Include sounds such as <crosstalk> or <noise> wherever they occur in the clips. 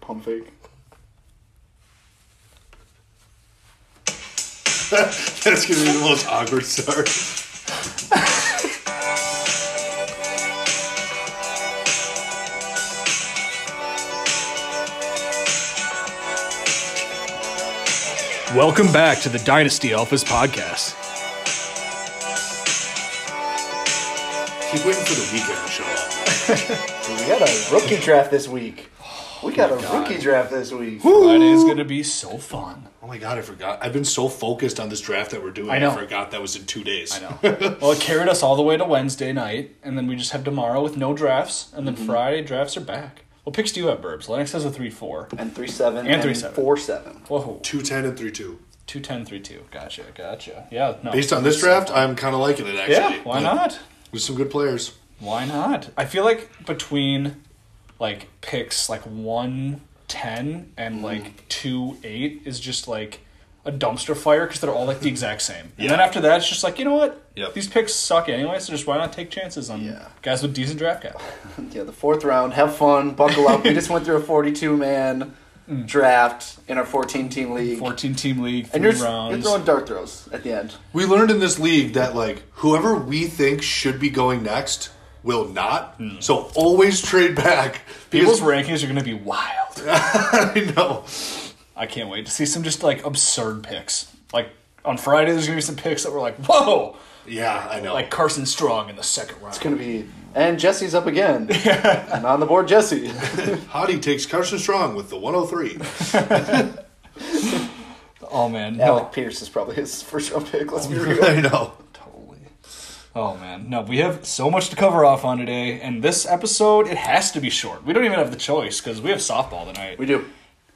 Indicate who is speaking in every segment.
Speaker 1: Pump fake.
Speaker 2: That's gonna be the most awkward start.
Speaker 3: Welcome back to the Dynasty Alphas podcast.
Speaker 2: Keep waiting for the weekend to show up.
Speaker 1: We got a rookie draft this week. We
Speaker 3: Oh
Speaker 1: got a rookie draft this week.
Speaker 3: Friday's going to be so fun.
Speaker 2: Oh my god, I forgot. I've been so focused on this draft that we're doing.
Speaker 3: I know.
Speaker 2: forgot that was in two days.
Speaker 3: I <laughs> know. well, it carried us all the way to Wednesday night, and then we just have tomorrow with no drafts, and then Friday drafts are back. What picks do you have, Burbs? Lennox has a 3 4.
Speaker 1: And three seven
Speaker 3: And three seven.
Speaker 1: four seven.
Speaker 3: Whoa.
Speaker 2: <laughs> Two ten and three two.
Speaker 3: 2 10 3 2. Gotcha, gotcha. Yeah, no.
Speaker 2: Based on this draft, I'm kind of liking it actually.
Speaker 3: Yeah, why
Speaker 2: Like,
Speaker 3: not?
Speaker 2: There's some good players.
Speaker 3: Why not? I feel like between like picks like 110
Speaker 1: Mm-hmm.
Speaker 3: and like 2 8 is just like a dumpster fire because they're all like the exact same. And then
Speaker 2: Yeah.
Speaker 3: after that, it's just like, you know what?
Speaker 2: Yep.
Speaker 3: These picks suck anyway, so just why not take chances on
Speaker 1: Yeah.
Speaker 3: guys with decent draft capital?
Speaker 1: Yeah, the fourth round. Have fun. Buckle
Speaker 3: <laughs>
Speaker 1: up. we just went through a forty-two man
Speaker 3: Mm.
Speaker 1: draft in our fourteen-team league,
Speaker 3: 14 team league,
Speaker 1: and
Speaker 3: 3
Speaker 1: you're you're
Speaker 3: rounds.
Speaker 1: throwing dart throws at the end.
Speaker 2: We learned in this league that like whoever we think should be going next will not. So always trade
Speaker 3: <laughs>
Speaker 2: back.
Speaker 3: Hmm. People's
Speaker 2: Because
Speaker 3: rankings are going to be wild.
Speaker 2: <laughs> I know.
Speaker 3: I can't wait to see some just like absurd picks. Like on Friday, there's going to be some picks that were like, whoa,
Speaker 2: Yeah, I know.
Speaker 3: like Carson Strong in the second round.
Speaker 1: It's gonna be and Jesse's up
Speaker 3: <laughs>
Speaker 1: again, and on the board Jesse.
Speaker 2: Hottie takes Carson Strong with the
Speaker 3: <laughs>
Speaker 2: 103.
Speaker 3: Oh man,
Speaker 1: Alec
Speaker 3: no, Oh
Speaker 1: Pierce is probably his first round pick. Let's be real.
Speaker 2: <laughs> I know.
Speaker 3: totally. Oh man, no, we have so much to cover off on today, and this episode it has to be short. We don't even have the choice because we have softball tonight.
Speaker 1: We do.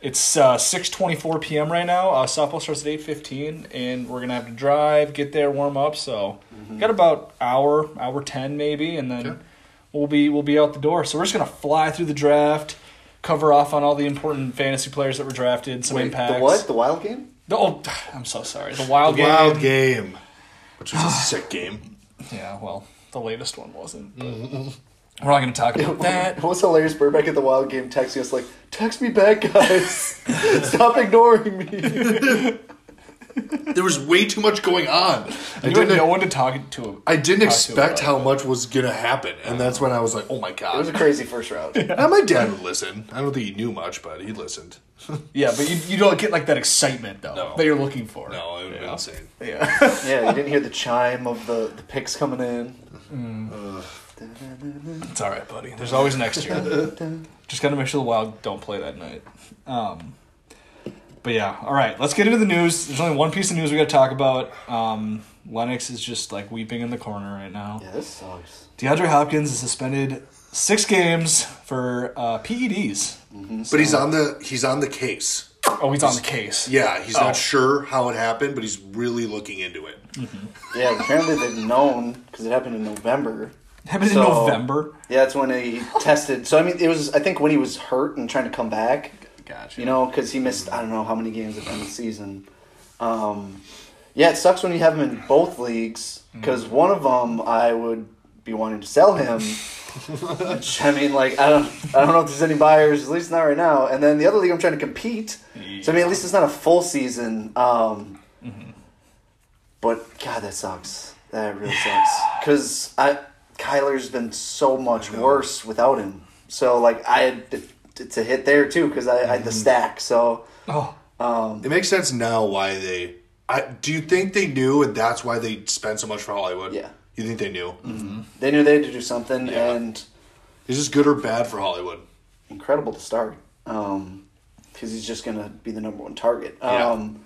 Speaker 3: It's uh, six twenty four p.m. right now. Uh, softball starts at eight fifteen, and we're gonna have to drive, get there, warm up. So
Speaker 1: Mm-hmm.
Speaker 3: got about hour, hour ten maybe, and then we'll be we'll be out the door. So we're just gonna fly through the draft, cover off on all the important fantasy players that were drafted, some
Speaker 1: Wait,
Speaker 3: impacts.
Speaker 1: the what? The wild game?
Speaker 3: The- oh, <sighs> I'm so sorry. The wild game.
Speaker 2: Wild game. Which was a sick game.
Speaker 3: Yeah, well, the latest one wasn't. But We're not going to talk
Speaker 1: <laughs>
Speaker 3: about that.
Speaker 1: What was hilarious? Burbank at the wild game texting us like, "Text me back, guys. <laughs> Stop ignoring me."
Speaker 2: There was way too much going on. I
Speaker 3: You
Speaker 2: <laughs>
Speaker 3: had
Speaker 2: didn't,
Speaker 3: no one to talk to.
Speaker 2: I didn't
Speaker 3: talk to about
Speaker 2: expect how
Speaker 3: it.
Speaker 2: much was going to happen. And that's when I was like, oh my
Speaker 1: It was a
Speaker 2: God.
Speaker 1: crazy first round.
Speaker 2: <laughs> And my dad would listen. I don't think he knew much, but he listened.
Speaker 3: Yeah, but you, you don't get like that excitement though
Speaker 2: No.
Speaker 3: that you're looking for.
Speaker 2: No, it would be insane.
Speaker 3: Yeah. <laughs>
Speaker 1: Yeah, you didn't hear the chime of the, the picks coming in. Mm.
Speaker 3: it's all right, buddy. There's always next year. Just got to make sure the Wild don't play that night. Um, but yeah, all right. Let's get into the news. There's only one piece of news we got to talk about. Um, Lennox is just like weeping in the corner right now.
Speaker 1: Yeah, this sucks.
Speaker 3: DeAndre Hopkins is suspended six games for uh, PEDs.
Speaker 2: But he's on the he's on the case.
Speaker 3: Oh, he's on the case.
Speaker 2: Yeah, he's
Speaker 3: Oh.
Speaker 2: not sure how it happened, but he's really looking into it.
Speaker 1: Yeah, apparently they've known because it happened in November.
Speaker 3: Happened in
Speaker 1: So-
Speaker 3: November.
Speaker 1: Yeah, that's when he tested. So I mean, it was I think when he was hurt and trying to come back.
Speaker 3: Gotcha.
Speaker 1: You know, because he missed I don't know how many games at the end of the season. Um, yeah, it sucks when you have him in both leagues
Speaker 3: Mm.
Speaker 1: because one of them I would be wanting to sell him.
Speaker 3: <laughs>
Speaker 1: Which, I mean, like I don't I don't know if there's any buyers at least not right now. And then the other league I'm trying to compete. So I mean, at least it's not a full season. Um, But God, that sucks. That really
Speaker 2: <sighs>
Speaker 1: sucks. Because I Kyler's been so much worse without him. So like I had to, it's a hit there too because I, I
Speaker 2: Mm-hmm.
Speaker 1: had the stack. So
Speaker 3: Oh,
Speaker 2: It makes sense now why they. I do you think they knew, and that's why they spent so much for Hollywood?
Speaker 1: Yeah.
Speaker 2: you think they knew?
Speaker 1: they knew they had to do something,
Speaker 2: Yeah.
Speaker 1: and
Speaker 2: Is this good or bad for Hollywood?
Speaker 1: incredible to start. Um, because he's just gonna be the number one target.
Speaker 2: Yeah.
Speaker 1: Um,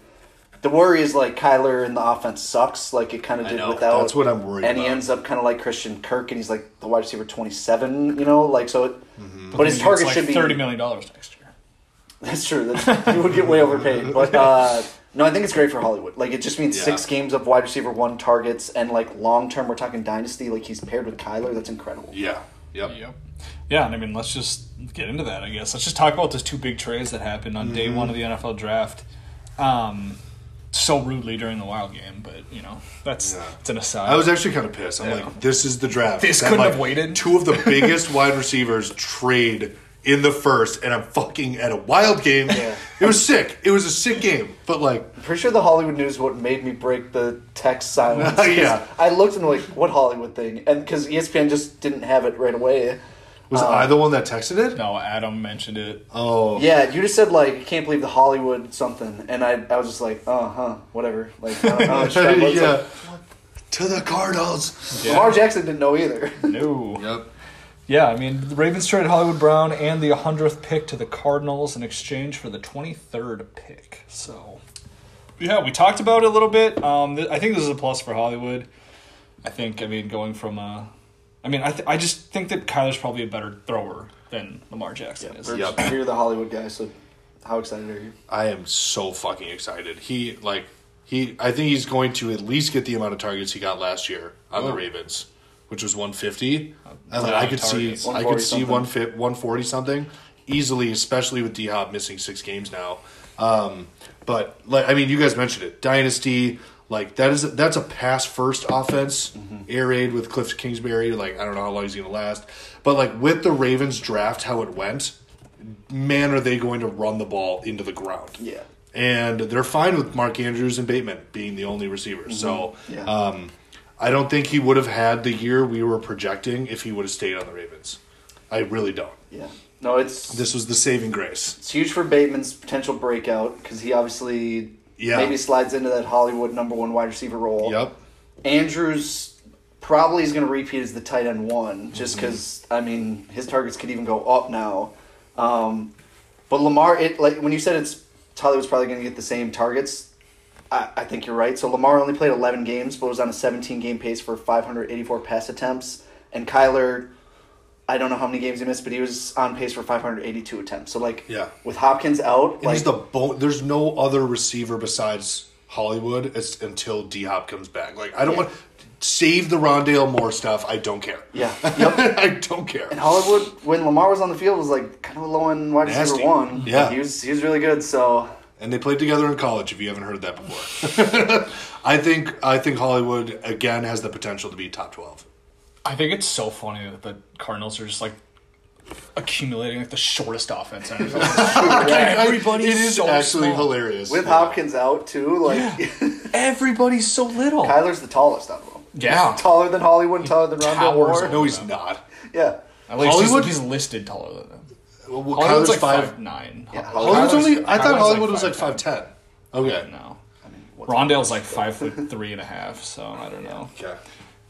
Speaker 1: the worry is like Kyler and the offense sucks. Like it kind of did
Speaker 2: know.
Speaker 1: without.
Speaker 2: That's what I'm worried
Speaker 1: And he
Speaker 2: about.
Speaker 1: ends up kind of like Christian Kirk, and he's like the wide receiver twenty seven. You know, like so. It,
Speaker 2: Mm-hmm.
Speaker 1: But his
Speaker 3: It's
Speaker 1: target
Speaker 3: like
Speaker 1: should be
Speaker 3: thirty million dollars next year.
Speaker 1: That's true. That's, you would get way overpaid. But uh, no, I think it's great for Hollywood. Like it just means
Speaker 2: Yeah.
Speaker 1: six games of wide receiver one targets, and like long term, we're talking dynasty. Like he's paired with Kyler. That's incredible.
Speaker 2: Yeah. Yep.
Speaker 3: Yep. Yeah, and I mean, let's just get into that. I guess let's just talk about those two big trades that happened on
Speaker 1: Mm-hmm.
Speaker 3: day one of the NFL draft. Um, so rudely during the wild game, but you know that's
Speaker 2: Yeah.
Speaker 3: it's an aside.
Speaker 2: I was actually kind of pissed. I'm
Speaker 3: Yeah.
Speaker 2: like, this is the draft.
Speaker 3: This
Speaker 2: That,
Speaker 3: <laughs> couldn't have
Speaker 2: like,
Speaker 3: waited.
Speaker 2: Two of the biggest wide receivers trade in the first, and I'm fucking at a wild game.
Speaker 1: Yeah.
Speaker 2: It was sick. It was a sick game, but like
Speaker 1: I'm pretty sure the Hollywood news is what made me break the text silence. 'cause
Speaker 2: <laughs> Yeah.
Speaker 1: I looked and like, what Hollywood thing? And E because ESPN just didn't have it right away.
Speaker 2: was I the one that texted it?
Speaker 3: No, Adam mentioned it.
Speaker 2: Uh, <laughs> Oh,
Speaker 1: Yeah, you just said like, I can't believe the Hollywood something, and I, I was just like, uh huh, whatever. Like, I
Speaker 2: <laughs>
Speaker 1: don't know. It's kind of- it's
Speaker 2: yeah.
Speaker 1: like,
Speaker 2: To the Cardinals.
Speaker 3: Yeah.
Speaker 1: Lamar Jackson didn't know either.
Speaker 3: No.
Speaker 2: Yep.
Speaker 3: Yeah, I mean, the Ravens traded Hollywood Brown and the 100th pick to the Cardinals in exchange for the 23rd pick. So, yeah, we talked about it a little bit. Um, th- I think this is a plus for Hollywood. I think, I mean, going from a. I mean, I, th- I just think that Kyler's probably a better thrower than Lamar Jackson is.
Speaker 1: Or
Speaker 2: Yep.
Speaker 1: <laughs> You're the Hollywood guy, so how excited are you?
Speaker 2: I am so fucking excited. He like he I think he's going to at least get the amount of targets he got last year on the Ravens, which was 150. And like, I could
Speaker 3: targets.
Speaker 2: see I
Speaker 1: 140
Speaker 2: could see
Speaker 1: something.
Speaker 2: 150 140 something easily, especially with D Hop missing 6 games now. Um but like I mean you guys mentioned it. Dynasty like that is that's a pass first offense. Air raid with Cliff Kingsbury, like I don't know how long he's going to last. But like with the Ravens draft how it went, man are they going to run the ball into the ground.
Speaker 1: Yeah.
Speaker 2: And they're fine with Mark Andrews and Bateman being the only receivers. So
Speaker 1: Mm-hmm. Yeah.
Speaker 2: um, I don't think he would have had the year we were projecting if he would have stayed on the Ravens. I really don't.
Speaker 1: Yeah. No, it's
Speaker 2: This was the saving grace.
Speaker 1: it's huge for Bateman's potential breakout because he obviously
Speaker 2: Yeah.
Speaker 1: maybe slides into that Hollywood number one wide receiver role.
Speaker 2: Yep.
Speaker 1: Andrews probably is going to repeat as the tight end one, just
Speaker 2: Mm-hmm.
Speaker 1: because I mean his targets could even go up now. Um, but Lamar, it like when you said it's Hollywood's probably going to get the same targets. I, I think you're right. So Lamar only played 11 games, but was on a 17 game pace for 584 pass attempts, and Kyler. I don't know how many games he missed, but he was on pace for 582 attempts. So like,
Speaker 2: Yeah.
Speaker 1: with Hopkins out,
Speaker 2: And
Speaker 1: like
Speaker 2: he's the bo- there's no other receiver besides Hollywood as- until D Hop comes back. Like I don't
Speaker 1: Yeah.
Speaker 2: want save the Rondale Moore stuff. I don't care.
Speaker 1: yeah, yep.
Speaker 2: <laughs> I don't care.
Speaker 1: And Hollywood, when Lamar was on the field, was like kind of a low end wide receiver
Speaker 2: Nasty.
Speaker 1: one.
Speaker 2: Yeah.
Speaker 1: he was he was really good.
Speaker 3: <laughs>
Speaker 1: So
Speaker 2: and they played together in college. If you haven't heard that before,
Speaker 3: <laughs>
Speaker 2: I think I think Hollywood again has the potential to be top twelve.
Speaker 3: I think it's so funny that the Cardinals are just like accumulating like the shortest offense. in NFL. Everybody
Speaker 2: it
Speaker 3: is
Speaker 2: is
Speaker 3: so
Speaker 2: actually
Speaker 3: small.
Speaker 2: hilarious.
Speaker 1: with
Speaker 2: Yeah.
Speaker 1: Hopkins out too, like
Speaker 3: Everybody's so little.
Speaker 1: <laughs> Kyler's the tallest out of them.
Speaker 3: yeah.
Speaker 1: Taller than Hollywood, taller than Rondell
Speaker 3: Towers
Speaker 1: Moore.
Speaker 2: no, he's not.
Speaker 1: Yeah,
Speaker 3: At least
Speaker 2: Hollywood-
Speaker 3: he's, he's listed taller than them.
Speaker 2: Well, well,
Speaker 3: Hollywood's
Speaker 2: Kyler's
Speaker 3: like
Speaker 2: five.
Speaker 3: five nine.
Speaker 1: Yeah,
Speaker 2: Hollywood's
Speaker 1: Kyler's-
Speaker 2: only. I thought
Speaker 3: Kyler's
Speaker 2: Hollywood was like
Speaker 3: 5'10".
Speaker 2: five ten. Okay.
Speaker 3: No, Rondale's like
Speaker 2: <laughs>
Speaker 3: five foot three and a half. So I don't know.
Speaker 2: Okay.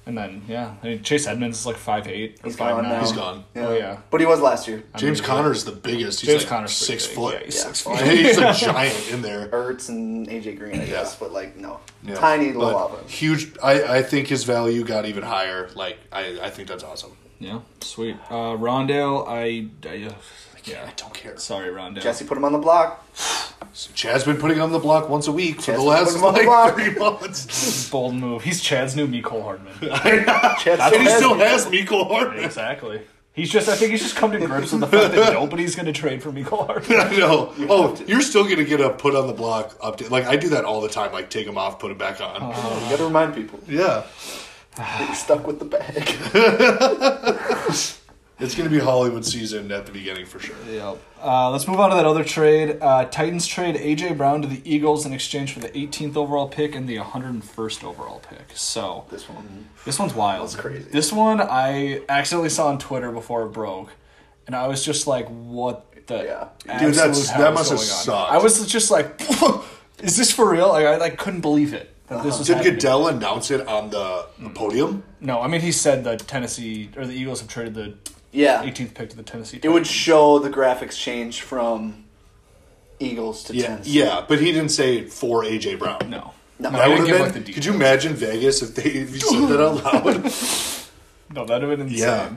Speaker 3: And then yeah, I mean Chase Edmonds is like five eight or
Speaker 1: He's
Speaker 3: five
Speaker 1: gone now.
Speaker 3: nine.
Speaker 2: He's gone.
Speaker 1: yeah.
Speaker 3: Oh, yeah.
Speaker 1: But he was last year.
Speaker 2: James Conner is the biggest. He's
Speaker 3: James
Speaker 2: like
Speaker 3: Conner's pretty
Speaker 2: six
Speaker 3: big.
Speaker 2: foot.
Speaker 3: Yeah, he's
Speaker 2: <laughs>
Speaker 3: six
Speaker 1: Yeah.
Speaker 3: feet.
Speaker 2: he's a giant in
Speaker 1: <laughs>
Speaker 2: there.
Speaker 1: Ertz and AJ Green, I guess, but like no,
Speaker 2: Yeah.
Speaker 1: tiny little
Speaker 2: But
Speaker 1: lava.
Speaker 2: Huge. I, I think his value got even higher. Like I, I think that's awesome.
Speaker 3: Yeah, sweet. Uh, Rondale, I, I uh, yeah.
Speaker 2: I don't care.
Speaker 3: Sorry, Rondale.
Speaker 1: Jesse put him on the block.
Speaker 2: So Chad's been putting on the block once a week for
Speaker 1: Chad's
Speaker 2: the
Speaker 1: been
Speaker 2: last
Speaker 1: putting on the
Speaker 2: like
Speaker 1: block. <laughs>
Speaker 2: three months.
Speaker 3: Bold move. He's Chad's new Nicole Hardman.
Speaker 1: Chad
Speaker 2: and he
Speaker 1: Smith.
Speaker 2: still has Miko Hardman.
Speaker 3: <laughs> exactly. He's just. I think he's just come to grips with the
Speaker 2: <laughs>
Speaker 3: fact that nobody's going to trade for Nicole Hardman.
Speaker 2: I know. Oh, you're still gonna get a put on the block update. Like I do that all the time. Like take him off, put him back on.
Speaker 1: You gotta remind people
Speaker 2: Yeah,
Speaker 1: that you're stuck with the bag.
Speaker 2: <laughs> it's gonna be Hollywood season at the beginning for sure.
Speaker 3: Yep. Uh, let's move on to that other trade. Uh, Titans trade AJ Brown to the Eagles in exchange for the 18th overall pick and the 101st overall pick. So
Speaker 1: this one,
Speaker 3: This one's wild.
Speaker 1: That's crazy.
Speaker 3: This one I accidentally saw on Twitter before it broke, and I was just like, "What the
Speaker 1: Yeah.
Speaker 2: Dude, that's-
Speaker 3: absolute hell
Speaker 2: that must
Speaker 3: is
Speaker 2: have
Speaker 3: going on?
Speaker 2: sucked.
Speaker 3: I was just like, <laughs> "Is this for real?" Like I like couldn't believe it that this was
Speaker 2: Uh-huh. Did
Speaker 3: happening.
Speaker 2: Goodell announce it on the,
Speaker 1: Mm-hmm.
Speaker 2: the podium?
Speaker 3: No, I mean he said that Tennessee or the Eagles have traded the
Speaker 1: yeah,
Speaker 3: 18th pick to the Tennessee.
Speaker 1: it would show the graphics change from Eagles to
Speaker 2: Yeah,
Speaker 1: Tennessee.
Speaker 2: yeah, but he didn't say for AJ Brown.
Speaker 3: no.
Speaker 1: No.
Speaker 3: they
Speaker 2: That
Speaker 3: didn't
Speaker 2: would
Speaker 3: give,
Speaker 2: have
Speaker 3: like,
Speaker 2: been.
Speaker 3: the
Speaker 2: could you
Speaker 3: details.
Speaker 2: imagine Vegas if they if you said that
Speaker 1: <laughs>
Speaker 2: out loud?
Speaker 3: No, that would have been insane.
Speaker 2: Yeah.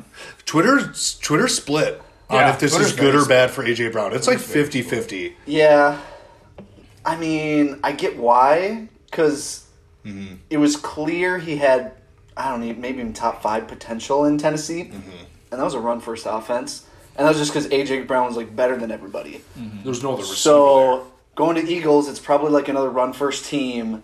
Speaker 2: Twitter Twitter split on
Speaker 3: Yeah,
Speaker 2: if this
Speaker 3: Twitter's
Speaker 2: is good
Speaker 3: very
Speaker 2: or bad for AJ Brown. It's like 50-50.
Speaker 1: Yeah. I mean, I get why, because it was clear he had, I don't know, maybe even top five potential in Tennessee. And that was a run first offense. And that was just because A.J. Brown was, like, better than everybody.
Speaker 2: There's no other receiver.
Speaker 1: So going to Eagles, it's probably like another run first team.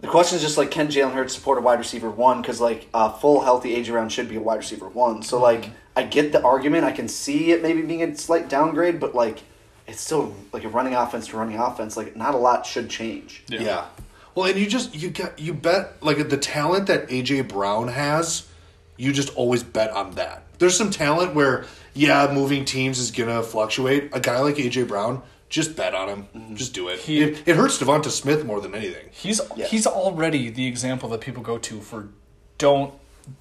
Speaker 1: The question is just like, can Jalen Hurts support a wide receiver one? Because like a full healthy age around should be a wide receiver one. So like, I get the argument. I can see it maybe being a slight downgrade, but like, it's still like a running offense to running offense. Like, not a lot should change.
Speaker 2: Yeah. Well, and you just you get you bet like the talent that AJ Brown has, you just always bet on that. There's some talent where yeah, moving teams is gonna fluctuate. A guy like AJ Brown, just bet on him. Just do it.
Speaker 3: Mm-hmm. He-
Speaker 2: it. It hurts Devonta Smith more than anything.
Speaker 3: He's
Speaker 1: Yeah.
Speaker 3: he's already the example that people go to for don't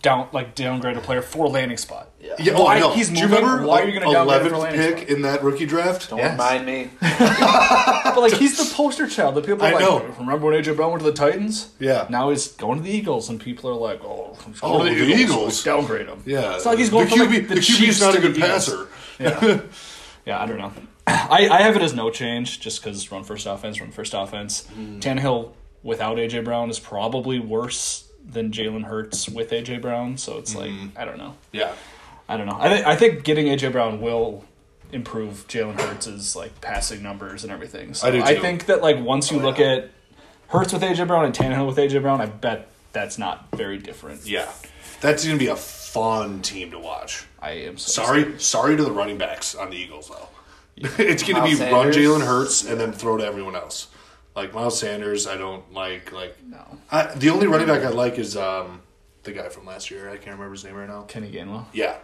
Speaker 3: down like downgrade a player for landing spot.
Speaker 1: Yeah.
Speaker 2: Yeah,
Speaker 3: Why-
Speaker 2: oh, no.
Speaker 3: he's
Speaker 2: do you
Speaker 3: moving,
Speaker 2: remember
Speaker 3: why are you gonna downgrade him for
Speaker 2: 11th
Speaker 3: landing
Speaker 2: pick in that rookie draft?
Speaker 1: Don't
Speaker 2: Yes.
Speaker 1: remind me.
Speaker 3: But like
Speaker 2: <laughs>
Speaker 3: he's the poster child that people are
Speaker 2: I
Speaker 3: like.
Speaker 2: know.
Speaker 3: Remember when AJ Brown went to the Titans?
Speaker 2: Yeah.
Speaker 3: Now he's going to the Eagles, and people are like, "Oh, he's going
Speaker 2: Oh,
Speaker 3: to the,
Speaker 2: the
Speaker 3: Eagles.
Speaker 2: Eagles.
Speaker 3: Downgrade him."
Speaker 2: Yeah,
Speaker 3: It's not like he's going
Speaker 2: the
Speaker 3: from, like,
Speaker 2: QB.
Speaker 3: the
Speaker 2: the QB's
Speaker 3: Chiefs
Speaker 2: not
Speaker 3: to
Speaker 2: a good
Speaker 3: the Eagles.
Speaker 2: passer. <laughs>
Speaker 3: Yeah. yeah, I don't know. I, I have it as no change just because run first offense, run first offense.
Speaker 2: Mm.
Speaker 3: Tannehill without AJ Brown is probably worse than Jalen Hurts with AJ Brown. So it's
Speaker 2: Mm.
Speaker 3: like I don't know.
Speaker 2: Yeah.
Speaker 3: I don't know. I think I think getting AJ Brown will improve Jalen Hurts' like passing numbers and everything. So
Speaker 2: I do, too. Oh,
Speaker 3: think that like once you look at Hurts with AJ Brown and Tannehill with AJ Brown, I bet that's not very different.
Speaker 2: Yeah. That's going to be a fun team to watch.
Speaker 3: I am so
Speaker 2: Sorry, sorry to the running backs on the Eagles though. <laughs> it's going to
Speaker 1: Miles
Speaker 2: be run
Speaker 1: Sanders.
Speaker 2: Jalen Hurts and then throw to everyone else. Like Miles Sanders, I don't like. Like
Speaker 3: No.
Speaker 2: I, the only running back I like is um the guy from last year. I can't remember his name right now.
Speaker 3: Kenny Gainwell.
Speaker 2: Yeah,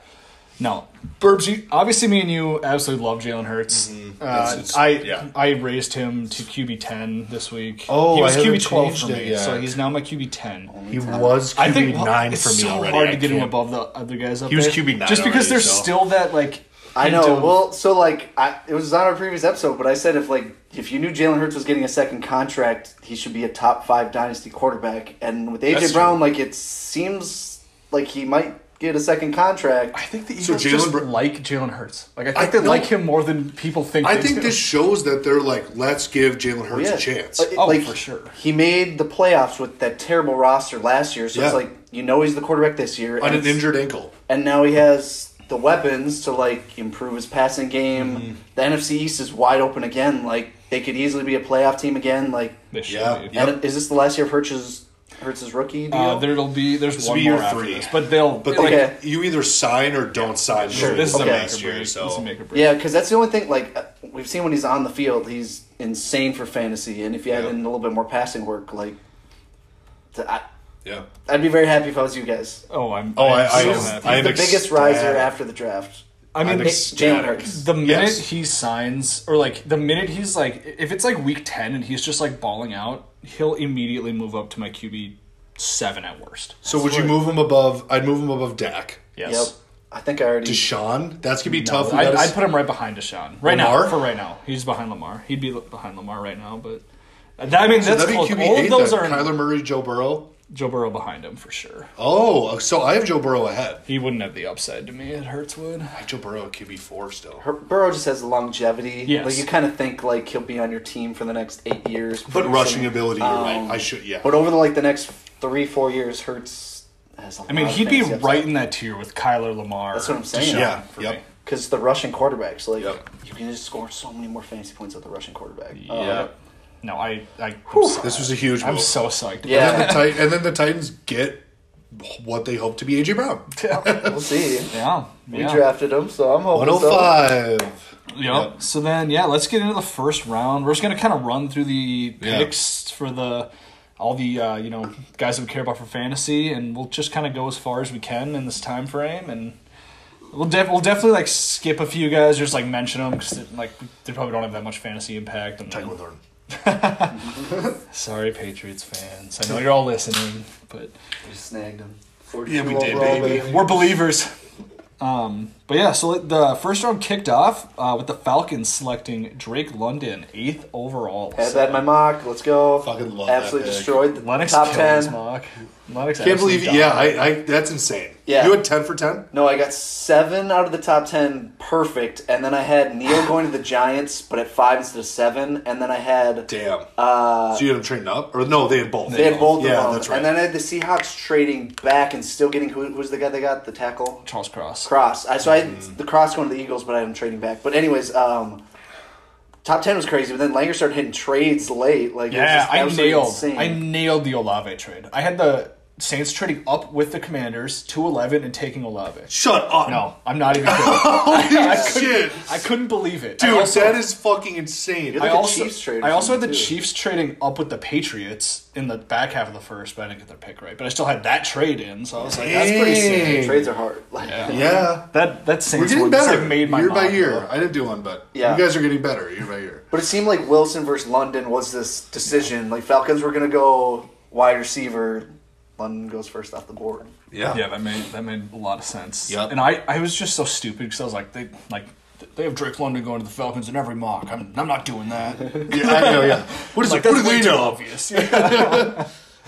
Speaker 3: No, Burbs. You, obviously, me and you absolutely love Jalen Hurts. Uh,
Speaker 2: Mm-hmm. It's- it's-
Speaker 3: I
Speaker 2: yeah.
Speaker 3: I raised him to QB ten this week.
Speaker 2: Oh,
Speaker 3: he
Speaker 2: I
Speaker 3: was
Speaker 2: haven't
Speaker 3: QB twelve for
Speaker 2: changed it
Speaker 3: me,
Speaker 2: yet.
Speaker 3: so he's now my QB ten.
Speaker 2: he was QB
Speaker 3: I think
Speaker 2: nine
Speaker 3: it's
Speaker 2: for me
Speaker 3: so
Speaker 2: already.
Speaker 3: hard
Speaker 2: I
Speaker 3: to get him
Speaker 2: can't-
Speaker 3: above the other guys up
Speaker 2: He was
Speaker 3: there.
Speaker 2: QB9
Speaker 3: just
Speaker 2: already,
Speaker 3: because there's
Speaker 2: so-
Speaker 3: still that like.
Speaker 1: I
Speaker 3: hint
Speaker 1: know.
Speaker 3: of-
Speaker 1: Well, so like, I it was on our previous episode, but I said if like if you knew Jalen Hurts was getting a second contract, he should be a top five dynasty quarterback. And with AJ
Speaker 2: That's
Speaker 1: Brown, like it seems like he might get a second contract.
Speaker 3: I think the Eagles
Speaker 2: So Jalen
Speaker 3: just
Speaker 2: Br-
Speaker 3: like Jalen Hurts. Like I
Speaker 2: I
Speaker 3: think they
Speaker 2: know.
Speaker 3: like him more than people think.
Speaker 2: I
Speaker 3: they
Speaker 2: think
Speaker 3: do.
Speaker 2: this shows that they're like, let's give Jalen Hurts
Speaker 1: Yeah.
Speaker 2: a chance.
Speaker 1: Like,
Speaker 3: Oh,
Speaker 1: like,
Speaker 3: for sure.
Speaker 1: He made the playoffs with that terrible roster last year, so it's
Speaker 2: Yeah.
Speaker 1: like you know he's the quarterback this year,
Speaker 2: on
Speaker 1: and,
Speaker 2: an
Speaker 1: it's-
Speaker 2: injured ankle.
Speaker 1: and now he has the weapons to like improve his passing game.
Speaker 2: Mm-hmm.
Speaker 1: The NFC East is wide open again. Like they could easily be a playoff team again. Like
Speaker 3: They should
Speaker 2: Yeah.
Speaker 3: be.
Speaker 2: Yep.
Speaker 1: and is this the last year of Hurts' Hurts' rookie deal?
Speaker 3: Uh, there'll be there's
Speaker 2: This will
Speaker 3: one
Speaker 2: be
Speaker 3: more
Speaker 2: year
Speaker 3: after
Speaker 2: three.
Speaker 3: this, but they'll.
Speaker 2: But
Speaker 3: like,
Speaker 1: Okay.
Speaker 2: like, you either sign or don't sign.
Speaker 3: sure, this is
Speaker 1: Okay.
Speaker 3: a
Speaker 2: okay.
Speaker 3: make or break.
Speaker 2: year,
Speaker 3: This is a
Speaker 2: so
Speaker 3: make or break.
Speaker 1: Yeah, because that's the only thing. Like uh, we've seen when he's on the field, he's insane for fantasy. And if you add
Speaker 2: Yeah.
Speaker 1: in a little bit more passing work, like th- I,
Speaker 2: yeah.
Speaker 1: I'd be very happy if I was you guys.
Speaker 3: Oh, I'm.
Speaker 2: Oh,
Speaker 3: I'm
Speaker 2: I- I
Speaker 3: so
Speaker 2: am-
Speaker 3: happy.
Speaker 2: I am
Speaker 1: the biggest riser
Speaker 2: ecstatic.
Speaker 1: after the draft.
Speaker 3: I mean,
Speaker 2: I'm
Speaker 3: they-
Speaker 1: Jalen
Speaker 2: ecstatic.
Speaker 1: Hurts.
Speaker 3: The minute
Speaker 2: Yes.
Speaker 3: he signs, or like the minute he's like, if it's like week 10 and he's just like balling out, he'll immediately move up to my QB seven at worst.
Speaker 2: So would you move him above? I'd move him above Dak.
Speaker 1: Yep. I think I already.
Speaker 2: Deshaun, that's gonna be
Speaker 3: No,
Speaker 2: tough. We
Speaker 3: I'd,
Speaker 2: gotta-
Speaker 3: I'd put him right behind Deshaun. Right
Speaker 2: Lamar?
Speaker 3: now, for right now. He's behind Lamar. He'd be behind Lamar right now, but. That, I mean, that's
Speaker 2: that'd be
Speaker 3: close.
Speaker 2: QB
Speaker 3: All of
Speaker 2: eight
Speaker 3: those
Speaker 2: then.
Speaker 3: are
Speaker 2: Kyler Murray, Joe Burrow.
Speaker 3: Joe Burrow behind him for sure.
Speaker 2: Oh, so I have Joe Burrow ahead.
Speaker 3: He wouldn't have the upside to me. It hurts would.
Speaker 2: I have Joe Burrow at QB four still.
Speaker 1: Bur- Burrow just has longevity.
Speaker 3: Yes.
Speaker 1: Like you kind of think like he'll be on your team for the next eight years.
Speaker 2: But
Speaker 1: producing.
Speaker 2: rushing ability, you're
Speaker 1: Um,
Speaker 2: right. I should, yeah.
Speaker 1: But over the like the next three four years, Hurts has a
Speaker 3: I mean,
Speaker 1: lot of
Speaker 3: he'd be
Speaker 1: fantasy upside.
Speaker 3: right in that tier with Kyler Lamar.
Speaker 1: That's what I'm saying.
Speaker 3: Deshaun
Speaker 2: Yeah,
Speaker 3: for
Speaker 2: yep.
Speaker 3: me.
Speaker 1: because the Russian quarterbacks, like
Speaker 2: Yep.
Speaker 1: you can just score so many more fantasy points with the Russian quarterback. Um,
Speaker 3: Yeah. no, I. I
Speaker 2: Oh, This was a huge move.
Speaker 3: I'm so psyched.
Speaker 1: Yeah.
Speaker 2: and, then the Tit- and then the Titans get what they hope to be AJ Brown.
Speaker 1: Uh,
Speaker 3: <laughs>
Speaker 1: <laughs> we'll see.
Speaker 3: Yeah.
Speaker 1: We
Speaker 3: yeah.
Speaker 1: drafted him, so I'm hoping. so.
Speaker 2: 105.
Speaker 3: Yep. So then, yeah, let's get into the first round. We're just gonna kind of run through the
Speaker 2: Yeah.
Speaker 3: picks for the all the uh, you know guys that we care about for fantasy, and we'll just kind of go as far as we can in this time frame, and we'll def- we'll definitely like skip a few guys, just like mention them because like they probably don't have that much fantasy impact. And
Speaker 2: Tyler Thorne.
Speaker 3: sorry, Patriots fans, I know you're all listening, but
Speaker 1: We snagged him.
Speaker 2: Yeah, we did,
Speaker 1: Overall,
Speaker 2: baby.
Speaker 3: We're believers. Um, but yeah, so the first round kicked off uh, with the Falcons selecting Drake London, eighth overall.
Speaker 1: Had
Speaker 3: So-
Speaker 1: that in my mock. Let's go.
Speaker 2: Fucking love that
Speaker 1: Absolutely
Speaker 2: pick.
Speaker 1: destroyed the
Speaker 3: Lennox
Speaker 1: top
Speaker 3: killed
Speaker 1: ten.
Speaker 3: his mock. Lennox
Speaker 2: Can't believe,
Speaker 3: absolutely
Speaker 2: yeah,
Speaker 3: dominated.
Speaker 2: I, I, that's insane.
Speaker 1: Yeah.
Speaker 2: You had 10 for 10?
Speaker 1: No, I got seven out of the top ten perfect, and then I had
Speaker 3: <sighs>
Speaker 1: Neil going to the Giants, but at five instead of seven, and then I had
Speaker 2: Damn.
Speaker 1: uh,
Speaker 2: so you had them trading up? Or no, they had both.
Speaker 1: they had both
Speaker 2: Yeah,
Speaker 1: of them,
Speaker 2: that's right.
Speaker 1: and then I had the Seahawks trading back and still getting who was the guy they got the tackle
Speaker 3: Charles Cross.
Speaker 1: Cross. I so I had the Cross going to the Eagles, but I had him trading back. But anyways, um, top ten was crazy, but then Langer started hitting trades late. Like it was
Speaker 3: Yeah,
Speaker 1: just
Speaker 3: I
Speaker 1: absolutely
Speaker 3: nailed.
Speaker 1: insane.
Speaker 3: I nailed the Olave trade. I had the Saints trading up with the Commanders to eleven and taking Olave.
Speaker 2: Shut up.
Speaker 3: No, I'm not even kidding. <laughs> I, couldn't,
Speaker 2: Shit.
Speaker 3: I couldn't believe it.
Speaker 2: Dude,
Speaker 3: I also,
Speaker 2: that is fucking insane.
Speaker 1: You're
Speaker 3: I
Speaker 1: the
Speaker 3: also,
Speaker 1: Chiefs trade or
Speaker 3: I also had the
Speaker 1: something, too.
Speaker 3: Chiefs trading up with the Patriots in the back half of the first, but I didn't get their pick right. But I still had that trade in, so I was like, that's pretty
Speaker 2: Dang.
Speaker 3: sick.
Speaker 1: Trades are hard. Like,
Speaker 2: yeah.
Speaker 3: That that Saints
Speaker 2: We're getting
Speaker 3: one
Speaker 2: better
Speaker 3: just, like, made my
Speaker 2: year by
Speaker 3: mind
Speaker 2: year.
Speaker 3: up.
Speaker 2: I didn't do one, but
Speaker 1: Yeah.
Speaker 2: you guys are getting better year by year.
Speaker 1: <laughs> But it seemed like Wilson versus London was this decision. Like Falcons were gonna go wide receiver. London goes first off the board.
Speaker 3: Yeah, that made that made a lot of sense.
Speaker 2: Yep.
Speaker 3: And I, I was just so stupid because I was like, they like they have Drake London going to the Falcons in every mock. I'm, I'm not doing that. <laughs>
Speaker 2: Yeah, I know, yeah. What is
Speaker 3: like,
Speaker 2: it? What do
Speaker 3: that's way
Speaker 2: they
Speaker 3: too
Speaker 2: know?
Speaker 3: obvious.
Speaker 2: <laughs>
Speaker 3: Yeah.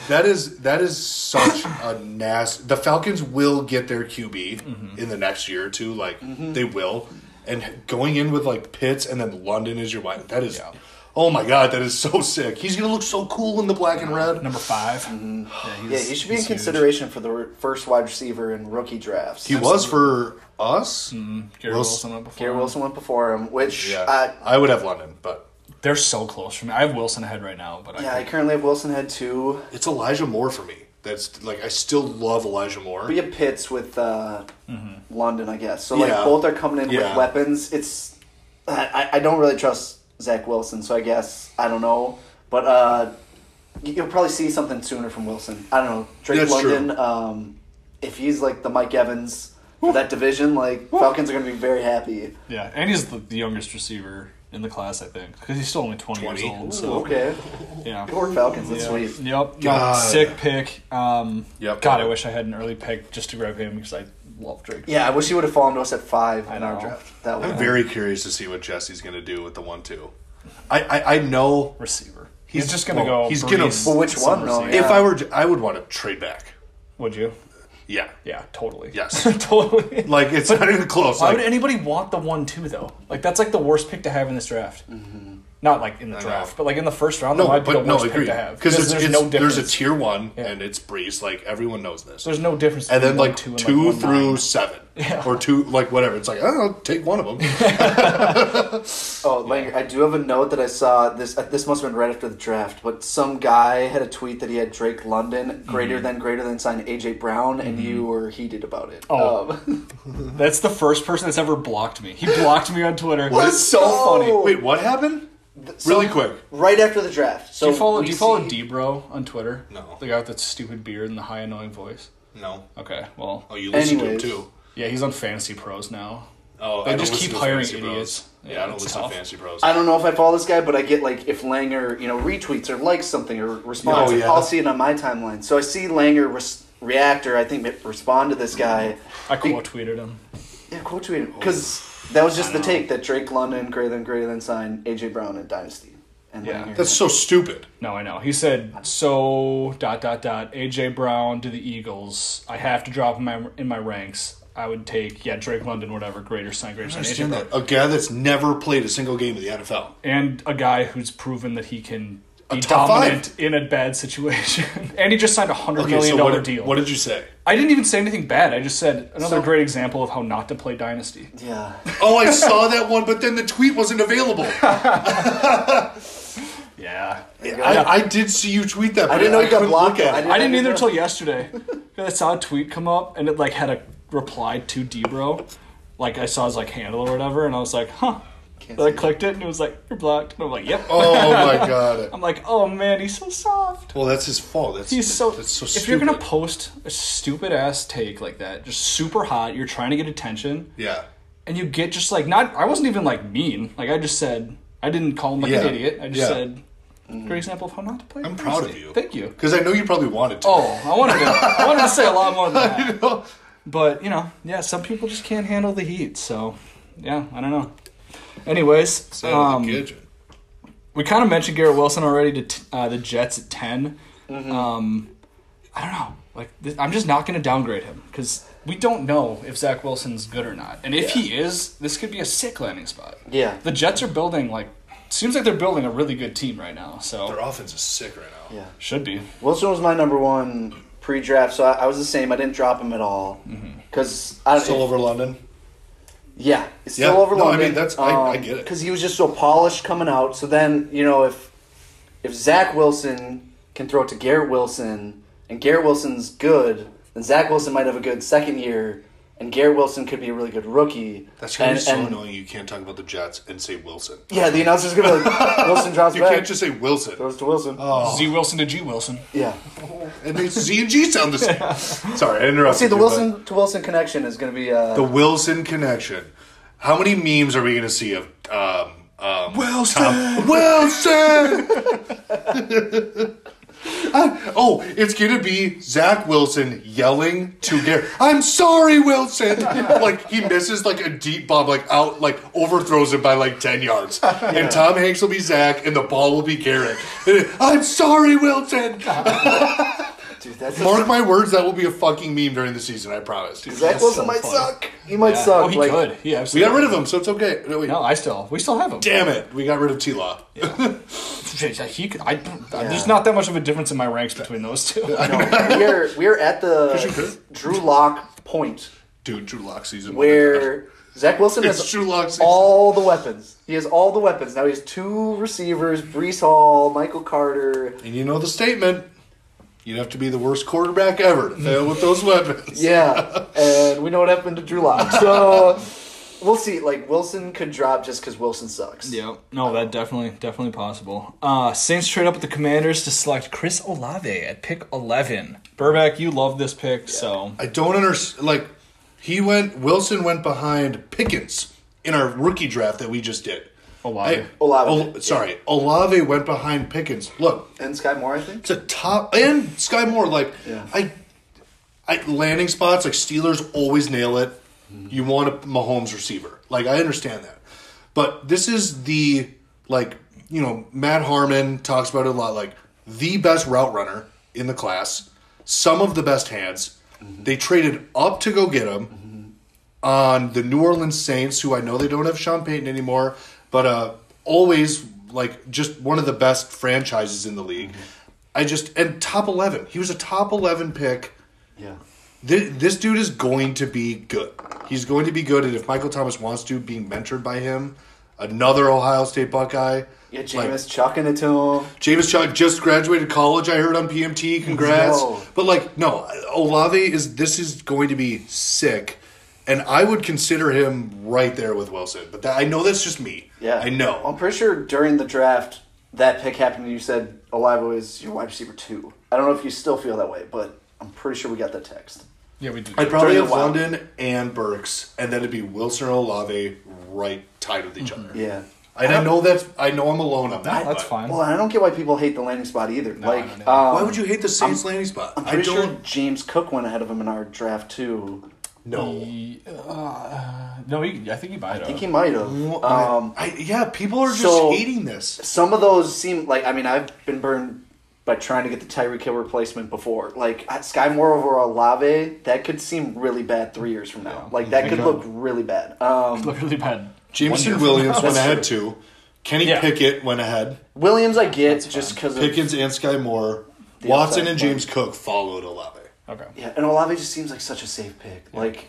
Speaker 2: That is that is such a nasty. The Falcons will get their QB in the next year or two. Like
Speaker 3: Mm-hmm.
Speaker 2: they will, and going in with like Pitts and then London is your wide. That is, oh my god, that is so sick. He's gonna look so cool in the black and red.
Speaker 3: Number 5
Speaker 2: Mm-hmm.
Speaker 1: Yeah, he should be in consideration for the r- first wide receiver in rookie drafts.
Speaker 2: He was for us.
Speaker 3: Garrett Wilson up before.
Speaker 1: Garrett Wilson went before him, which
Speaker 2: Yeah,
Speaker 1: uh,
Speaker 2: I would have London, but
Speaker 3: They're so close for me. I have Wilson ahead right now, but
Speaker 1: yeah,
Speaker 3: I
Speaker 1: I currently have Wilson had two.
Speaker 2: it's Elijah Moore for me. That's like I still love Elijah Moore.
Speaker 1: But you have Pitts with uh, London, I guess. So like
Speaker 2: Mm-hmm. Yeah.
Speaker 1: both are coming in
Speaker 2: Yeah.
Speaker 1: with weapons. It's I, I I don't really trust Zach Wilson, so I guess I don't know. But uh, you- you'll probably see something sooner from Wilson. I don't know. Drake
Speaker 2: That's true.
Speaker 1: London, um, if he's like the Mike Evans for that division, like Falcons are going to be very happy.
Speaker 3: yeah, and he's the, the youngest receiver in the class, I think, because he's still only 20, years
Speaker 2: 20?
Speaker 3: old.
Speaker 1: Ooh,
Speaker 3: So
Speaker 1: okay,
Speaker 3: yeah.
Speaker 1: go work Falcons. That's
Speaker 3: Yeah.
Speaker 1: sweet.
Speaker 3: Yep. No,
Speaker 2: God.
Speaker 3: sick pick. Um,
Speaker 2: Yep.
Speaker 3: God, I wish I had an early pick just to grab him because I love Drake.
Speaker 1: Yeah, I wish he would have fallen to us at five in
Speaker 3: know.
Speaker 1: our draft. That
Speaker 2: I'm
Speaker 1: would
Speaker 2: very curious to see what Jesse's going to do with the one two. I, I, I know
Speaker 3: Receiver. He's,
Speaker 2: He's-
Speaker 3: just gonna
Speaker 2: well,
Speaker 3: go.
Speaker 2: he's gonna-
Speaker 3: Brees,
Speaker 1: Well, which one,
Speaker 3: some
Speaker 1: though?
Speaker 3: receiver.
Speaker 1: Yeah.
Speaker 2: if I were I would want to trade back.
Speaker 3: Would you?
Speaker 2: Yeah,
Speaker 3: Yeah, totally.
Speaker 2: Yes.
Speaker 3: <laughs> totally.
Speaker 2: <laughs> like it's not even close.
Speaker 3: Why
Speaker 2: Like,
Speaker 3: would anybody want the one two though? Like that's like the worst pick to have in this draft. Not like in the
Speaker 2: Mm-hmm. I
Speaker 3: draft,
Speaker 2: know.
Speaker 3: but like in the first round, that
Speaker 2: no,
Speaker 3: might be the
Speaker 2: but no,
Speaker 3: worst
Speaker 2: agree
Speaker 3: pick to have
Speaker 2: because there's
Speaker 3: there's
Speaker 2: it's,
Speaker 3: no difference.
Speaker 2: there's a tier one and it's Breeze. Like everyone knows this.
Speaker 3: There's no difference.
Speaker 2: and then
Speaker 3: between
Speaker 2: like two,
Speaker 3: one, two, and, like, one,
Speaker 2: through
Speaker 3: nine.
Speaker 2: seven
Speaker 3: <laughs> Yeah.
Speaker 2: or two, like whatever. It's like I don't know, take one of
Speaker 3: <laughs>
Speaker 2: them.
Speaker 1: Oh, Langer, I do have a note that I saw. This uh, this must have been right after the draft, but some guy had a tweet that he had Drake London greater than greater than signed AJ Brown, and you were heated about it.
Speaker 3: Oh.
Speaker 1: Um, <laughs>
Speaker 3: That's the first person that's ever blocked me. He blocked me on Twitter.
Speaker 1: What?
Speaker 3: It's so
Speaker 1: No.
Speaker 3: funny.
Speaker 2: Wait, what happened?
Speaker 1: so-
Speaker 2: really quick.
Speaker 1: right after the draft. So
Speaker 3: do you follow?
Speaker 1: we
Speaker 3: Do you follow
Speaker 1: see-
Speaker 3: Debro on Twitter?
Speaker 2: No.
Speaker 3: The guy with that stupid beard and the high annoying voice.
Speaker 2: No.
Speaker 3: Okay, well,
Speaker 2: Oh, you listen
Speaker 1: Anyways.
Speaker 2: to him too.
Speaker 3: yeah, he's on Fantasy Pros now.
Speaker 2: Oh,
Speaker 3: They
Speaker 2: I don't
Speaker 3: just
Speaker 2: listen
Speaker 3: keep
Speaker 2: to
Speaker 3: hiring
Speaker 2: Fancy Bros.
Speaker 3: idiots.
Speaker 2: Yeah,
Speaker 3: Yeah,
Speaker 2: I don't
Speaker 3: it's
Speaker 2: listen
Speaker 3: tough.
Speaker 2: to fancy bros.
Speaker 1: I don't know if I follow this guy, but I get like if Langer you know retweets or likes something or responds,
Speaker 2: Oh, yeah.
Speaker 1: I'll see it on my timeline. So I see Langer res- react or I think respond to this guy.
Speaker 3: I quote tweeted him.
Speaker 1: Yeah, quote tweeted
Speaker 3: Oh.
Speaker 1: because that was just the take that Drake London greater than greater than signed AJ Brown in Dynasty. And
Speaker 3: Yeah.
Speaker 1: Langer-
Speaker 2: That's so stupid.
Speaker 3: No, I know. He said, "So dot dot dot AJ Brown to the Eagles. I have to drop him in my, in my ranks. I would take yeah Drake London, whatever, greater sign, greater sign, AJ
Speaker 2: Understand
Speaker 3: Brown,
Speaker 2: that. A guy that's never played a single game in the NFL.
Speaker 3: and a guy who's proven that he can be
Speaker 2: top
Speaker 3: dominant in a bad <laughs> situation. and he just signed a hundred
Speaker 2: Okay, so
Speaker 3: dollar
Speaker 2: what,
Speaker 3: deal.
Speaker 2: what did you say?
Speaker 3: I didn't even say anything bad. I just said another
Speaker 1: So-
Speaker 3: great example of how not to play Dynasty.
Speaker 1: <laughs> yeah.
Speaker 2: Oh, I saw that one, but then the tweet wasn't available.
Speaker 3: Yeah,
Speaker 2: I, I did see you tweet that. But
Speaker 1: I didn't know you got
Speaker 2: couldn't look
Speaker 1: blocked.
Speaker 2: at it.
Speaker 3: I didn't either until yesterday. <laughs> 'Cause I saw a tweet come up and it like had a reply to Debro. Like I saw his like handle or whatever, and I was like, huh.
Speaker 1: Can't
Speaker 3: Then I
Speaker 1: see
Speaker 3: clicked it and it was like, you're blocked. And I'm like, yep.
Speaker 2: Oh my god.
Speaker 3: I'm like, oh man, he's so soft.
Speaker 2: Well, that's his fault. That's
Speaker 3: He's so.
Speaker 2: That's so
Speaker 3: if
Speaker 2: stupid.
Speaker 3: you're gonna post a stupid ass take like that, just super hot, you're trying to get attention,
Speaker 2: yeah.
Speaker 3: and you get just like not. I wasn't even like mean. Like I just said, I didn't call him like an
Speaker 2: Yeah.
Speaker 3: idiot. I just
Speaker 2: Yeah.
Speaker 3: said, great example of how not to play.
Speaker 2: I'm proud of
Speaker 3: Thursday."
Speaker 2: you.
Speaker 3: Thank you.
Speaker 2: Because I know you probably wanted to.
Speaker 3: Oh, I wanted to. I wanted to say a lot more than that.
Speaker 2: <laughs>
Speaker 3: But you know, yeah, some people just can't handle the heat. So, yeah, I don't know. <laughs> Anyways,
Speaker 2: So,
Speaker 3: um,
Speaker 2: good.
Speaker 3: we kind of mentioned Garrett Wilson already to t- uh, the Jets at 10 Um, I don't know. Like, th- I'm just not going to downgrade him because we don't know if Zach Wilson's good or not. And if he is, this could be a sick landing spot.
Speaker 1: Yeah.
Speaker 3: The Jets are building like seems like they're building a really good team right now.
Speaker 2: Their
Speaker 3: So
Speaker 2: offense is sick right now.
Speaker 1: Yeah.
Speaker 3: should be.
Speaker 1: Wilson was my number one
Speaker 3: Mm-hmm.
Speaker 1: pre-draft, so I, I was the same. I didn't drop him at all because I
Speaker 2: Still over London.
Speaker 1: Yeah, it's still
Speaker 2: Yeah.
Speaker 1: over
Speaker 2: No, I
Speaker 1: London.
Speaker 2: mean, that's- I- I get it.
Speaker 1: because he was just so polished coming out. So then you know if if Zach Wilson can throw it to Garrett Wilson and Garrett Wilson's good, then Zach Wilson might have a good second year, and Garrett Wilson could be a really good rookie.
Speaker 2: That's gonna
Speaker 1: and,
Speaker 2: be so
Speaker 1: and-
Speaker 2: annoying. You can't talk about the Jets and say Wilson.
Speaker 1: Yeah, the announcer's gonna be
Speaker 2: <laughs>
Speaker 1: like, Wilson drops
Speaker 2: You
Speaker 1: back,
Speaker 2: can't just Oh. say Wilson.
Speaker 1: throws to Wilson.
Speaker 3: Z Wilson to G Wilson.
Speaker 1: Yeah.
Speaker 2: And they Z and G sound the same. Sorry, I interrupted.
Speaker 1: See, the
Speaker 2: you, but
Speaker 1: Wilson to Wilson connection is gonna be uh,
Speaker 2: the Wilson connection. How many memes are we going to see of um,
Speaker 1: <laughs>
Speaker 2: um,
Speaker 3: Wilson!
Speaker 2: Tom- Wilson. I- oh, it's going to be Zach Wilson yelling to Garrett. I'm
Speaker 1: <laughs>
Speaker 2: sorry, Wilson. like he misses like a deep bomb, like out, like overthrows it by like ten yards. And Tom Hanks will be Zach, and the ball will be Garrett. <laughs> I'm sorry, Wilson.
Speaker 1: dude. That's
Speaker 2: Mark my words, that will be a fucking meme during the season. I promise.
Speaker 1: Zach
Speaker 3: That's
Speaker 1: Wilson
Speaker 3: so
Speaker 1: might
Speaker 3: funny.
Speaker 1: suck. He might suck.
Speaker 3: oh, he
Speaker 1: like,
Speaker 3: could. He
Speaker 2: We
Speaker 3: absolutely.
Speaker 2: got rid of him, so it's okay. No, wait.
Speaker 3: No, I still. We still have him.
Speaker 2: Damn it, we got rid of T Law.
Speaker 3: He could, I, There's not that much of a difference in my ranks between those two.
Speaker 2: <laughs>
Speaker 1: No, we are we are at
Speaker 2: you
Speaker 1: the
Speaker 2: could.
Speaker 1: Drew Lock point
Speaker 2: Dude, Drew Lock
Speaker 1: <laughs>
Speaker 2: season.
Speaker 1: where Zach Wilson
Speaker 2: It's
Speaker 1: has
Speaker 2: Drew Lock season.
Speaker 1: all the weapons. He has all the weapons. Now he has two receivers: Brees Hall, Michael Carter.
Speaker 2: and you know the statement. You'd have to be the worst quarterback ever to fail with those
Speaker 3: <laughs>
Speaker 2: weapons.
Speaker 1: Yeah, and we know what happened to Drew Lock. So <laughs> we'll see. Like Wilson could drop just because Wilson sucks.
Speaker 3: Yeah, no, that definitely, definitely possible. Uh, Saints trade up with the Commanders to select Chris Olave at pick eleven. Burback, you love this pick, so
Speaker 2: I don't understand. Like, he went. Wilson went behind Pickens in our rookie draft that we just did.
Speaker 3: Olave.
Speaker 1: Olave.
Speaker 2: Ol- sorry, Olave went behind Pickens. Look,
Speaker 1: And Sky Moore, I think.
Speaker 2: it's a top and Sky Moore. Like
Speaker 1: Yeah.
Speaker 2: I, I landing spots like Steelers always nail it. You want a Mahomes receiver. Like I understand that, but this is the like you know Matt Harmon talks about it a lot. Like the best route runner in the class, some of the best hands. They traded up to go get him on the New Orleans Saints, who I know they don't have Sean Payton anymore, but uh, always like just one of the best franchises in the league. I just and top eleven. He was a top eleven pick.
Speaker 1: Yeah.
Speaker 2: This, this dude is going to be good. He's going to be good, and if Michael Thomas wants to, being mentored by him, another Ohio State Buckeye.
Speaker 1: Yeah, Jameis
Speaker 2: like,
Speaker 1: chucking it to him.
Speaker 2: James Chuck just graduated college. I heard on PMT. Congrats.
Speaker 1: No.
Speaker 2: But like, no, Olave is this is going to be sick, and I would consider him right there with Wilson. But that, I know that's just me.
Speaker 1: Yeah, Um,
Speaker 2: I
Speaker 1: I'm
Speaker 2: know.
Speaker 1: pretty sure during the draft that pick happened, and you said Olave was your wide receiver two. I don't know if you still feel that way, but I'm pretty sure we got that text.
Speaker 3: yeah, we did.
Speaker 2: I'd probably
Speaker 1: During
Speaker 2: have
Speaker 1: the wild.
Speaker 2: London and Burks, and then it'd be Wilson and Olave right tied with each other.
Speaker 1: Yeah.
Speaker 2: And I know that's I know I'm alone on that.
Speaker 3: Mm-hmm. That's
Speaker 2: but-
Speaker 3: fine.
Speaker 1: Well, I don't get why people hate the landing spot either. like,
Speaker 3: don't either.
Speaker 1: um,
Speaker 2: Why would you hate the Saints landing spot?
Speaker 1: I'm
Speaker 2: I
Speaker 1: pretty
Speaker 2: don't
Speaker 1: sure James Cook went ahead of him in our draft too.
Speaker 2: know.
Speaker 3: uh, no, he, I think he might.
Speaker 1: I think he
Speaker 2: Uh,
Speaker 1: might have. Um,
Speaker 2: I, yeah, people are just
Speaker 1: so-
Speaker 2: hating this.
Speaker 1: some of those seem like I mean I've been burned by trying to get the Tyreek Hill replacement before. Like I- Sky Moore over Olave, that could seem really bad three years from now. Like that could look really bad. Um,
Speaker 3: looked really bad.
Speaker 2: Jameson
Speaker 3: Wonderful.
Speaker 2: Williams went
Speaker 1: That's
Speaker 2: ahead too. Kenny
Speaker 3: Yeah.
Speaker 2: Pickett went ahead.
Speaker 1: Williams, I get just because of
Speaker 2: Pickens and Sky Moore. Watson
Speaker 1: outside
Speaker 2: and James Cook followed Olave.
Speaker 3: Okay.
Speaker 1: Yeah, and Olave just seems like such a safe pick, like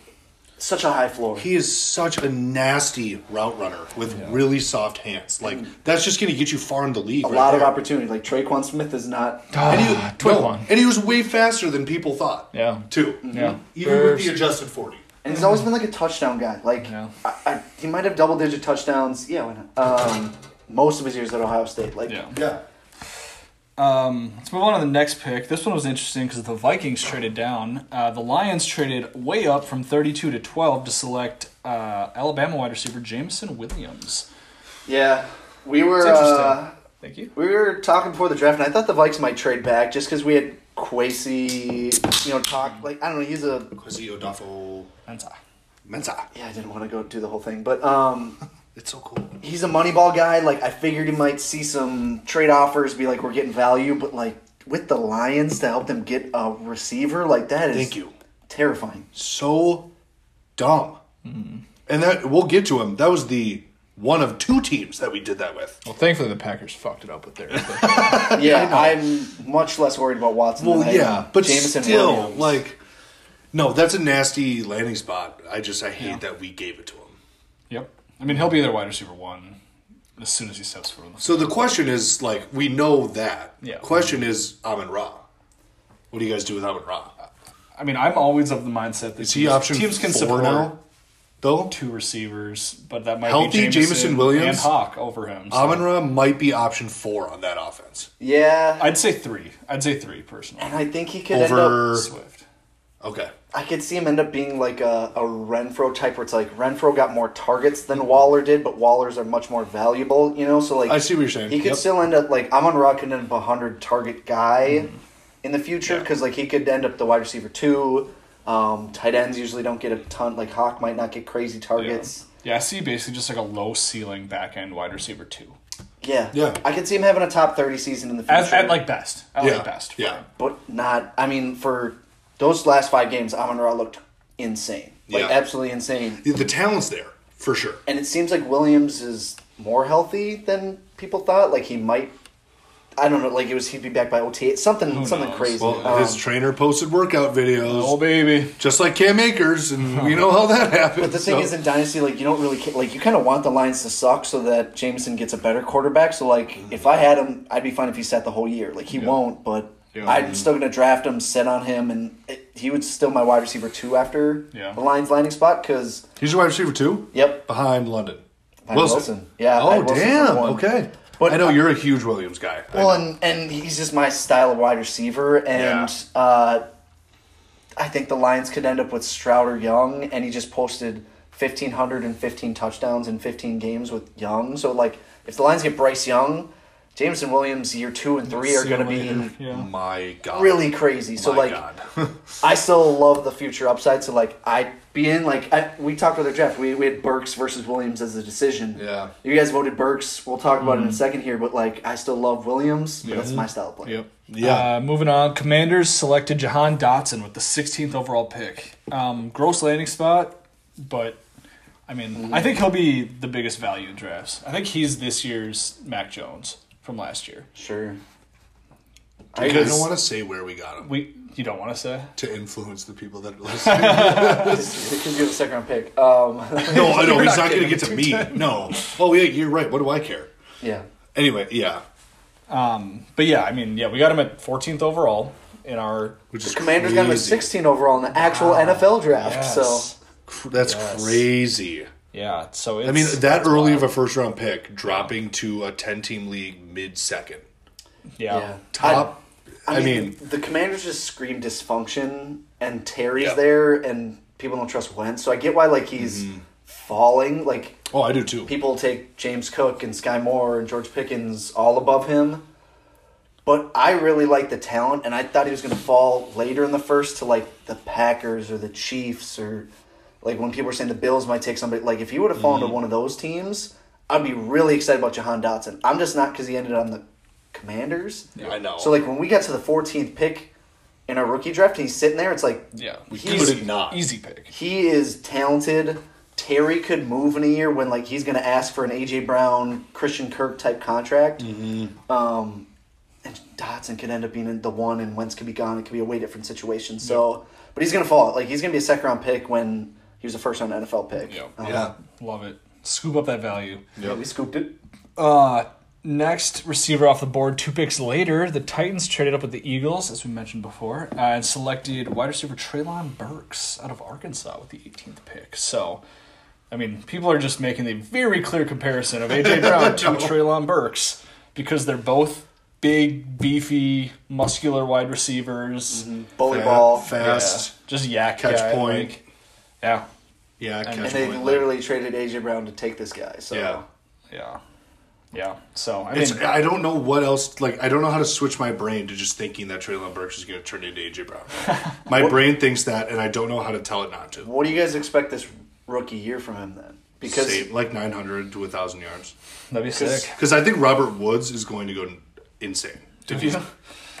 Speaker 1: such a high floor.
Speaker 2: He is such a nasty route runner with really soft hands. Like that's just going to get you far in the league.
Speaker 1: Mm. a lot of Ah, opportunity. Like Traquan Smith is not.
Speaker 2: And he,
Speaker 3: Twig
Speaker 2: no,
Speaker 3: one.
Speaker 2: and he was way faster than people thought.
Speaker 3: Yeah.
Speaker 2: too.
Speaker 1: Mm-hmm.
Speaker 3: Yeah.
Speaker 2: even with
Speaker 3: First.
Speaker 2: the adjusted forty.
Speaker 1: And he's always been like a touchdown guy. Like
Speaker 3: Yeah.
Speaker 1: I, I, he might have double digit touchdowns. Yeah, why not? Um, most of his years at Ohio State. Like
Speaker 3: Yeah.
Speaker 2: Yeah,
Speaker 3: Um, let's move on to the next pick. This one was interesting because the Vikings traded down. Uh, the Lions traded way up from 32 to 12 to select uh, Alabama wide receiver Jameson Williams.
Speaker 1: yeah, we were
Speaker 3: interesting.
Speaker 1: uh,
Speaker 3: Thank you.
Speaker 1: we were talking before the draft, and I thought the Vikes might trade back just because we had Quasi, you know, talk like I don't know. He's a
Speaker 2: Quasi Odafo
Speaker 3: Mensa.
Speaker 2: Mensa.
Speaker 1: yeah. I didn't want to go do the whole thing, but um,
Speaker 2: It's so cool.
Speaker 1: he's a Moneyball guy. Like I figured he might see some trade offers, be like we're getting value, but like with the Lions to help them get a receiver, like that is
Speaker 2: Thank you.
Speaker 1: terrifying.
Speaker 2: so dumb.
Speaker 1: Mm.
Speaker 2: And that we'll get to him. That was the one of two teams that we did that with.
Speaker 3: Well, thankfully the Packers fucked it up with their.
Speaker 1: Yeah, I'm much less worried about Watson.
Speaker 2: Well,
Speaker 1: than I am
Speaker 2: yeah, but
Speaker 1: Jameson
Speaker 2: still,
Speaker 1: Williams.
Speaker 2: like, no, that's a nasty landing spot. I just I hate that we gave it to him.
Speaker 3: <laughs> Yep. I mean, he'll be their wide receiver one as soon as he steps foot on the
Speaker 2: So the question is like we know that.
Speaker 3: Yeah.
Speaker 2: Question is Amon Ra. What do you guys do with Amon Ra?
Speaker 3: I mean, I'm always of the mindset that
Speaker 2: Is he
Speaker 3: teams-
Speaker 2: option
Speaker 3: teams can
Speaker 2: four
Speaker 3: support
Speaker 2: now? Though
Speaker 3: two receivers, but that might
Speaker 2: Healthy
Speaker 3: be Jameson,
Speaker 2: Jameson Williams?
Speaker 3: and Hawk over him. so-
Speaker 2: Amon Ra might be option four on that offense.
Speaker 1: Yeah,
Speaker 3: I'd say three. I'd say three personally.
Speaker 1: and I think he could end up.
Speaker 2: Over
Speaker 3: Swift.
Speaker 2: Okay.
Speaker 1: I could see him end up being like a, a Renfro type, where it's like Renfro got more targets than Waller did, but Waller's are much more valuable. You know, so like
Speaker 2: I see what you're saying.
Speaker 1: He could
Speaker 2: Yep.
Speaker 1: still end up like Amon Ra could end up a hundred target guy
Speaker 2: Mm-hmm.
Speaker 1: in the future because like he could end up the wide receiver two. Um, tight ends usually don't get a ton. Like Hawk might not get crazy targets.
Speaker 3: Yeah, I see basically just like a low ceiling back end wide receiver two.
Speaker 1: Yeah,
Speaker 2: Yeah.
Speaker 1: I could see him having a top thirty season in the future,
Speaker 3: At, at like best. At
Speaker 2: Yeah.
Speaker 3: like best. for
Speaker 2: Yeah.
Speaker 3: him.
Speaker 1: but not. I mean, for those last five games, Amon Ra looked insane, like
Speaker 2: Yeah.
Speaker 1: absolutely insane.
Speaker 2: The- The talent's there for sure.
Speaker 1: And it seems like Williams is more healthy than people thought. Like he might. I don't know. Like it was he'd be back by OTA, something something
Speaker 3: knows?
Speaker 1: crazy.
Speaker 2: Well,
Speaker 1: Um,
Speaker 2: his trainer posted workout videos,
Speaker 3: Oh baby.
Speaker 2: just like Cam Akers, and we know how that happened.
Speaker 1: But the thing
Speaker 2: so-
Speaker 1: is, in Dynasty, like you don't really ca- like you kind of want the Lions to suck so that Jameson gets a better quarterback. So like, if I had him, I'd be fine if he sat the whole year. Like he won't, but
Speaker 3: Yeah.
Speaker 1: I'm still gonna draft him, sit on him, and it, he would still my wide receiver two after
Speaker 3: Yeah.
Speaker 1: the Lions landing spot because
Speaker 2: he's your wide receiver too,
Speaker 1: yep,
Speaker 2: behind London.
Speaker 1: Behind Wilson. Yeah, I
Speaker 2: Oh
Speaker 1: had Wilson
Speaker 2: damn.
Speaker 1: for one.
Speaker 2: Okay.
Speaker 1: But-
Speaker 2: I know you're a huge Williams guy. I
Speaker 1: Well,
Speaker 2: know.
Speaker 1: and and he's just my style of wide receiver, and
Speaker 2: Yeah.
Speaker 1: uh, I think the Lions could end up with Stroud or Young, and he just posted fifteen hundred and fifteen touchdowns in fifteen games with Young. So like, if the Lions get Bryce Young, Jameson Williams year two and three are
Speaker 3: See
Speaker 1: going to
Speaker 3: him
Speaker 1: be
Speaker 2: <laughs>
Speaker 3: later. Yeah.
Speaker 2: my God.
Speaker 1: really crazy. So
Speaker 2: My
Speaker 1: like,
Speaker 2: <laughs> God.
Speaker 1: I still love the future upside. So like, I'd be in like I, we talked with our Jeff. We we had Burks versus Williams as a decision.
Speaker 2: Yeah.
Speaker 1: you guys voted Burks. We'll talk about it in
Speaker 2: Mm-hmm.
Speaker 1: a second here. But like, I still love Williams. But that's my style of play.
Speaker 3: Yep.
Speaker 2: Yeah.
Speaker 3: Uh, moving on, Commanders selected Jahan Dotson with the 16th overall pick. Um, gross landing spot, but I mean,
Speaker 2: Mm-hmm.
Speaker 3: I think he'll be the biggest value in drafts. I think he's this year's Mac Jones from last year.
Speaker 1: <laughs> Sure.
Speaker 2: I
Speaker 1: Because-
Speaker 2: don't want to say where we got him
Speaker 3: We you don't want to say?
Speaker 2: to influence the people that listen.
Speaker 1: Because you have a second round pick. Um,
Speaker 2: <laughs>
Speaker 1: <laughs>
Speaker 2: no, <laughs> I know he's not going to get to me. <laughs> No. Oh yeah, you're right. What do I care?
Speaker 1: yeah.
Speaker 2: Anyway, yeah.
Speaker 3: Um, but yeah, I mean, yeah, we got him at 14th overall in our
Speaker 2: Which is
Speaker 1: Commanders got him at
Speaker 2: crazy.
Speaker 1: 16 overall in the actual
Speaker 2: Ah,
Speaker 1: NFL draft. So
Speaker 2: Cr- That's
Speaker 3: Yes.
Speaker 2: crazy.
Speaker 3: yeah. So it's,
Speaker 2: I mean, that
Speaker 3: it's
Speaker 2: early
Speaker 3: wild.
Speaker 2: of a first round pick dropping to a 10 team league mid second.
Speaker 3: yeah.
Speaker 2: Top.
Speaker 1: I,
Speaker 2: I, mean,
Speaker 1: the Commanders just scream dysfunction, and Terry's
Speaker 2: Yeah.
Speaker 1: there, and people don't trust Wentz. So I get why like he's falling. Like
Speaker 2: oh, I do too.
Speaker 1: people take James Cook and Sky Moore and George Pickens all above him. But I really like the talent, and I thought he was going to fall later in the first to like the Packers or the Chiefs or like when people were saying the Bills might take somebody. Like if he would have fallen to one of those teams, I'd be really excited about Jahan Dotson. I'm just not because he ended on the Commanders.
Speaker 2: I know.
Speaker 1: So like when we got to the 14th pick in our rookie draft, and he's sitting there. It's like
Speaker 3: Yeah.
Speaker 2: We
Speaker 1: He's-
Speaker 2: could not.
Speaker 3: Easy pick.
Speaker 1: he is talented. Terry could move in a year when like he's going to ask for an AJ Brown, Christian Kirk type contract. Um, and Dotson could end up being the one, and Wentz could be gone. It could be a way different situation. So, but he's going to fall. Like he's going to be a second round pick when he was a first round NFL pick.
Speaker 3: Yeah.
Speaker 1: Um,
Speaker 2: Yeah.
Speaker 3: Love it. Scoop up that value.
Speaker 1: yeah, we scooped it.
Speaker 3: Uh, next receiver off the board, two picks later, the Titans traded up with the Eagles, as we mentioned before, uh, and selected wide receiver Traylon Burks out of Arkansas with the 18th pick. So, I mean, people are just making the very clear comparison
Speaker 2: <laughs>
Speaker 3: of A.J. Brown to Traylon Burks because they're both big, beefy, muscular wide receivers.
Speaker 1: Bully
Speaker 2: Fat,
Speaker 1: ball.
Speaker 3: Yeah,
Speaker 2: Mm-hmm. fast.
Speaker 3: just yak
Speaker 2: Catch
Speaker 3: guy,
Speaker 2: point.
Speaker 3: like, yeah,
Speaker 2: Yeah,
Speaker 3: And
Speaker 1: And
Speaker 2: catch
Speaker 1: they
Speaker 2: point. like-
Speaker 1: literally traded AJ Brown to take this guy. So
Speaker 2: yeah.
Speaker 3: yeah, yeah. So I
Speaker 2: It's,
Speaker 3: mean,
Speaker 2: I don't know what else. Like, I don't know how to switch my brain to just thinking that Traylon Burks is going to turn into AJ Brown. my brain thinks that, and I don't know how to tell it not to.
Speaker 1: what do you guys expect this rookie year from him then? Because
Speaker 2: Save, like 900 to 1,000 yards.
Speaker 3: that'd be
Speaker 1: Because-
Speaker 3: sick.
Speaker 2: Because I think Robert Woods is going to go insane. <laughs> If
Speaker 3: <laughs>
Speaker 2: he's-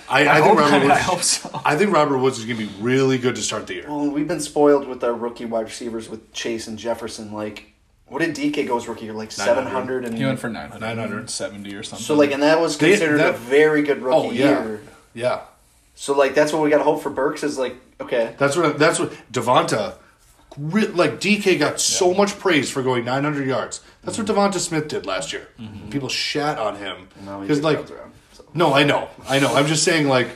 Speaker 2: I, I,
Speaker 3: I,
Speaker 2: think
Speaker 3: hope,
Speaker 2: Robert
Speaker 3: I
Speaker 2: Woods,
Speaker 3: hope so.
Speaker 2: I think Robert Woods is going to be really good to start the year.
Speaker 1: Well, we've been spoiled with our rookie wide receivers with Chase and Jefferson. Like, what did DK go's rookie year? Like seven
Speaker 2: 900.
Speaker 1: hundred and
Speaker 3: He went for 900,
Speaker 2: 970
Speaker 3: or something.
Speaker 1: so like, and that was
Speaker 2: They-
Speaker 1: considered
Speaker 2: that-
Speaker 1: a very good rookie
Speaker 2: Oh yeah,
Speaker 1: year.
Speaker 2: yeah.
Speaker 1: So like, that's what we got to hope for Burks is like okay,
Speaker 2: That's what. That's what Devonta re- like DK got so much praise for going 900 yards. That's what Devonta Smith did last year. People shat on him
Speaker 1: Mm-hmm. No, he
Speaker 2: because
Speaker 1: did
Speaker 2: like,
Speaker 1: bounce around, so.
Speaker 2: no, I know, I know. I'm just saying like,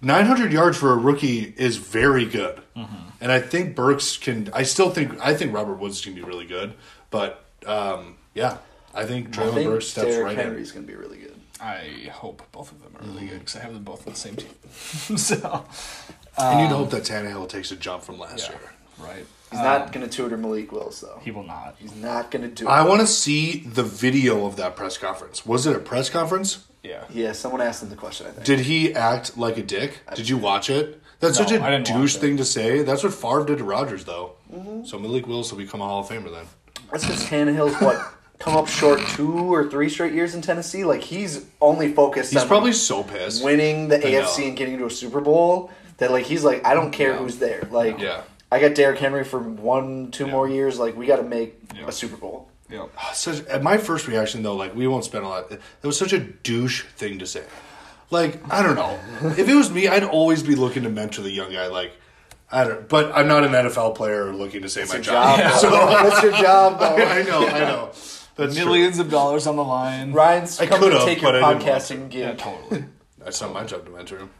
Speaker 2: 900 yards for a rookie is very good,
Speaker 1: Mm-hmm.
Speaker 2: and I think Burks can. I still think I think Robert Woods can be really good, but um, yeah, I think
Speaker 1: I
Speaker 2: Traylon
Speaker 1: think
Speaker 2: Burks steps
Speaker 1: Derrick
Speaker 2: right in.
Speaker 1: Henry's going to be really good.
Speaker 3: I hope both of them are really good because I have them both on the same
Speaker 2: <laughs>
Speaker 3: team. <laughs> so,
Speaker 2: And you'd
Speaker 1: Um,
Speaker 2: hope that Tannehill takes a jump from last
Speaker 3: yeah,
Speaker 2: year.
Speaker 3: right.
Speaker 1: He's not going to tutor Malik Willis though.
Speaker 3: Um, He will not.
Speaker 1: He's not going to do
Speaker 2: I
Speaker 1: it.
Speaker 2: want to see the video of that press conference. Was it a press conference?
Speaker 3: Yeah.
Speaker 1: Yeah, someone asked him the question. I think.
Speaker 2: Did he act like a dick? Did you watch it? That's
Speaker 3: No,
Speaker 2: such
Speaker 3: I
Speaker 2: a
Speaker 3: didn't watch
Speaker 2: douche
Speaker 3: it.
Speaker 2: thing to say. That's what Favre did to Rodgers, though. Mm-hmm. So Malik Willis will become a Hall of Famer then.
Speaker 1: That's because Tannehill's what come up short two or three straight years in Tennessee. Like he's only focused.
Speaker 2: He's
Speaker 1: on
Speaker 2: probably so pissed.
Speaker 1: winning the
Speaker 2: I know.
Speaker 1: AFC and getting to a Super Bowl that like he's like I don't care who's there. Like
Speaker 2: Yeah.
Speaker 1: I got Derrick Henry for one two more years. Like we got to make
Speaker 3: Yeah.
Speaker 1: a Super Bowl.
Speaker 3: Yep.
Speaker 2: Such, uh, my first reaction though, like we won't spend a lot. It was such a douche thing to say. Like I don't
Speaker 1: <laughs>
Speaker 2: know. if it was me, I'd always be looking to mentor the young guy. Like I don't. But I'm not an NFL player looking to save my
Speaker 1: Your
Speaker 2: job.
Speaker 1: job. though.
Speaker 2: <laughs>
Speaker 1: <laughs>
Speaker 2: So
Speaker 1: That's your
Speaker 2: <laughs>
Speaker 1: job though.
Speaker 2: I know. I know. That's true.
Speaker 3: <sighs> Millions of dollars on the line.
Speaker 1: Ryan's
Speaker 2: I
Speaker 1: coming to
Speaker 2: could've,
Speaker 1: take your
Speaker 2: but I didn't want
Speaker 1: podcasting gig.
Speaker 2: <laughs>
Speaker 3: Totally.
Speaker 2: That's not my job to mentor him.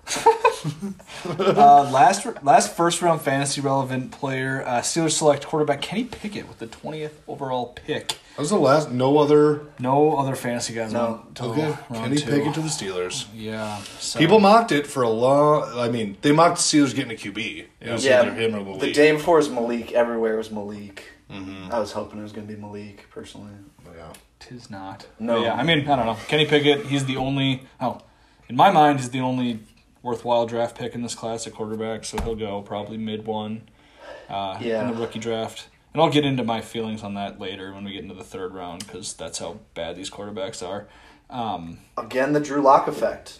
Speaker 3: Uh, last last first round fantasy relevant player, uh, Steelers select quarterback Kenny Pickett with the twentieth overall pick.
Speaker 2: That was the last. No other.
Speaker 3: No other fantasy guys. No. Went to
Speaker 2: Okay.
Speaker 3: round
Speaker 2: Kenny
Speaker 3: two.
Speaker 2: Pickett to the Steelers.
Speaker 3: Yeah. so-
Speaker 2: People mocked it for a long. I mean, they mocked the Steelers getting a QB. It was
Speaker 1: Yeah,
Speaker 2: either him or Malik.
Speaker 1: the day before was Malik. Everywhere was Malik.
Speaker 2: Mm-hmm.
Speaker 1: I was hoping it was going to be Malik personally.
Speaker 2: Yeah.
Speaker 3: Tis not.
Speaker 1: No.
Speaker 3: But yeah, I mean, I don't know. Kenny Pickett, he's the only, oh, in my mind, he's the only worthwhile draft pick in this class at quarterback, so he'll go probably mid one uh,
Speaker 1: Yeah.
Speaker 3: in the rookie draft. And I'll get into my feelings on that later when we get into the third round because that's how bad these quarterbacks are. Um,
Speaker 1: Again, the Drew Lock effect.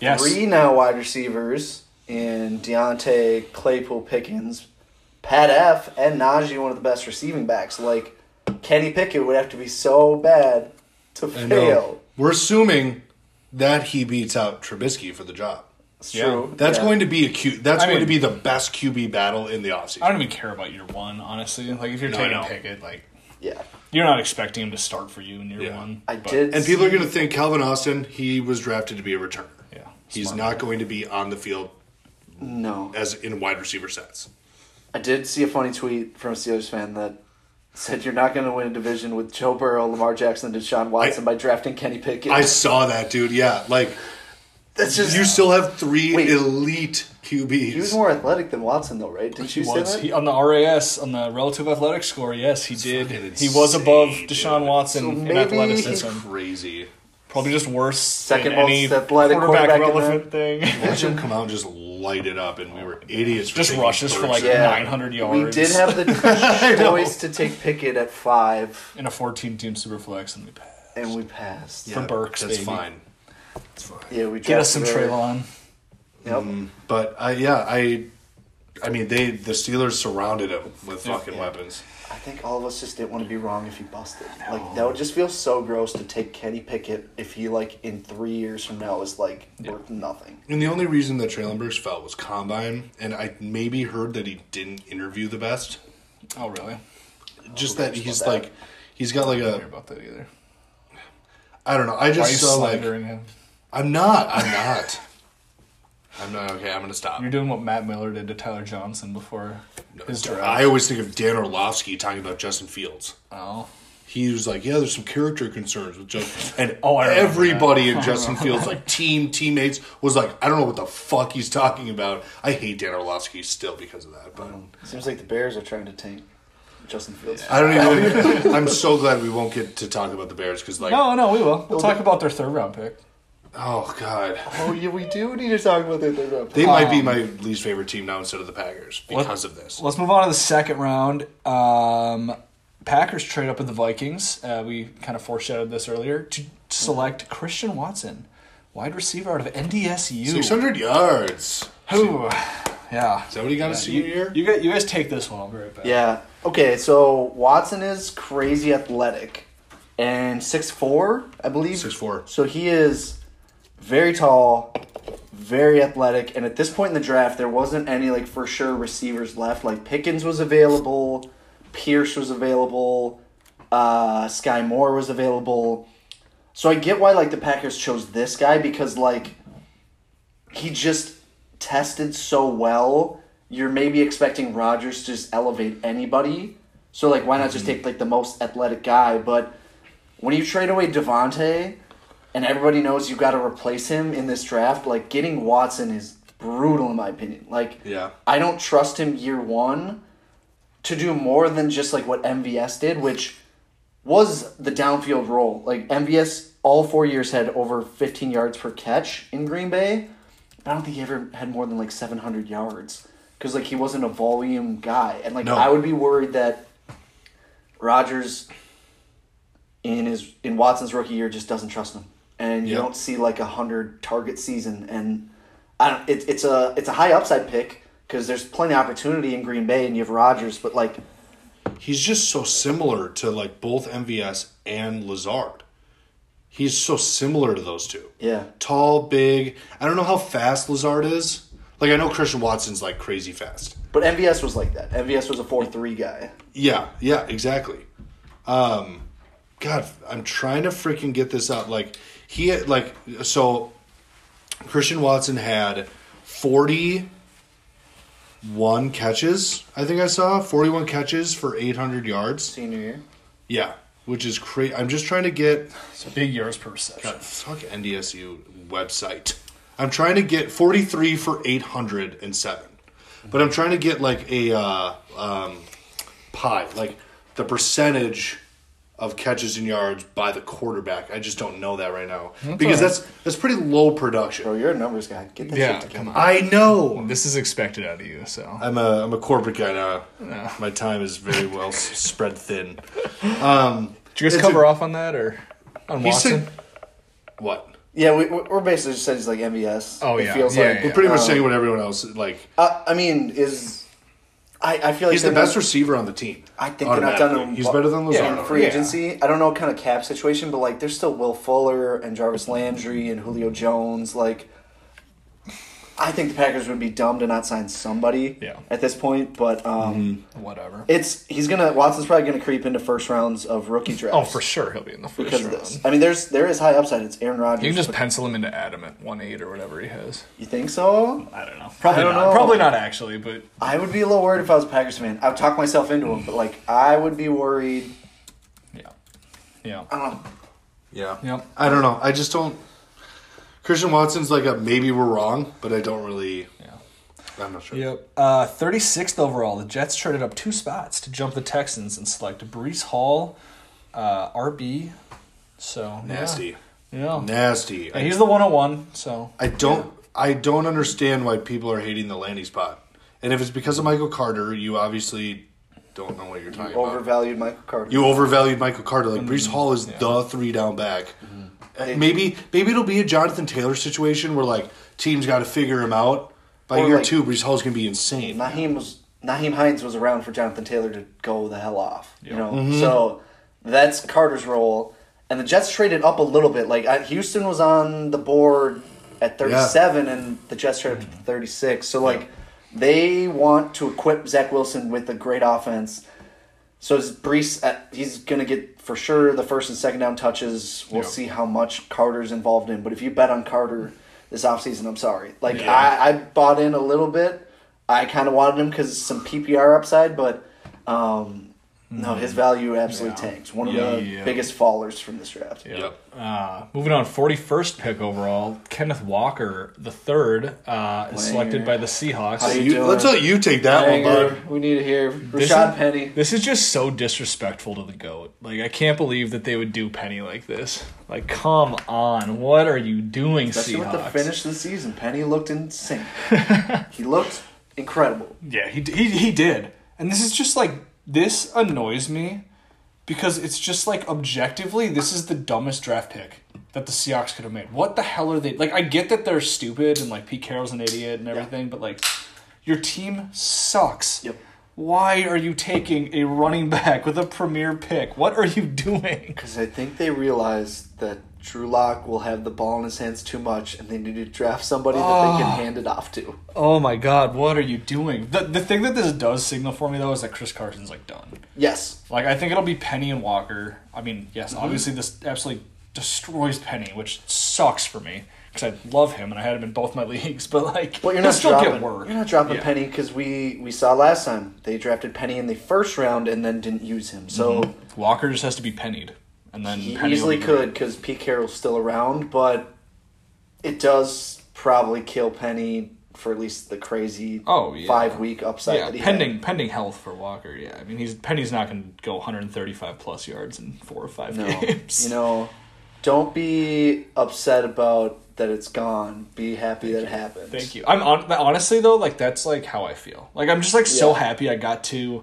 Speaker 3: yes.
Speaker 1: Three now wide receivers in Deontay, Claypool, Pickens, Pat F, and Najee, one of the best receiving backs. Like, Kenny Pickett would have to be so bad to
Speaker 2: I
Speaker 1: fail.
Speaker 2: know. We're assuming that he beats out Trubisky for the job.
Speaker 1: It's
Speaker 3: Yeah,
Speaker 1: true.
Speaker 2: That's
Speaker 1: Yeah.
Speaker 2: going to be a Q. That's
Speaker 3: I
Speaker 2: going to
Speaker 3: mean-
Speaker 2: be the best QB battle in the
Speaker 3: I
Speaker 2: offseason.
Speaker 3: don't even care about year one, honestly. Like, if you're
Speaker 2: No, I
Speaker 3: taking
Speaker 2: know.
Speaker 3: Pickett, like,
Speaker 1: Yeah.
Speaker 3: you're not expecting him to start for you in year
Speaker 2: Yeah.
Speaker 3: one.
Speaker 1: I
Speaker 3: but-
Speaker 1: did.
Speaker 2: And people are
Speaker 1: see-
Speaker 2: going to think Calvin Austin. He was drafted to be a returner.
Speaker 3: Yeah.
Speaker 2: He's
Speaker 3: smart.
Speaker 2: not going to be on the field
Speaker 1: No.
Speaker 2: as in wide receiver sets.
Speaker 1: I did see a funny tweet from a Steelers fan that said, You're not going to win a division with Joe Burrow, Lamar Jackson, and Deshaun Watson by drafting Kenny Pickett.
Speaker 2: I saw that, dude. Yeah, like
Speaker 1: That's just.
Speaker 2: you still have three
Speaker 1: Wait.
Speaker 2: elite
Speaker 1: he was
Speaker 2: QBs.
Speaker 1: more athletic than Watson, though, right? Didn't
Speaker 3: He
Speaker 1: you say
Speaker 3: was
Speaker 1: that?
Speaker 3: he, on the RAS on the relative athletic score. Yes, he did.
Speaker 2: fucking
Speaker 3: He was above
Speaker 2: insane,
Speaker 3: Deshaun
Speaker 2: dude.
Speaker 3: Watson
Speaker 1: So
Speaker 3: in
Speaker 1: maybe
Speaker 2: That's
Speaker 3: athleticism.
Speaker 2: crazy.
Speaker 3: Probably just worse.
Speaker 1: Second
Speaker 3: than any
Speaker 1: most athletic
Speaker 3: quarterback,
Speaker 1: quarterback in <laughs>
Speaker 3: relevant thing. <laughs>
Speaker 2: Watch him come out and just light it up, and we were idiots. For
Speaker 3: Just
Speaker 2: taking
Speaker 3: rushes for,
Speaker 2: Burks.
Speaker 3: like,
Speaker 1: Yeah.
Speaker 3: 900
Speaker 1: We
Speaker 3: yards.
Speaker 1: did have
Speaker 2: <laughs>
Speaker 1: the choice to take Pickett at five,
Speaker 3: in a 14 team super flex, and we pass.
Speaker 1: and we passed.
Speaker 2: Yeah,
Speaker 3: Burks,
Speaker 2: That's
Speaker 3: baby.
Speaker 2: fine. That's fine.
Speaker 1: Yeah, we
Speaker 3: Get us some
Speaker 1: drafted her.
Speaker 3: Traylon.
Speaker 1: Yep.
Speaker 2: But I, yeah, I, I mean, they the Steelers surrounded him with fucking weapons.
Speaker 1: I think all of us just didn't want to be wrong if he busted. Like that would just feel so gross to take Kenny Pickett if he like in three years from now is like worth nothing.
Speaker 2: And the only reason that Traylon Burks fell was combine, and I maybe heard that he didn't interview the best.
Speaker 3: Oh, really?
Speaker 2: Just that he's
Speaker 1: about that.
Speaker 2: like, he's got like
Speaker 3: I don't hear
Speaker 2: a,
Speaker 3: about that either.
Speaker 2: I don't know. I
Speaker 3: Why are you
Speaker 2: just saw like,
Speaker 3: slandering him?
Speaker 2: I'm not, I'm not, I'm not. Okay, I'm gonna stop.
Speaker 3: You're doing what Matt Miller did to Tyler Johnson before his draft.
Speaker 2: I always think of Dan Orlovsky talking about Justin Fields.
Speaker 3: oh.
Speaker 2: He was like, "Yeah, there's some character concerns with
Speaker 3: <laughs>
Speaker 2: Justin," and
Speaker 3: Oh, I remember
Speaker 2: everybody in
Speaker 3: <laughs>
Speaker 2: Justin Fields, like team teammates, was like, "I don't know what the fuck he's talking about." I hate Dan Orlovsky still because of that, but
Speaker 1: Seems like the Bears are trying to tank Justin Fields.
Speaker 2: I don't
Speaker 3: <laughs>
Speaker 2: even. I'm so glad we won't get to talk about the Bears because, like,
Speaker 3: No, no, we will. We'll talk about their third round pick.
Speaker 2: oh god,
Speaker 1: Oh yeah, we do need to talk about that. They're up.
Speaker 2: they might
Speaker 3: Um,
Speaker 2: be my least favorite team now instead of the Packers because of this.
Speaker 3: Let's move on to the second round. Um, Packers trade up with the Vikings. Uh, we kind of foreshadowed this earlier to select Christian Watson, wide receiver out of
Speaker 2: Six
Speaker 3: NDSU.
Speaker 2: hundred yards.
Speaker 3: Ooh, yeah.
Speaker 2: Is that what he got his
Speaker 3: You,
Speaker 2: senior year?
Speaker 3: you guys, you guys take this one. I'll be right back.
Speaker 1: Yeah. Okay, so Watson is crazy athletic and six four, I believe.
Speaker 2: 6'4".
Speaker 1: So he is very tall, very athletic. And at this point in the draft, there wasn't any like for sure receivers left. Like Pickens was available, Pierce was available, uh, Sky Moore was available. So I get why like the Packers chose this guy because like he just tested so well. You're maybe expecting Rodgers to just elevate anybody. So like why not just take like the most athletic guy? But when you trade away Devontae and everybody knows you gotta replace him in this draft, like getting Watson is brutal in my opinion. Like
Speaker 2: Yeah.
Speaker 1: I don't trust him year one to do more than just like what MVS did, which was the downfield role. Like MVS all four years had over 15 yards per catch in Green Bay. But I don't think he ever had more than like 700 yards because like he wasn't a volume guy, and like
Speaker 2: No.
Speaker 1: I would be worried that Rodgers in his in Watson's rookie year just doesn't trust him, and you
Speaker 2: Yep.
Speaker 1: don't see like a hundred target season. And I don't. It, it's a it's a high upside pick because there's plenty of opportunity in Green Bay, and you have Rodgers, but like
Speaker 2: He's just so similar to like both MVS and Lazard. He's so similar to those two.
Speaker 1: yeah,
Speaker 2: Tall, big. I don't know how fast Lazard is. Like I know Christian Watson's like crazy fast.
Speaker 1: but MVS was like that. MVS was a four three guy.
Speaker 2: Yeah, yeah, exactly. Um, God, I'm trying to freaking get this out. Like he, had- like so, Christian Watson had 41 catches. I think I saw 41 catches for 800 yards.
Speaker 1: Senior year.
Speaker 2: Yeah, which is crazy. I'm just trying to get
Speaker 3: So big yards per reception.
Speaker 2: God, fuck NDSU website. I'm trying to get 43 for 807. But I'm trying to get like a uh, um, pie, like the percentage of catches and yards by the quarterback. I just don't know that right now because
Speaker 3: all right.
Speaker 2: that's that's pretty low
Speaker 1: Bro,
Speaker 2: production.
Speaker 1: you're a numbers guy. Get that
Speaker 3: Yeah,
Speaker 1: shit together.
Speaker 2: I know.
Speaker 3: This is expected out of you, so
Speaker 2: I'm a I'm a corporate guy now. My time is very well s- spread thin.
Speaker 3: did you guys
Speaker 2: It's
Speaker 3: cover
Speaker 2: a-
Speaker 3: off on that or on
Speaker 2: He
Speaker 3: Watson?
Speaker 2: said- what?
Speaker 1: Yeah, we, we- we're basically just saying he's like MVS.
Speaker 3: Oh,
Speaker 1: It
Speaker 3: yeah.
Speaker 1: feels
Speaker 3: Yeah,
Speaker 1: like.
Speaker 3: yeah,
Speaker 2: We're pretty much saying what everyone else like.
Speaker 1: Uh, I mean, is I, I feel like
Speaker 2: He's the
Speaker 1: they're
Speaker 2: best
Speaker 1: not-
Speaker 2: receiver on the team.
Speaker 1: I think they're not done.
Speaker 2: Automatically. He's better than Lazard.
Speaker 1: in free
Speaker 3: Yeah.
Speaker 1: agency. I don't know what kind of cap situation, but like there's still Will Fuller and Jarvis Landry and Julio Jones. Like, I think the Packers would be dumb to not sign somebody
Speaker 3: Yeah.
Speaker 1: at this point. But um,
Speaker 2: Mm-hmm.
Speaker 3: Whatever.
Speaker 1: it's he's gonna Watson's probably gonna creep into first rounds of rookie drafts.
Speaker 3: Oh, for sure he'll be in the first
Speaker 1: Because of
Speaker 3: round.
Speaker 1: this, I mean, there's there is high upside. It's Aaron Rodgers.
Speaker 3: You can just
Speaker 1: but-
Speaker 3: pencil him into adamant one eight or whatever he has.
Speaker 1: you think so?
Speaker 3: I don't know.
Speaker 1: Probably
Speaker 3: I don't
Speaker 1: not.
Speaker 3: Know. Probably not actually, but
Speaker 1: I would be a little worried if I was a Packers fan. I would talk myself into him, but like I would be worried.
Speaker 3: yeah, yeah.
Speaker 1: I don't know.
Speaker 2: Yeah.
Speaker 3: Yep.
Speaker 2: I don't know. I just don't. Christian Watson's like a maybe we're wrong, but I don't really.
Speaker 3: Yeah.
Speaker 2: I'm not sure.
Speaker 3: Yep. Uh, 36th overall, the Jets traded up two spots to jump the Texans and select Brees Hall, uh, RB. So yeah.
Speaker 2: Nasty.
Speaker 3: Yeah.
Speaker 2: Nasty.
Speaker 3: And
Speaker 2: I,
Speaker 3: he's the 101, so
Speaker 2: I don't. I don't understand why people are hating the landing spot. And if it's because of Michael Carter, you obviously don't know what you're talking about.
Speaker 1: Overvalued Michael Carter.
Speaker 2: You overvalued Michael Carter. Like Brees Hall is the three down back. Uh, Maybe maybe it'll be a Jonathan Taylor situation where like teams got to figure him out. By
Speaker 1: Or,
Speaker 2: year
Speaker 1: like-
Speaker 2: two, Brees Hall's gonna be insane.
Speaker 1: Naheem was Naheem Hines was around for Jonathan Taylor to go the hell off. You know,
Speaker 3: Mm-hmm.
Speaker 1: so that's Carter's role. And the Jets traded up a little bit. Like I, Houston was on the board at 37, and the Jets traded up to 36. So like they want to equip Zach Wilson with a great offense. So is Brees, at, he's going to get for sure the first and second down touches. We'll
Speaker 2: Yeah.
Speaker 1: see how much Carter's involved in. But if you bet on Carter this offseason, I'm sorry. Like,
Speaker 2: Yeah.
Speaker 1: I, I bought in a little bit. I kind of wanted him because some PPR upside, but um, no, his value absolutely
Speaker 3: Mm-hmm. Yeah.
Speaker 1: tanks. One of the
Speaker 3: Yeah.
Speaker 1: biggest fallers from this draft.
Speaker 3: Yeah. Uh, moving on, 41st pick overall, Kenneth Walker, the third, uh, is selected by the Seahawks.
Speaker 1: How you
Speaker 2: You-
Speaker 1: doing?
Speaker 2: let's let you take that one,
Speaker 1: Banger.
Speaker 2: bud.
Speaker 1: we need to hear
Speaker 3: This
Speaker 1: Rashad
Speaker 3: is-
Speaker 1: Penny.
Speaker 3: This is just so disrespectful to the goat. Like I can't believe that they would do Penny like this. Like come on, what are you doing,
Speaker 1: Especially
Speaker 3: Seahawks?
Speaker 1: with the finish of the season, Penny looked
Speaker 3: <laughs>
Speaker 1: insane. he looked incredible.
Speaker 3: Yeah, he, he he did. And this is just like this annoys me because it's just like objectively this is the dumbest draft pick that the Seahawks could have made. What the hell are they? Like I get that they're stupid and like Pete Carroll's an idiot and everything, but like your team sucks.
Speaker 1: Yep.
Speaker 3: Why are you taking a running back with a premier pick? What are you doing?
Speaker 1: Because I think they realized that Drew Lock will have the ball in his hands too much, and they need to draft somebody that they can hand it off to.
Speaker 3: Oh my God, what are you doing? The, the thing that this does signal for me, though, is that Chris Carson's like done.
Speaker 1: Yes.
Speaker 3: Like, I think it'll be Penny and Walker. I mean, yes,
Speaker 1: Mm-hmm.
Speaker 3: obviously this absolutely destroys Penny, which sucks for me because I love him and I had him in both my <laughs> leagues. But like,
Speaker 1: But you're
Speaker 3: he'll
Speaker 1: not
Speaker 3: still
Speaker 1: dropping.
Speaker 3: get work.
Speaker 1: You're not dropping
Speaker 3: Yeah.
Speaker 1: Penny because we we saw last time they drafted Penny in the first round and then didn't use him. So
Speaker 3: Walker just has to be pennied, and then
Speaker 1: he
Speaker 3: Penny will
Speaker 1: easily
Speaker 3: be-
Speaker 1: could because Pete Carroll's still around, but it does probably kill Penny for at least the crazy
Speaker 3: Oh, yeah.
Speaker 1: five week upside.
Speaker 3: Yeah,
Speaker 1: that he had.
Speaker 3: pending pending health for Walker. Yeah, I mean he's Penny's not going to go 135 plus yards in four or five
Speaker 1: No,
Speaker 3: games.
Speaker 1: you know, don't be upset about that it's gone. Be happy that it happened.
Speaker 3: <laughs> Thank you. I'm on, honestly though, like that's like how I feel. Like I'm just like so
Speaker 1: Yeah.
Speaker 3: happy I got to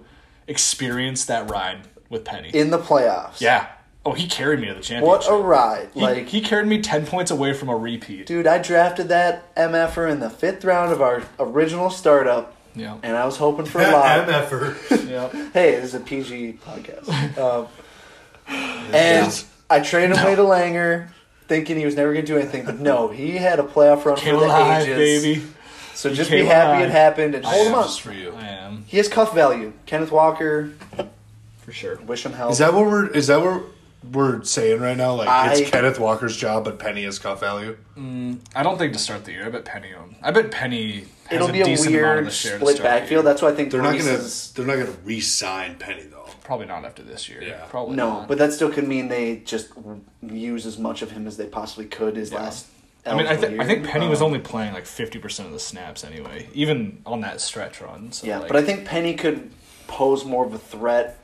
Speaker 3: experience that ride with Penny.
Speaker 1: In the playoffs,
Speaker 3: yeah. Oh, he carried me to the championship.
Speaker 1: What a ride!
Speaker 3: He-
Speaker 1: like
Speaker 3: he carried me 10 points away from a repeat.
Speaker 1: Dude, I drafted that MFR in the fifth round of our original startup,
Speaker 3: Yeah.
Speaker 1: and I was hoping for a lot.
Speaker 2: MFR.
Speaker 3: Yeah.
Speaker 1: hey, this is a PG podcast.
Speaker 3: <laughs>
Speaker 1: Um, and I traded away to Langer, thinking he was never going to do anything, but no, he had a playoff run
Speaker 3: Came
Speaker 1: for the
Speaker 3: alive,
Speaker 1: ages.
Speaker 3: baby.
Speaker 1: So
Speaker 3: He
Speaker 1: just be
Speaker 3: came
Speaker 1: happy
Speaker 3: alive.
Speaker 1: it happened and hold him up.
Speaker 2: Just for you.
Speaker 3: I am
Speaker 1: He has cuff value. Kenneth Walker,
Speaker 3: for sure.
Speaker 1: wish him health.
Speaker 2: Is that what we're? Is that what we're saying right now? Like
Speaker 1: I-
Speaker 2: it's Kenneth Walker's job, but Penny has cuff value.
Speaker 3: I don't think to start the year. I bet Penny owned. I bet Penny has
Speaker 1: It'll
Speaker 3: a
Speaker 1: be a
Speaker 3: decent amount of
Speaker 1: weird
Speaker 3: the share to
Speaker 1: split
Speaker 3: start the
Speaker 1: backfield.
Speaker 3: year.
Speaker 1: That's why I think
Speaker 2: They're not
Speaker 1: Brees
Speaker 2: gonna.
Speaker 1: is-
Speaker 2: They're not gonna re-sign Penny though.
Speaker 3: Probably not after this year.
Speaker 2: Yeah.
Speaker 3: Probably
Speaker 1: No,
Speaker 3: not.
Speaker 1: but that still could mean they just use as much of him as they possibly could his last.
Speaker 3: I mean, I,
Speaker 1: eligible
Speaker 3: th-
Speaker 1: year.
Speaker 3: I think Penny was
Speaker 1: Um,
Speaker 3: only playing like fifty percent of the snaps anyway, even on that stretch run. So
Speaker 1: Yeah,
Speaker 3: like,
Speaker 1: but I think Penny could pose more of a threat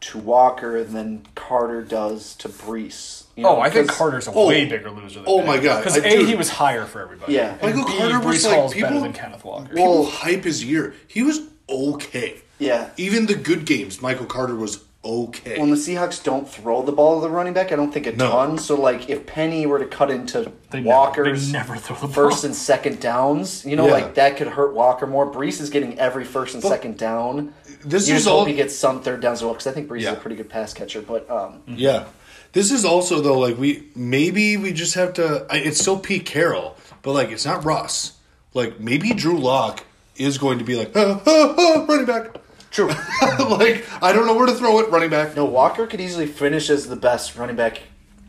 Speaker 1: to Walker than Carter does to Brees. you know,
Speaker 3: oh, I think
Speaker 1: 'cause-
Speaker 3: Carter's a
Speaker 2: Oh.
Speaker 3: way bigger loser. than
Speaker 2: Oh my God.
Speaker 3: Because
Speaker 2: I-
Speaker 3: a
Speaker 2: dude.
Speaker 3: he was higher for everybody.
Speaker 1: Yeah.
Speaker 3: and
Speaker 2: Michael
Speaker 3: B,
Speaker 2: Carter was
Speaker 3: Brees
Speaker 2: like
Speaker 3: Hall's better
Speaker 2: people-
Speaker 3: than Kenneth Walker.
Speaker 1: Well-
Speaker 2: People hype his year. He was okay.
Speaker 1: Yeah.
Speaker 2: Even the good games, Michael Carter was okay.
Speaker 1: When the Seahawks don't throw the ball to the running back, I don't think a
Speaker 2: No.
Speaker 1: ton. So, like, if Penny were to cut into
Speaker 3: They never-
Speaker 1: Walker's
Speaker 3: they never throw the
Speaker 1: first
Speaker 3: ball.
Speaker 1: and second downs, you know,
Speaker 2: Yeah.
Speaker 1: like that could hurt Walker more. Brees is getting every first and second down.
Speaker 2: this
Speaker 1: you
Speaker 2: is
Speaker 1: just hope
Speaker 2: all-
Speaker 1: he gets some third downs as well because I think Brees
Speaker 2: Yeah.
Speaker 1: is a pretty good pass catcher. But um,
Speaker 2: Yeah. This is also though like we maybe we just have to. I, it's still Pete Carroll, but like it's not Russ. Like maybe Drew Lock is going to be like <laughs> "Ah, ah, ah, running back. <laughs>
Speaker 1: true,
Speaker 2: like I don't know where to throw it. Running back.
Speaker 1: no Walker could easily finish as the best running back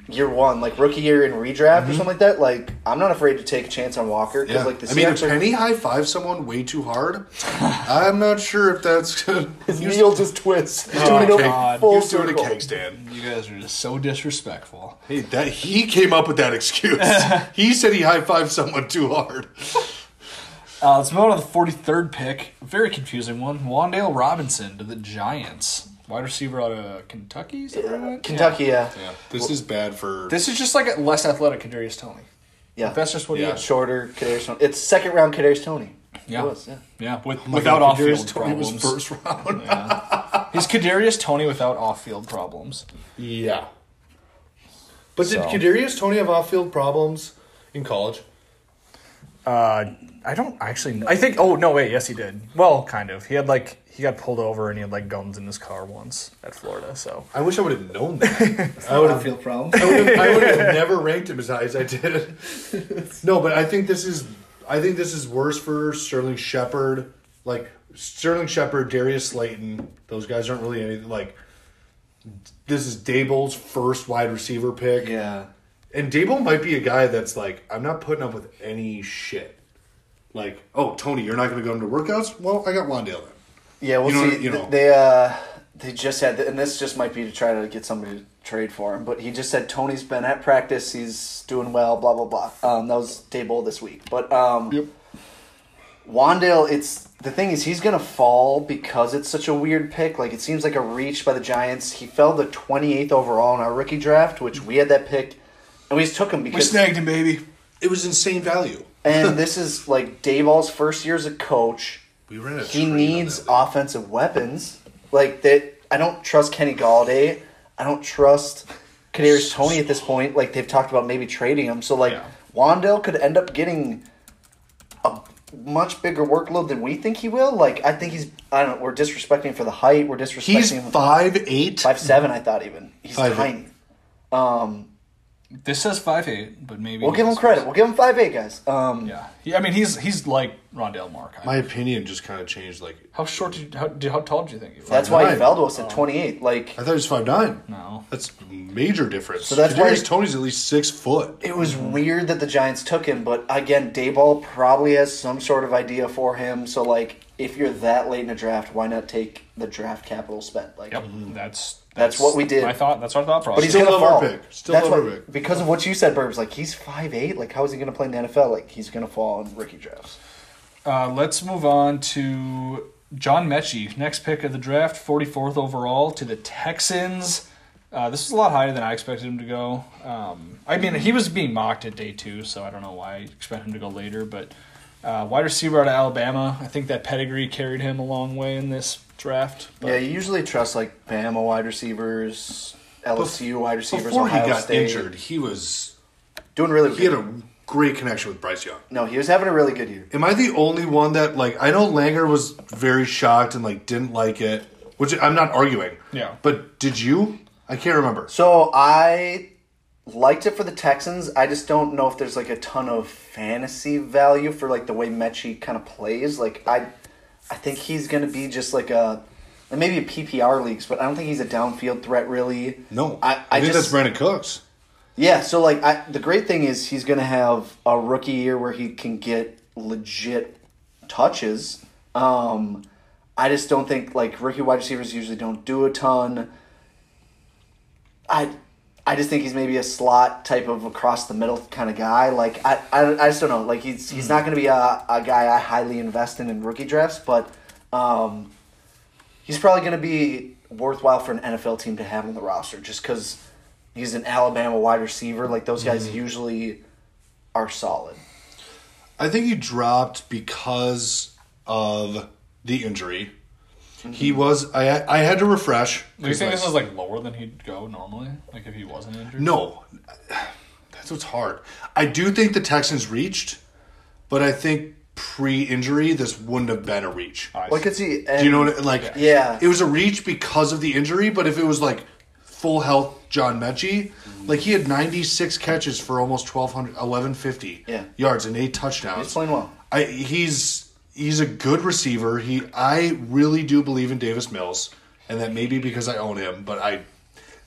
Speaker 1: year one, like rookie year in redraft or something like that. Like I'm not afraid to take a chance on Walker because
Speaker 2: Mm-hmm. Yeah.
Speaker 1: like the
Speaker 2: I mean, if
Speaker 1: Seahawks are.
Speaker 2: Penny high five someone way
Speaker 1: <laughs>
Speaker 2: too hard, I'm not sure if that's good. <laughs>
Speaker 1: His <laughs> kneel just twists. He's
Speaker 3: doing
Speaker 1: doing
Speaker 3: a
Speaker 1: a
Speaker 3: God.
Speaker 1: full
Speaker 2: Oh, He's doing a
Speaker 1: circle.
Speaker 2: keg stand.
Speaker 3: You guys are just so disrespectful.
Speaker 2: Hey, that he came up with
Speaker 1: <laughs>
Speaker 2: that excuse. he said he high fived someone too hard.
Speaker 3: Uh, let's move on to the forty-third pick. Very confusing one. Wandale Robinson to the Giants, wide receiver out of Kentucky. Is that where he went?
Speaker 1: Kentucky, yeah.
Speaker 3: Yeah.
Speaker 2: This is bad for.
Speaker 3: This is just like a less athletic Kadarius Tony.
Speaker 1: yeah,
Speaker 3: That's just what
Speaker 2: Yeah.
Speaker 3: he is.
Speaker 1: shorter Kadarius Tony. It's second round Kadarius Tony.
Speaker 3: Yeah.
Speaker 1: It was, yeah.
Speaker 3: Yeah, with,
Speaker 2: Oh my
Speaker 3: without
Speaker 2: God,
Speaker 3: off
Speaker 2: Kadarius
Speaker 3: field
Speaker 2: Toney was
Speaker 3: problems.
Speaker 2: first round.
Speaker 3: He's Kadarius Tony without off field problems.
Speaker 2: Yeah. But
Speaker 3: So.
Speaker 2: Kadarius Tony have off field problems in college?
Speaker 3: Uh, I don't actually. Know. I think. Oh no, wait. Yes, he did. Well, kind of. He had like he got pulled over and he had like guns in his car once at Florida. So
Speaker 2: I wish I would have known that. <laughs> I would have
Speaker 1: field problem.
Speaker 2: I would have, I would <laughs> have never ranked him as high as I did. No, but I think this is I think this is worse for Sterling Shepard. Like Sterling Shepard, Darius Slayton, those guys aren't really anything like this is Dable's first wide receiver pick.
Speaker 1: yeah.
Speaker 2: And Dable might be a guy that's like, I'm not putting up with any shit. Like, oh Tony, you're not gonna go into workouts? Well, I got Wandale then.
Speaker 1: Yeah, we'll
Speaker 2: You know,
Speaker 1: see.
Speaker 2: you
Speaker 1: Th-
Speaker 2: know.
Speaker 1: They uh, they just had, and this just might be to try to get somebody to trade for him. But he just said Tony's been at practice. He's doing well. Blah blah blah. Um, that was Dable this week. But um,
Speaker 2: Yep.
Speaker 1: Wandale, it's the thing is he's gonna fall because it's such a weird pick. Like it seems like a reach by the Giants. He fell the twenty eighth overall in our rookie draft, which we had that pick, and we just took him
Speaker 3: we
Speaker 1: because
Speaker 3: snagged him, baby.
Speaker 2: It was insane value. <laughs>
Speaker 1: and this is like Dayball's first year as a coach.
Speaker 2: We ran a
Speaker 1: He
Speaker 2: train on
Speaker 1: needs
Speaker 2: that.
Speaker 1: offensive weapons. Like that, I don't trust Kenny Galladay. I don't trust Kadarius Tony at this point. Like they've talked about maybe trading him. So like
Speaker 3: Yeah.
Speaker 1: Wandale could end up getting a much bigger workload than we think he will. Like I think he's I don't know, we're disrespecting him for the height, we're disrespecting
Speaker 2: He's
Speaker 1: him
Speaker 2: five eight.
Speaker 1: five seven, I thought even. He's
Speaker 2: Five eight.
Speaker 1: tiny. Um
Speaker 3: This says five eight, but maybe
Speaker 1: we'll give him
Speaker 3: it's-
Speaker 1: credit. We'll give him five eight guys. Um
Speaker 3: Yeah, He- I mean he's he's like Rondell Mark.
Speaker 2: My opinion just kind of changed. Like
Speaker 3: how short did you, how, did, how tall did you think he was?
Speaker 1: that's why he
Speaker 2: nine. Um,
Speaker 1: fell to us at twenty eight. Like
Speaker 2: I thought he was five nine.
Speaker 3: no.
Speaker 2: That's major difference. So
Speaker 1: that's
Speaker 2: that's
Speaker 1: why-
Speaker 2: why Tony's at least six foot.
Speaker 1: it was weird that the Giants took him, but again, Dayball probably has some sort of idea for him. So like, if you're that late in a draft, why not take the draft capital spent? Like,
Speaker 3: Yep, that's, that's
Speaker 1: Mm. what we did.
Speaker 3: I thought that's our thought process.
Speaker 1: but he's
Speaker 2: Still
Speaker 1: gonna
Speaker 2: love our
Speaker 1: fall.
Speaker 2: pick. Still
Speaker 1: That's
Speaker 2: love our
Speaker 1: what-
Speaker 2: pick.
Speaker 1: because of what you said, Burbs. Like he's five eight. Like how is he gonna play in the NFL? Like he's gonna fall in rookie drafts.
Speaker 3: Uh, let's move on to John Mechie, next pick of the draft, 44th overall to the Texans. Uh, this is a lot higher than I expected him to go. Um, I mean, he was being mocked at day two, so I don't know why I expect him to go later. But uh, wide receiver out of Alabama, I think that pedigree carried him a long way in this draft. But
Speaker 1: yeah, you usually trust like Bama wide receivers, LSU wide receivers.
Speaker 2: Before he
Speaker 1: Ohio
Speaker 2: got
Speaker 1: State.
Speaker 2: injured, he was
Speaker 1: doing really good.
Speaker 2: he had a great connection with Bryce Young.
Speaker 1: no, he was having a really good year.
Speaker 2: Am I the only one that like? I know Langer was very shocked and like didn't like it, which I'm not arguing.
Speaker 3: Yeah.
Speaker 2: But did you? I can't remember.
Speaker 1: So I liked it for the Texans. I just don't know if there's like a ton of fantasy value for like the way Mechie kind of plays. Like I, I think he's gonna be just like a and maybe a PPR leagues, but I don't think he's a downfield threat really.
Speaker 2: No,
Speaker 1: I, I,
Speaker 2: think
Speaker 1: just
Speaker 2: that's Brandon Cooks.
Speaker 1: yeah. So like I, the great thing is he's gonna have a rookie year where he can get legit touches. Um, I just don't think like rookie wide receivers usually don't do a ton. I I just think he's maybe a slot type of across the middle kind of guy. Like I, I, I just don't know. Like he's he's not going to be a, a guy I highly invest in in rookie drafts, but um, he's probably going to be worthwhile for an NFL team to have on the roster just because he's an Alabama wide receiver. Like those guys usually are solid.
Speaker 2: I think he dropped because of the injury. He was. I I had to refresh.
Speaker 3: do Mm-hmm. you think this is like lower than he'd go normally? Like if he wasn't injured?
Speaker 2: No, that's what's hard. I do think the Texans reached, but I think pre-injury this wouldn't have been a reach.
Speaker 3: I
Speaker 1: Like it's he?
Speaker 2: Do you know what? I- Like,
Speaker 1: Yeah.
Speaker 2: it was a reach because of the injury. But if it was like full health, John Mechie,
Speaker 3: Mm-hmm.
Speaker 2: like he had 96 catches for almost 1200, 1150
Speaker 1: Yeah.
Speaker 2: yards and eight
Speaker 1: He's
Speaker 2: touchdowns.
Speaker 1: playing well.
Speaker 2: I, he's he's a good receiver. He I really do believe in Davis Mills, and that maybe because I own him, but I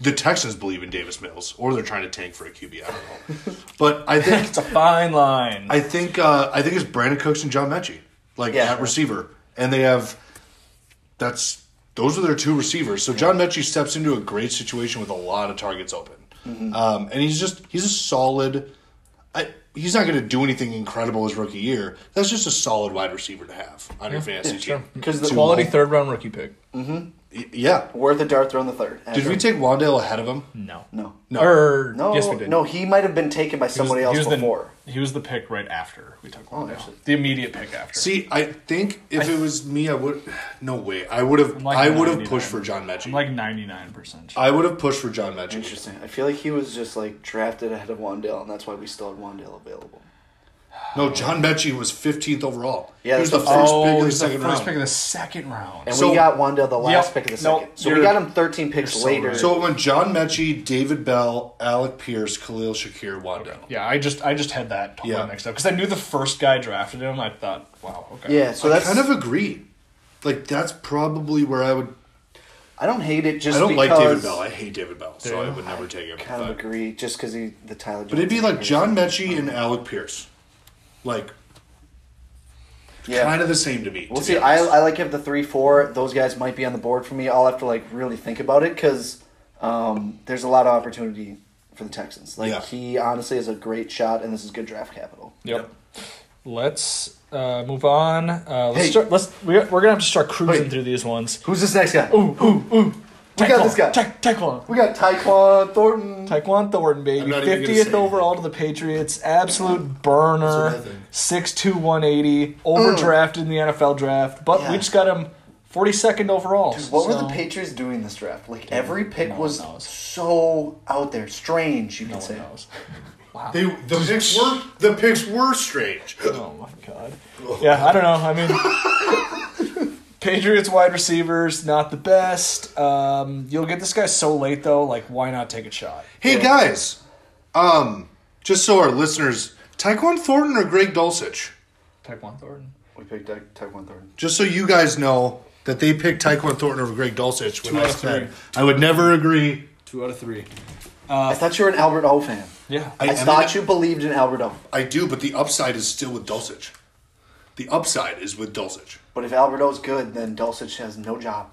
Speaker 2: the Texans believe in Davis Mills, or they're trying to tank for a QB. I don't know, but I think
Speaker 3: It's a fine line.
Speaker 2: I think uh, I think it's Brandon Cooks and John Mechie, like
Speaker 1: Yeah.
Speaker 2: at receiver, and they have that's those are their two receivers. So John Mechie steps into a great situation with a lot of targets open, um, and he's just he's a solid. I, he's not going to do anything incredible his rookie year. That's just a solid wide receiver to have on your fantasy team.
Speaker 1: Because the
Speaker 3: Quality third round rookie pick.
Speaker 2: Y- Yeah.
Speaker 1: worth a dart throw in the third.
Speaker 2: Did we take Wandale ahead of him?
Speaker 3: No.
Speaker 1: no?
Speaker 2: No.
Speaker 3: Or,
Speaker 1: No,
Speaker 3: yes, we did.
Speaker 1: no, he might have been taken by somebody else before. Oh,
Speaker 3: The, he was the pick right after we took Wandale.
Speaker 1: actually.
Speaker 3: the immediate pick after.
Speaker 2: See, I think if it was me, I would. No way. I would have.
Speaker 3: like
Speaker 2: I would have
Speaker 3: 99.
Speaker 2: pushed for John Mechie.
Speaker 3: I'm like 99 percent.
Speaker 1: Uh,
Speaker 2: I would have pushed for John Mechie.
Speaker 1: Interesting. I feel like he was just like drafted ahead of Wandale, and that's why we still had Wandale available.
Speaker 2: No, John Mechie was 15th overall.
Speaker 1: Yeah,
Speaker 2: he was the
Speaker 1: that's
Speaker 2: first
Speaker 1: what- Oh,
Speaker 2: pick in the
Speaker 3: he's Oh, the
Speaker 2: second
Speaker 3: first
Speaker 2: round.
Speaker 3: pick of the second round.
Speaker 1: And
Speaker 2: So-
Speaker 1: we got Wandale the last
Speaker 3: Yep.
Speaker 1: pick of the
Speaker 3: No,
Speaker 1: second, so we
Speaker 3: you're-
Speaker 1: got him thirteen picks
Speaker 3: so
Speaker 1: later.
Speaker 3: right.
Speaker 2: so it went John Mechie, David Bell, Alec Pierce, Khalil Shakir, Wando.
Speaker 3: yeah, I just I just had that totally
Speaker 2: Yeah.
Speaker 3: mixed up because I knew the first guy drafted him. I thought, wow, okay,
Speaker 1: yeah, so
Speaker 2: I
Speaker 1: that's
Speaker 2: kind of agree. Like that's probably where I would.
Speaker 1: I don't hate it just
Speaker 2: I don't
Speaker 1: because
Speaker 2: like David Bell. I hate David Bell, so
Speaker 3: Yeah.
Speaker 2: I would never take him.
Speaker 1: kind of
Speaker 2: but,
Speaker 1: agree just because he the Tyler.
Speaker 2: but it'd be like John Mechie and Alec Pierce, like
Speaker 1: yeah.
Speaker 2: kind of the same to me.
Speaker 1: We'll
Speaker 2: to
Speaker 1: see.
Speaker 2: be
Speaker 1: I,
Speaker 2: honest.
Speaker 1: I like have the three four. Those guys might be on the board for me. I'll have to like really think about it because um, there's a lot of opportunity for the Texans. Like
Speaker 2: Yeah.
Speaker 1: he honestly is a great shot, and this is good draft capital.
Speaker 3: Yep. Let's uh, move on. Uh, let's
Speaker 1: Hey.
Speaker 3: start. Let's we, we're gonna have to start cruising
Speaker 1: Wait.
Speaker 3: through these ones.
Speaker 1: Who's this next guy?
Speaker 3: Ooh, ooh, ooh.
Speaker 1: We got this guy.
Speaker 3: Ta- Taekwon.
Speaker 1: Oh, We got Tyquan Thornton.
Speaker 3: Taekwon Thornton,
Speaker 2: I'm
Speaker 3: baby.
Speaker 2: not even gonna say
Speaker 3: 50th
Speaker 2: anything.
Speaker 3: overall to the Patriots. Absolute
Speaker 2: That's
Speaker 3: burner.
Speaker 2: what I think.
Speaker 3: 6'2", 180. Overdrafted in the NFL draft. But
Speaker 1: Yeah.
Speaker 3: we just got him 42nd overall.
Speaker 1: what were
Speaker 3: so-
Speaker 1: the Patriots doing this draft? Like every pick
Speaker 3: no one
Speaker 1: was
Speaker 3: knows.
Speaker 1: so out there, strange. You could <laughs>
Speaker 3: No
Speaker 1: say.
Speaker 3: one knows. Wow.
Speaker 2: They the picks were the picks were strange.
Speaker 3: Oh my god. Yeah, I don't know. I mean,
Speaker 1: <laughs>
Speaker 3: Patriots wide receivers not the best. Um, you'll get this guy so late though. Like, why not take a shot?
Speaker 2: Hey guys, um, just so our listeners, Tyquan Thornton or Greg Dulcich?
Speaker 3: Tyquan Thornton.
Speaker 1: We picked Ty- Tyquan Thornton.
Speaker 2: Just so you guys know that they picked Tyquan Thornton over Greg Dulcich when
Speaker 3: Two
Speaker 2: I
Speaker 3: out of
Speaker 2: said
Speaker 3: three.
Speaker 2: I would never agree.
Speaker 3: Two out of three.
Speaker 1: I thought you were an Albert O fan.
Speaker 3: Yeah.
Speaker 1: I,
Speaker 2: Uh, I am
Speaker 1: thought
Speaker 2: an-
Speaker 1: you believed in Albert O.
Speaker 2: I do, but the upside is still with Dulcich. The upside is with Dulcich.
Speaker 1: But if Albert O's good, then Dulcich has no job.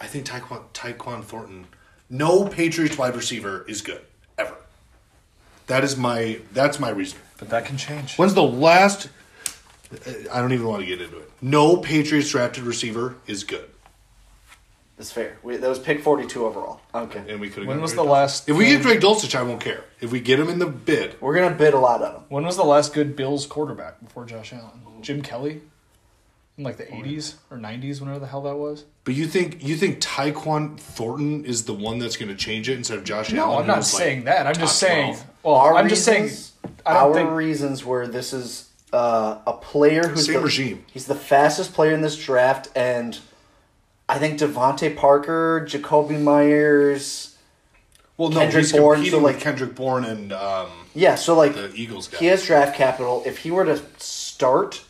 Speaker 2: I think Tyquan, Tyquan Thornton, no Patriots wide receiver is good ever. That is my that's my reason.
Speaker 3: but that can change.
Speaker 2: When's the last? uh, I don't even want to get into it. No Patriots drafted receiver is good,
Speaker 1: That's fair. We, that was pick 42 overall. Okay.
Speaker 2: and we could.
Speaker 3: When was the last?
Speaker 2: If we get Greg Dulcich, I won't care. If we get him in the bid,
Speaker 1: We're going to bid a lot on him.
Speaker 3: When was the last good Bills quarterback before Josh Allen? Jim Kelly. In like the '80s or '90s, whenever the hell that was.
Speaker 2: but you think you think Tyquan Thornton is the one that's going to change it instead of Josh Allen?
Speaker 3: No, I'm
Speaker 2: who
Speaker 3: not
Speaker 2: was, like,
Speaker 3: saying that. I'm just
Speaker 2: top
Speaker 3: saying.
Speaker 2: 12?
Speaker 3: Well,
Speaker 1: Our
Speaker 3: I'm just
Speaker 1: reasons,
Speaker 3: saying. I don't
Speaker 1: our
Speaker 3: think
Speaker 1: reasons were this is uh, a player who's
Speaker 2: Same
Speaker 1: the,
Speaker 2: regime.
Speaker 1: He's the fastest player in this draft, and I think Devonte Parker, Jacoby Myers.
Speaker 2: Well, no,
Speaker 1: Kendrick
Speaker 2: he's
Speaker 1: Bourne,
Speaker 2: competing
Speaker 1: so, like-
Speaker 2: with Kendrick Bourne and um,
Speaker 1: Yeah, so like
Speaker 2: the Eagles guy.
Speaker 1: he has draft capital. If he were to start,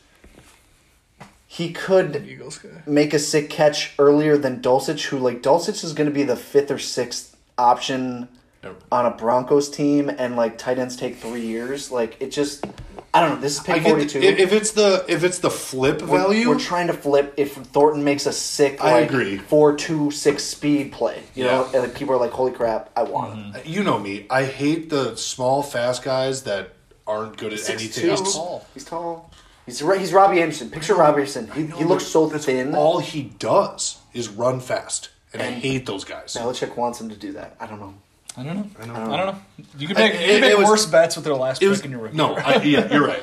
Speaker 1: he could
Speaker 3: Eagles guy.
Speaker 1: make a sick catch earlier than Dulcich, who like Dulcich is going to be the fifth or sixth option
Speaker 2: Never.
Speaker 1: on a Broncos team, and like tight ends take three years. Like it just, I don't know. This is
Speaker 2: I
Speaker 1: pick
Speaker 2: get
Speaker 1: forty
Speaker 2: the,
Speaker 1: two.
Speaker 2: if if it's the if it's the flip value,
Speaker 1: We're trying to flip if Thornton makes a sick like
Speaker 2: I agree.
Speaker 1: four two six speed play. You know,
Speaker 2: Yeah.
Speaker 1: and like, people are like, "Holy crap, I want
Speaker 3: Mm-hmm.
Speaker 1: him."
Speaker 2: you know me. I hate the small, fast guys that aren't good at anything else.
Speaker 3: tall.
Speaker 1: He's tall. He's Ra- he's Robbie Anderson. Picture Robbie Anderson. He, he looks so thin.
Speaker 2: All he does is run fast, and I hate those guys.
Speaker 1: Belichick wants him to do that. I don't know.
Speaker 3: I don't know. I
Speaker 2: don't
Speaker 3: don't
Speaker 2: know.
Speaker 3: know. You could make,
Speaker 2: I-
Speaker 3: you could
Speaker 2: it-
Speaker 3: make
Speaker 2: it was-
Speaker 3: worse bets with their last
Speaker 2: It
Speaker 3: pick
Speaker 2: was
Speaker 3: in your rookie.
Speaker 2: no,
Speaker 3: draft.
Speaker 2: I, yeah, you're
Speaker 3: <laughs>
Speaker 2: right.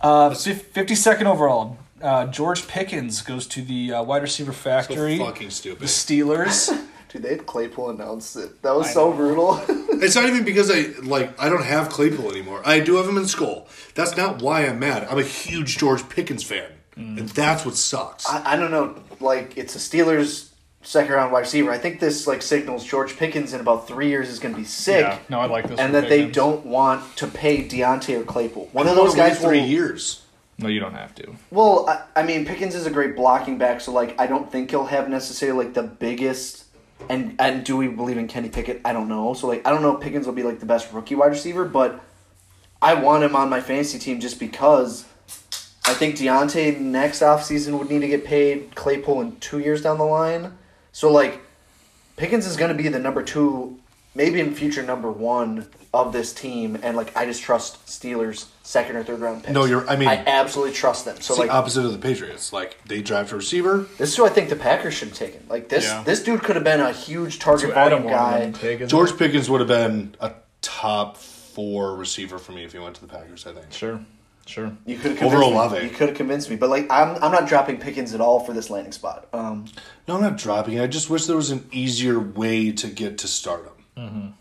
Speaker 3: uh, fifty second overall. Uh, George Pickens goes to the uh, wide receiver factory.
Speaker 2: fucking
Speaker 3: The
Speaker 2: stupid.
Speaker 3: Steelers.
Speaker 2: <laughs>
Speaker 1: Dude, they had Claypool announced it. That was
Speaker 3: I
Speaker 1: so brutal. <laughs>
Speaker 2: It's not even because I like I don't have Claypool anymore. I do have him in Skull. That's not why I'm mad. I'm a huge George Pickens fan, and that's what sucks.
Speaker 1: I, I don't know. Like it's a Steelers second round wide receiver. I think this like signals George Pickens in about three years is going to be sick.
Speaker 3: Yeah, no, I like this.
Speaker 1: And
Speaker 3: for
Speaker 1: that they
Speaker 3: Pickens.
Speaker 1: don't want to pay Deontay or Claypool. One of
Speaker 2: Wanna
Speaker 1: those
Speaker 2: wait
Speaker 1: guys
Speaker 2: three
Speaker 1: will
Speaker 2: years.
Speaker 3: No, you don't have to.
Speaker 1: Well, I, I mean, Pickens is a great blocking back, so like I don't think he'll have necessarily like the biggest. And and do we believe in Kenny Pickett? I don't know. So like I don't know if Pickens will be like the best rookie wide receiver, but I want him on my fantasy team just because I think Deontay next offseason would need to get paid Claypool in two years down the line. So like Pickens is going to be the number two, maybe in future number one of this team, and like I just trust Steelers second or third round picks.
Speaker 2: No, you're- I mean-
Speaker 1: I absolutely trust them. So
Speaker 2: It's
Speaker 1: like
Speaker 2: the opposite of the Patriots. Like they draft a receiver,
Speaker 1: this is who I think the Packers should have taken. Like this,
Speaker 3: Yeah.
Speaker 1: this dude could have been a huge target volume guy.
Speaker 2: George Pickens would have been a top four receiver for me if he went to the Packers. I think.
Speaker 3: Sure, sure.
Speaker 1: You could have
Speaker 2: Over
Speaker 1: convinced
Speaker 2: Olave.
Speaker 1: me. You could have convinced me, but like I'm, I'm not dropping Pickens at all for this landing spot. Um,
Speaker 2: No, I'm not dropping. it. I just wish there was an easier way to get to stardom.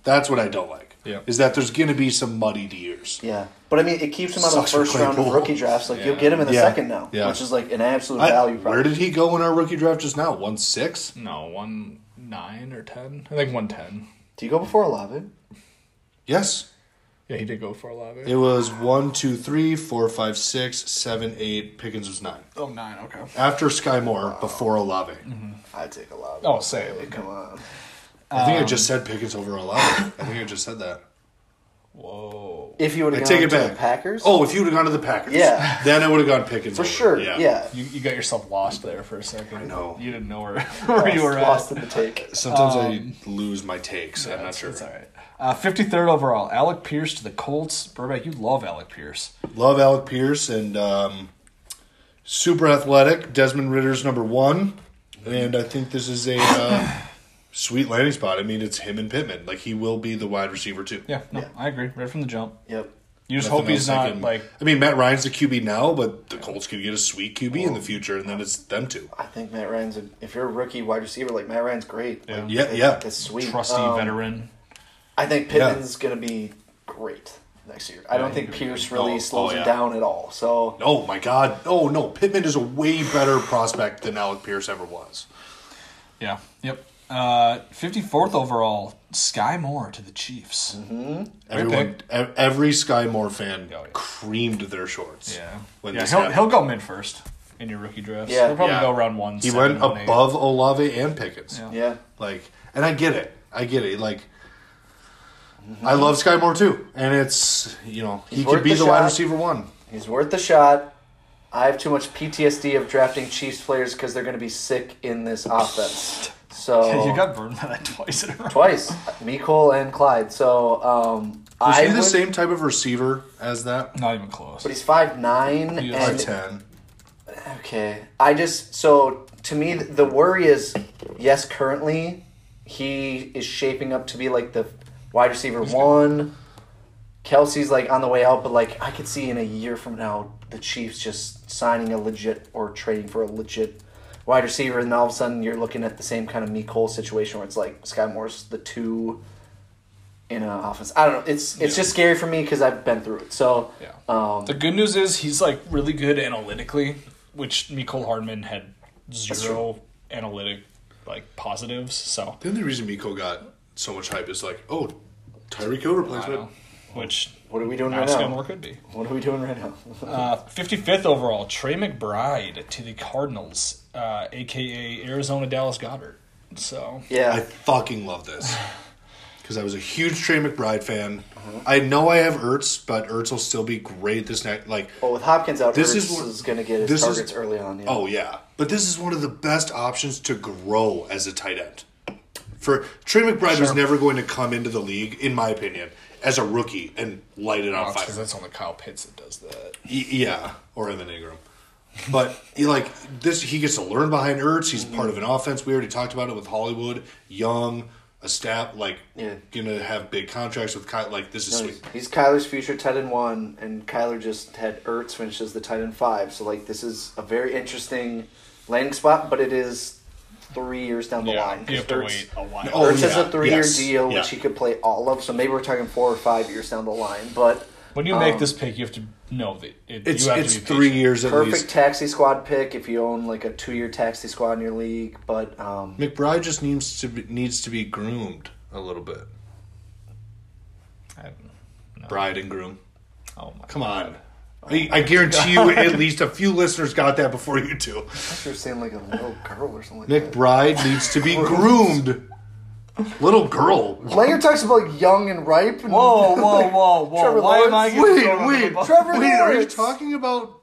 Speaker 2: That's what I don't like.
Speaker 3: Yeah.
Speaker 2: is that there's going to be some muddied years.
Speaker 1: yeah, but I mean, it keeps him out of the
Speaker 2: Sucks for
Speaker 1: first round of
Speaker 2: Claypool.
Speaker 1: rookie drafts. Like you'll
Speaker 3: Yeah.
Speaker 1: get him in the
Speaker 2: Yeah.
Speaker 1: second now,
Speaker 2: Yeah.
Speaker 1: which is like an absolute
Speaker 2: I-
Speaker 1: value.
Speaker 2: where did he go in our rookie draft just now? One six.
Speaker 3: No, one nine or ten. I think one ten.
Speaker 1: Do you go before Olave?
Speaker 2: Yes,
Speaker 3: Yeah, he did go for a lot of
Speaker 2: it was one, two, three, four, five, six, seven, eight. Pickens was nine.
Speaker 3: Oh, nine. Okay.
Speaker 2: After Sky Moore, before Olave.
Speaker 1: I take Olave.
Speaker 3: Oh, say it.
Speaker 1: come on.
Speaker 2: I think I just said Pickens over Olave. I think I just
Speaker 1: <laughs>
Speaker 2: said that.
Speaker 3: Whoa.
Speaker 1: If you would
Speaker 2: I
Speaker 1: have
Speaker 2: take
Speaker 1: gone
Speaker 2: it
Speaker 1: to
Speaker 2: back.
Speaker 1: the Packers,
Speaker 2: Oh, if you would have gone to the Packers,
Speaker 1: Yeah.
Speaker 2: <laughs> then I would have gone Pickens
Speaker 1: for
Speaker 2: over.
Speaker 1: sure, yeah.
Speaker 3: You, you got yourself lost there for a second.
Speaker 2: know.
Speaker 3: You didn't know where, <laughs> where
Speaker 1: Lost-
Speaker 3: you were
Speaker 1: lost
Speaker 3: at.
Speaker 1: in the take.
Speaker 2: Sometimes
Speaker 1: Um,
Speaker 2: I lose my takes. I'm not
Speaker 3: That's-
Speaker 2: sure.
Speaker 3: That's all right. Uh, 53rd overall, Alec Pierce to the Colts. Burbank, you love Alec Pierce.
Speaker 2: Love Alec Pierce and um, super athletic. Desmond Ritter's number one, and I think this is a uh, sweet landing spot. I mean, it's him and Pittman. Like he will be the wide receiver too.
Speaker 3: Yeah, no,
Speaker 1: Yeah.
Speaker 3: I agree. Right from the jump.
Speaker 1: Yep.
Speaker 3: You just
Speaker 2: Nothing
Speaker 3: hope he's
Speaker 2: else I
Speaker 3: not
Speaker 2: can-
Speaker 3: like.
Speaker 2: I mean, Matt Ryan's the QB now, but the Colts could get a sweet QB
Speaker 3: Oh.
Speaker 2: in the future, and then it's them two.
Speaker 1: I think Matt Ryan's. A, if you're a rookie wide receiver, like Matt Ryan's great.
Speaker 3: Yeah.
Speaker 1: Like,
Speaker 2: Yeah, yeah.
Speaker 3: Um,
Speaker 1: That's sweet.
Speaker 3: Trusty
Speaker 1: Um,
Speaker 3: veteran.
Speaker 1: I think Pittman's gonna be great. next year. I don't think Pierce really
Speaker 2: Oh,
Speaker 1: slows
Speaker 2: oh,
Speaker 1: him
Speaker 2: yeah.
Speaker 1: down at all. So
Speaker 2: Oh my God! Oh no, Pittman is a way better prospect than Alec Pierce ever was.
Speaker 3: Yeah. Yep. Uh, 54th overall, Sky Moore to the Chiefs.
Speaker 2: Everyone, e- every Sky Moore fan
Speaker 3: Oh, yeah.
Speaker 2: creamed their shorts.
Speaker 3: Yeah.
Speaker 2: when
Speaker 3: yeah
Speaker 2: this
Speaker 3: he'll,
Speaker 2: happened.
Speaker 3: he'll go mid first in your rookie drafts.
Speaker 1: Yeah.
Speaker 3: He'll probably
Speaker 2: Yeah.
Speaker 3: go around one.
Speaker 2: he
Speaker 3: seven,
Speaker 2: went
Speaker 3: one, eight. <laughs>
Speaker 2: above Olave and Pickens.
Speaker 3: Yeah.
Speaker 1: yeah,
Speaker 2: Like, and I get it. I get it. Like, I love Sky Moore too, and it's you know he
Speaker 1: He's
Speaker 2: could
Speaker 1: worth
Speaker 2: be
Speaker 1: the
Speaker 2: the, wide
Speaker 1: shot.
Speaker 2: receiver one.
Speaker 1: he's worth the shot. I have too much PTSD of drafting Chiefs players because they're going to be sick in this offense. So
Speaker 3: Yeah, <laughs> you got burned by that twice in a row.
Speaker 1: twice, Nicole and Clyde. So um,
Speaker 2: Is
Speaker 1: I
Speaker 2: he the
Speaker 1: would-
Speaker 2: same type of receiver as that?
Speaker 3: Not even close.
Speaker 1: but he's five nine
Speaker 3: He is
Speaker 2: Five
Speaker 1: and
Speaker 2: ten.
Speaker 1: Okay. I just so to me th- the worry is yes currently he is shaping up to be like the wide receiver one. Kelsey's like on the way out, but like I could see in a year from now the Chiefs just signing a legit or trading for a legit wide receiver, and all of a sudden you're looking at the same kind of Mecole situation where it's like Sky Moore's the two in an offense. I don't know. It's it's
Speaker 3: Yeah.
Speaker 1: just scary for me because I've been through it. So
Speaker 3: Yeah.
Speaker 1: um,
Speaker 3: The good news is he's like really good analytically, which Nicole Hardman had zero analytic like positives. So
Speaker 2: The only reason Miko got so much hype is like, oh, Tyreek Hill
Speaker 3: I don't
Speaker 2: replacement.
Speaker 3: know. Which
Speaker 1: what are we doing right
Speaker 3: Alex Gilmore
Speaker 1: now?
Speaker 3: could be.
Speaker 1: What are we doing right now? <laughs>
Speaker 3: Uh, 55th overall, Trey McBride to the Cardinals, uh, aka Arizona Dallas Goddard. So
Speaker 1: Yeah.
Speaker 2: I fucking
Speaker 1: <sighs>
Speaker 2: love this because I was a huge Trey McBride fan.
Speaker 1: Uh-huh.
Speaker 2: I know I have Ertz, but Ertz will still be great this night. Like,
Speaker 1: well, with Hopkins out,
Speaker 2: This
Speaker 1: Ertz
Speaker 2: is
Speaker 1: is,
Speaker 2: what-
Speaker 1: going to get his
Speaker 2: this is-
Speaker 1: targets early on. Yeah.
Speaker 2: oh yeah, but this is one of the best options to grow as a tight end. For Trey McBride was never going to come into the league, in my opinion, as a rookie and light it on fire.
Speaker 3: that's only Kyle Pitts that does that.
Speaker 2: Y- Yeah, or Evan Ingram. But he, like this, he gets to learn behind Ertz.
Speaker 1: Mm-hmm.
Speaker 2: He's part of an offense. We already talked about it with Hollywood, Young, a stat like
Speaker 1: Yeah.
Speaker 2: gonna have big contracts with Kyle. Like this is
Speaker 1: No, he's,
Speaker 2: sweet.
Speaker 1: he's Kyler's future tight end one, and Kyler just had Ertz finishes the tight end five. So like, this is a very interesting landing spot, but it is three years down the
Speaker 3: Yeah,
Speaker 1: line.
Speaker 3: you
Speaker 1: 'cause
Speaker 3: have to
Speaker 1: Ertz-
Speaker 3: wait a while.
Speaker 2: Oh,
Speaker 1: Ertz has
Speaker 2: yeah,
Speaker 1: a three-year
Speaker 2: yes,
Speaker 1: deal,
Speaker 2: yeah.
Speaker 1: which he could play all of. So maybe we're talking four or five years down the line. But
Speaker 3: When you make this pick, you have to know that it,
Speaker 2: Um, It's
Speaker 3: you have
Speaker 2: it's
Speaker 3: to be
Speaker 2: three
Speaker 3: patient.
Speaker 2: years at
Speaker 1: perfect
Speaker 2: least.
Speaker 1: taxi squad pick if you own like a two-year taxi squad in your league. But um,
Speaker 2: McBride just needs to be, needs to be groomed a little bit.
Speaker 3: I don't know.
Speaker 2: Bride and groom.
Speaker 3: Oh my
Speaker 2: Come on. I, I guarantee you, at least a few listeners got that before you two.
Speaker 1: I thought you were saying like a little girl or something. Like that.
Speaker 2: <laughs> McBride needs to be groomed. Little girl.
Speaker 1: Langer talks about young and ripe. And
Speaker 3: Whoa, whoa,
Speaker 2: <laughs>
Speaker 3: whoa, whoa!
Speaker 1: Trevor
Speaker 3: Why am I
Speaker 1: Lawrence?
Speaker 3: getting thrown under the
Speaker 2: Wait, wait,
Speaker 3: bus?
Speaker 1: Trevor
Speaker 2: wait. Are you
Speaker 1: Lawrence.
Speaker 2: talking about?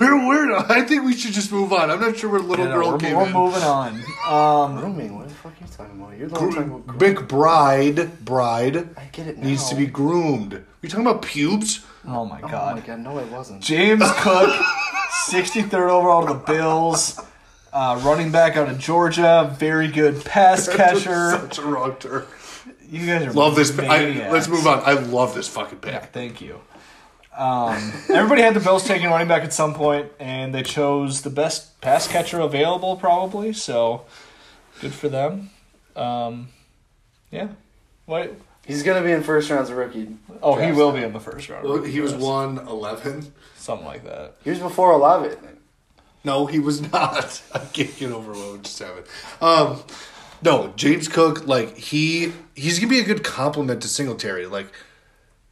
Speaker 2: We're we're. I think we should just move on. I'm not sure where little
Speaker 3: Yeah,
Speaker 2: girl
Speaker 3: we're,
Speaker 2: came
Speaker 3: we're
Speaker 2: in.
Speaker 3: moving on. Um,
Speaker 1: grooming. What the fuck are you talking about? You're the one talking about grooming.
Speaker 2: McBride, bride
Speaker 1: I get it now.
Speaker 2: needs to be groomed. We talking about pubes?
Speaker 3: oh my
Speaker 1: Oh
Speaker 3: god!
Speaker 1: my god, no, I wasn't.
Speaker 3: James Cook, 63rd overall to the Bills. Uh, running back out of Georgia, very
Speaker 2: <laughs>
Speaker 3: good pass catcher.
Speaker 2: Such a wrong turn.
Speaker 3: You guys are
Speaker 2: Love this. I,
Speaker 3: maniacs.
Speaker 2: let's move on. I love this fucking pick.
Speaker 3: Yeah, thank you. Um, everybody had the Bills taking running back at some point, and they chose the best pass catcher available, probably. So good for them. Um, yeah. What?
Speaker 1: He's gonna be in first round as a rookie.
Speaker 3: Oh, he
Speaker 1: Draft.
Speaker 3: will be in the first round.
Speaker 2: Well, He was
Speaker 3: Yes.
Speaker 2: one eleven.
Speaker 3: something like that.
Speaker 1: He was before Olave.
Speaker 2: No, he was <laughs> not. I can't get over what just happened. Um, no, James Cook, like he he's gonna be a good complement to Singletary. Like,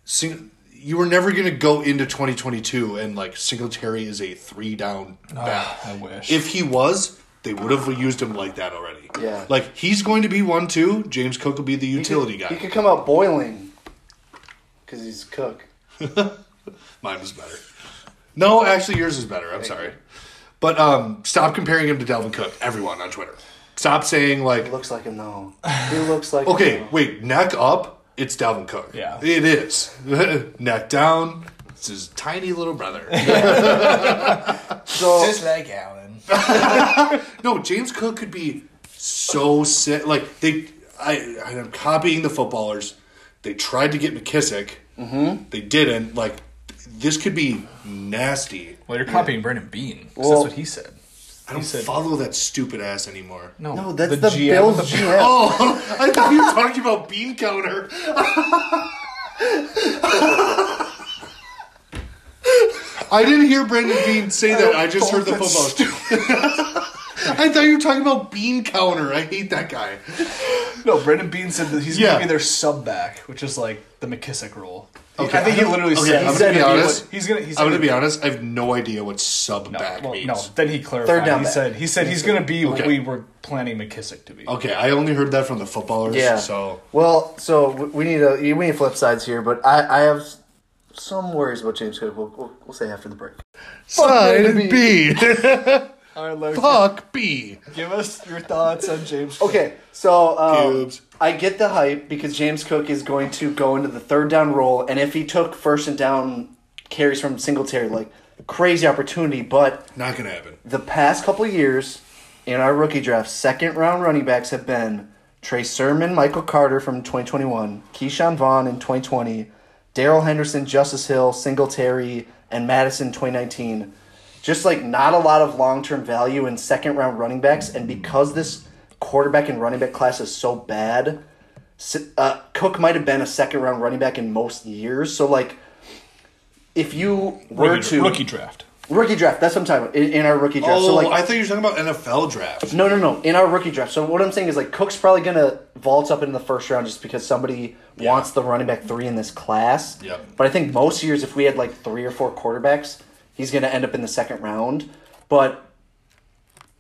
Speaker 2: sing, you were never gonna go into twenty twenty two and like Singletary is a three down back.
Speaker 3: Ah, I wish.
Speaker 2: If he was, they would have used him like that already.
Speaker 1: Yeah.
Speaker 2: like he's going to be one two. James Cook will be the utility
Speaker 1: he could, He
Speaker 2: guy.
Speaker 1: could come out boiling because he's cook.
Speaker 2: Mine was better. No, actually, yours is better. I'm sorry. But um, stop comparing him to Delvin Cook. Everyone on Twitter, stop saying like
Speaker 1: He looks like him though. He looks like
Speaker 2: Okay,
Speaker 1: Him,
Speaker 2: wait, neck up, it's Dalvin Cook.
Speaker 3: Yeah.
Speaker 2: It is. <laughs> neck down, it's his tiny little brother.
Speaker 3: <laughs>
Speaker 1: though. so
Speaker 3: like Allen.
Speaker 2: no, James Cook could be so sick. Like, they, I, I'm copying the footballers. They tried to get McKissick, mm-hmm. they didn't. Like, this could be nasty.
Speaker 3: Well, you're copying Brendan Bean. 'cause
Speaker 1: Well-
Speaker 3: that's what he said.
Speaker 2: I don't
Speaker 3: said-
Speaker 2: follow that stupid ass anymore.
Speaker 3: No,
Speaker 1: no, that's the,
Speaker 3: GM
Speaker 1: Bills
Speaker 3: of the-
Speaker 1: GM.
Speaker 2: Oh, I thought you were talking about Bean Counter. I didn't hear Brandon Bean say that. I just heard the
Speaker 1: Both
Speaker 2: football. I thought you were talking about Bean Counter. I hate that guy.
Speaker 3: No, Brendan Bean said that he's
Speaker 2: Yeah.
Speaker 3: gonna be their sub back, which is like the McKissick role.
Speaker 2: Okay,
Speaker 3: I think he
Speaker 2: I'm-
Speaker 3: literally
Speaker 2: okay,
Speaker 3: said,
Speaker 2: I'm
Speaker 3: he
Speaker 2: gonna
Speaker 3: said
Speaker 2: be
Speaker 3: he would-
Speaker 2: honest.
Speaker 3: he's gonna he's
Speaker 2: I'm gonna
Speaker 3: gonna
Speaker 2: be honest. I have no idea what sub back
Speaker 3: no, well,
Speaker 2: means.
Speaker 3: no, then he clarified.
Speaker 1: Third down
Speaker 3: he
Speaker 1: back.
Speaker 3: said he said he's gonna be what
Speaker 2: Okay.
Speaker 3: we were planning McKissick to be.
Speaker 2: Okay, I only heard that from the footballers.
Speaker 1: <laughs> Yeah.
Speaker 2: So
Speaker 1: well, so w- we need a we need flip sides here, but I I have s- some worries about James Cook. We'll, we'll, we'll say after the break.
Speaker 2: side
Speaker 1: Brandon
Speaker 2: B. <laughs>
Speaker 3: All right, Larry,
Speaker 2: Fuck B.
Speaker 3: give us your thoughts on James.
Speaker 1: <laughs> Okay, so um,
Speaker 2: Cubes.
Speaker 1: I get the hype because James Cook is going to go into the third down role, and if he took first and down carries from Singletary, like crazy opportunity. But
Speaker 2: Not gonna happen.
Speaker 1: the past couple of years in our rookie draft, second round running backs have been Trey Sermon, Michael Carter from 2021, Keyshawn Vaughn in 2020, Daryl Henderson, Justice Hill, Singletary, and Madison 2019. Just like not a lot of long term value in second round running backs, and because this quarterback and running back class is so bad, s- uh, Cook might have been a second round running back in most years. So like, if you were
Speaker 3: rookie,
Speaker 1: to
Speaker 3: rookie draft.
Speaker 1: Rookie draft. That's what I'm talking about. In, in our rookie draft.
Speaker 2: Oh,
Speaker 1: so like,
Speaker 2: I thought you were talking about NFL draft.
Speaker 1: no, no, no. In our rookie draft. So what I'm saying is like Cook's probably gonna vault up in the first round just because somebody wants the running back three in this class.
Speaker 2: Yep.
Speaker 1: But I think most years, if we had like three or four quarterbacks, he's gonna end up in the second round. But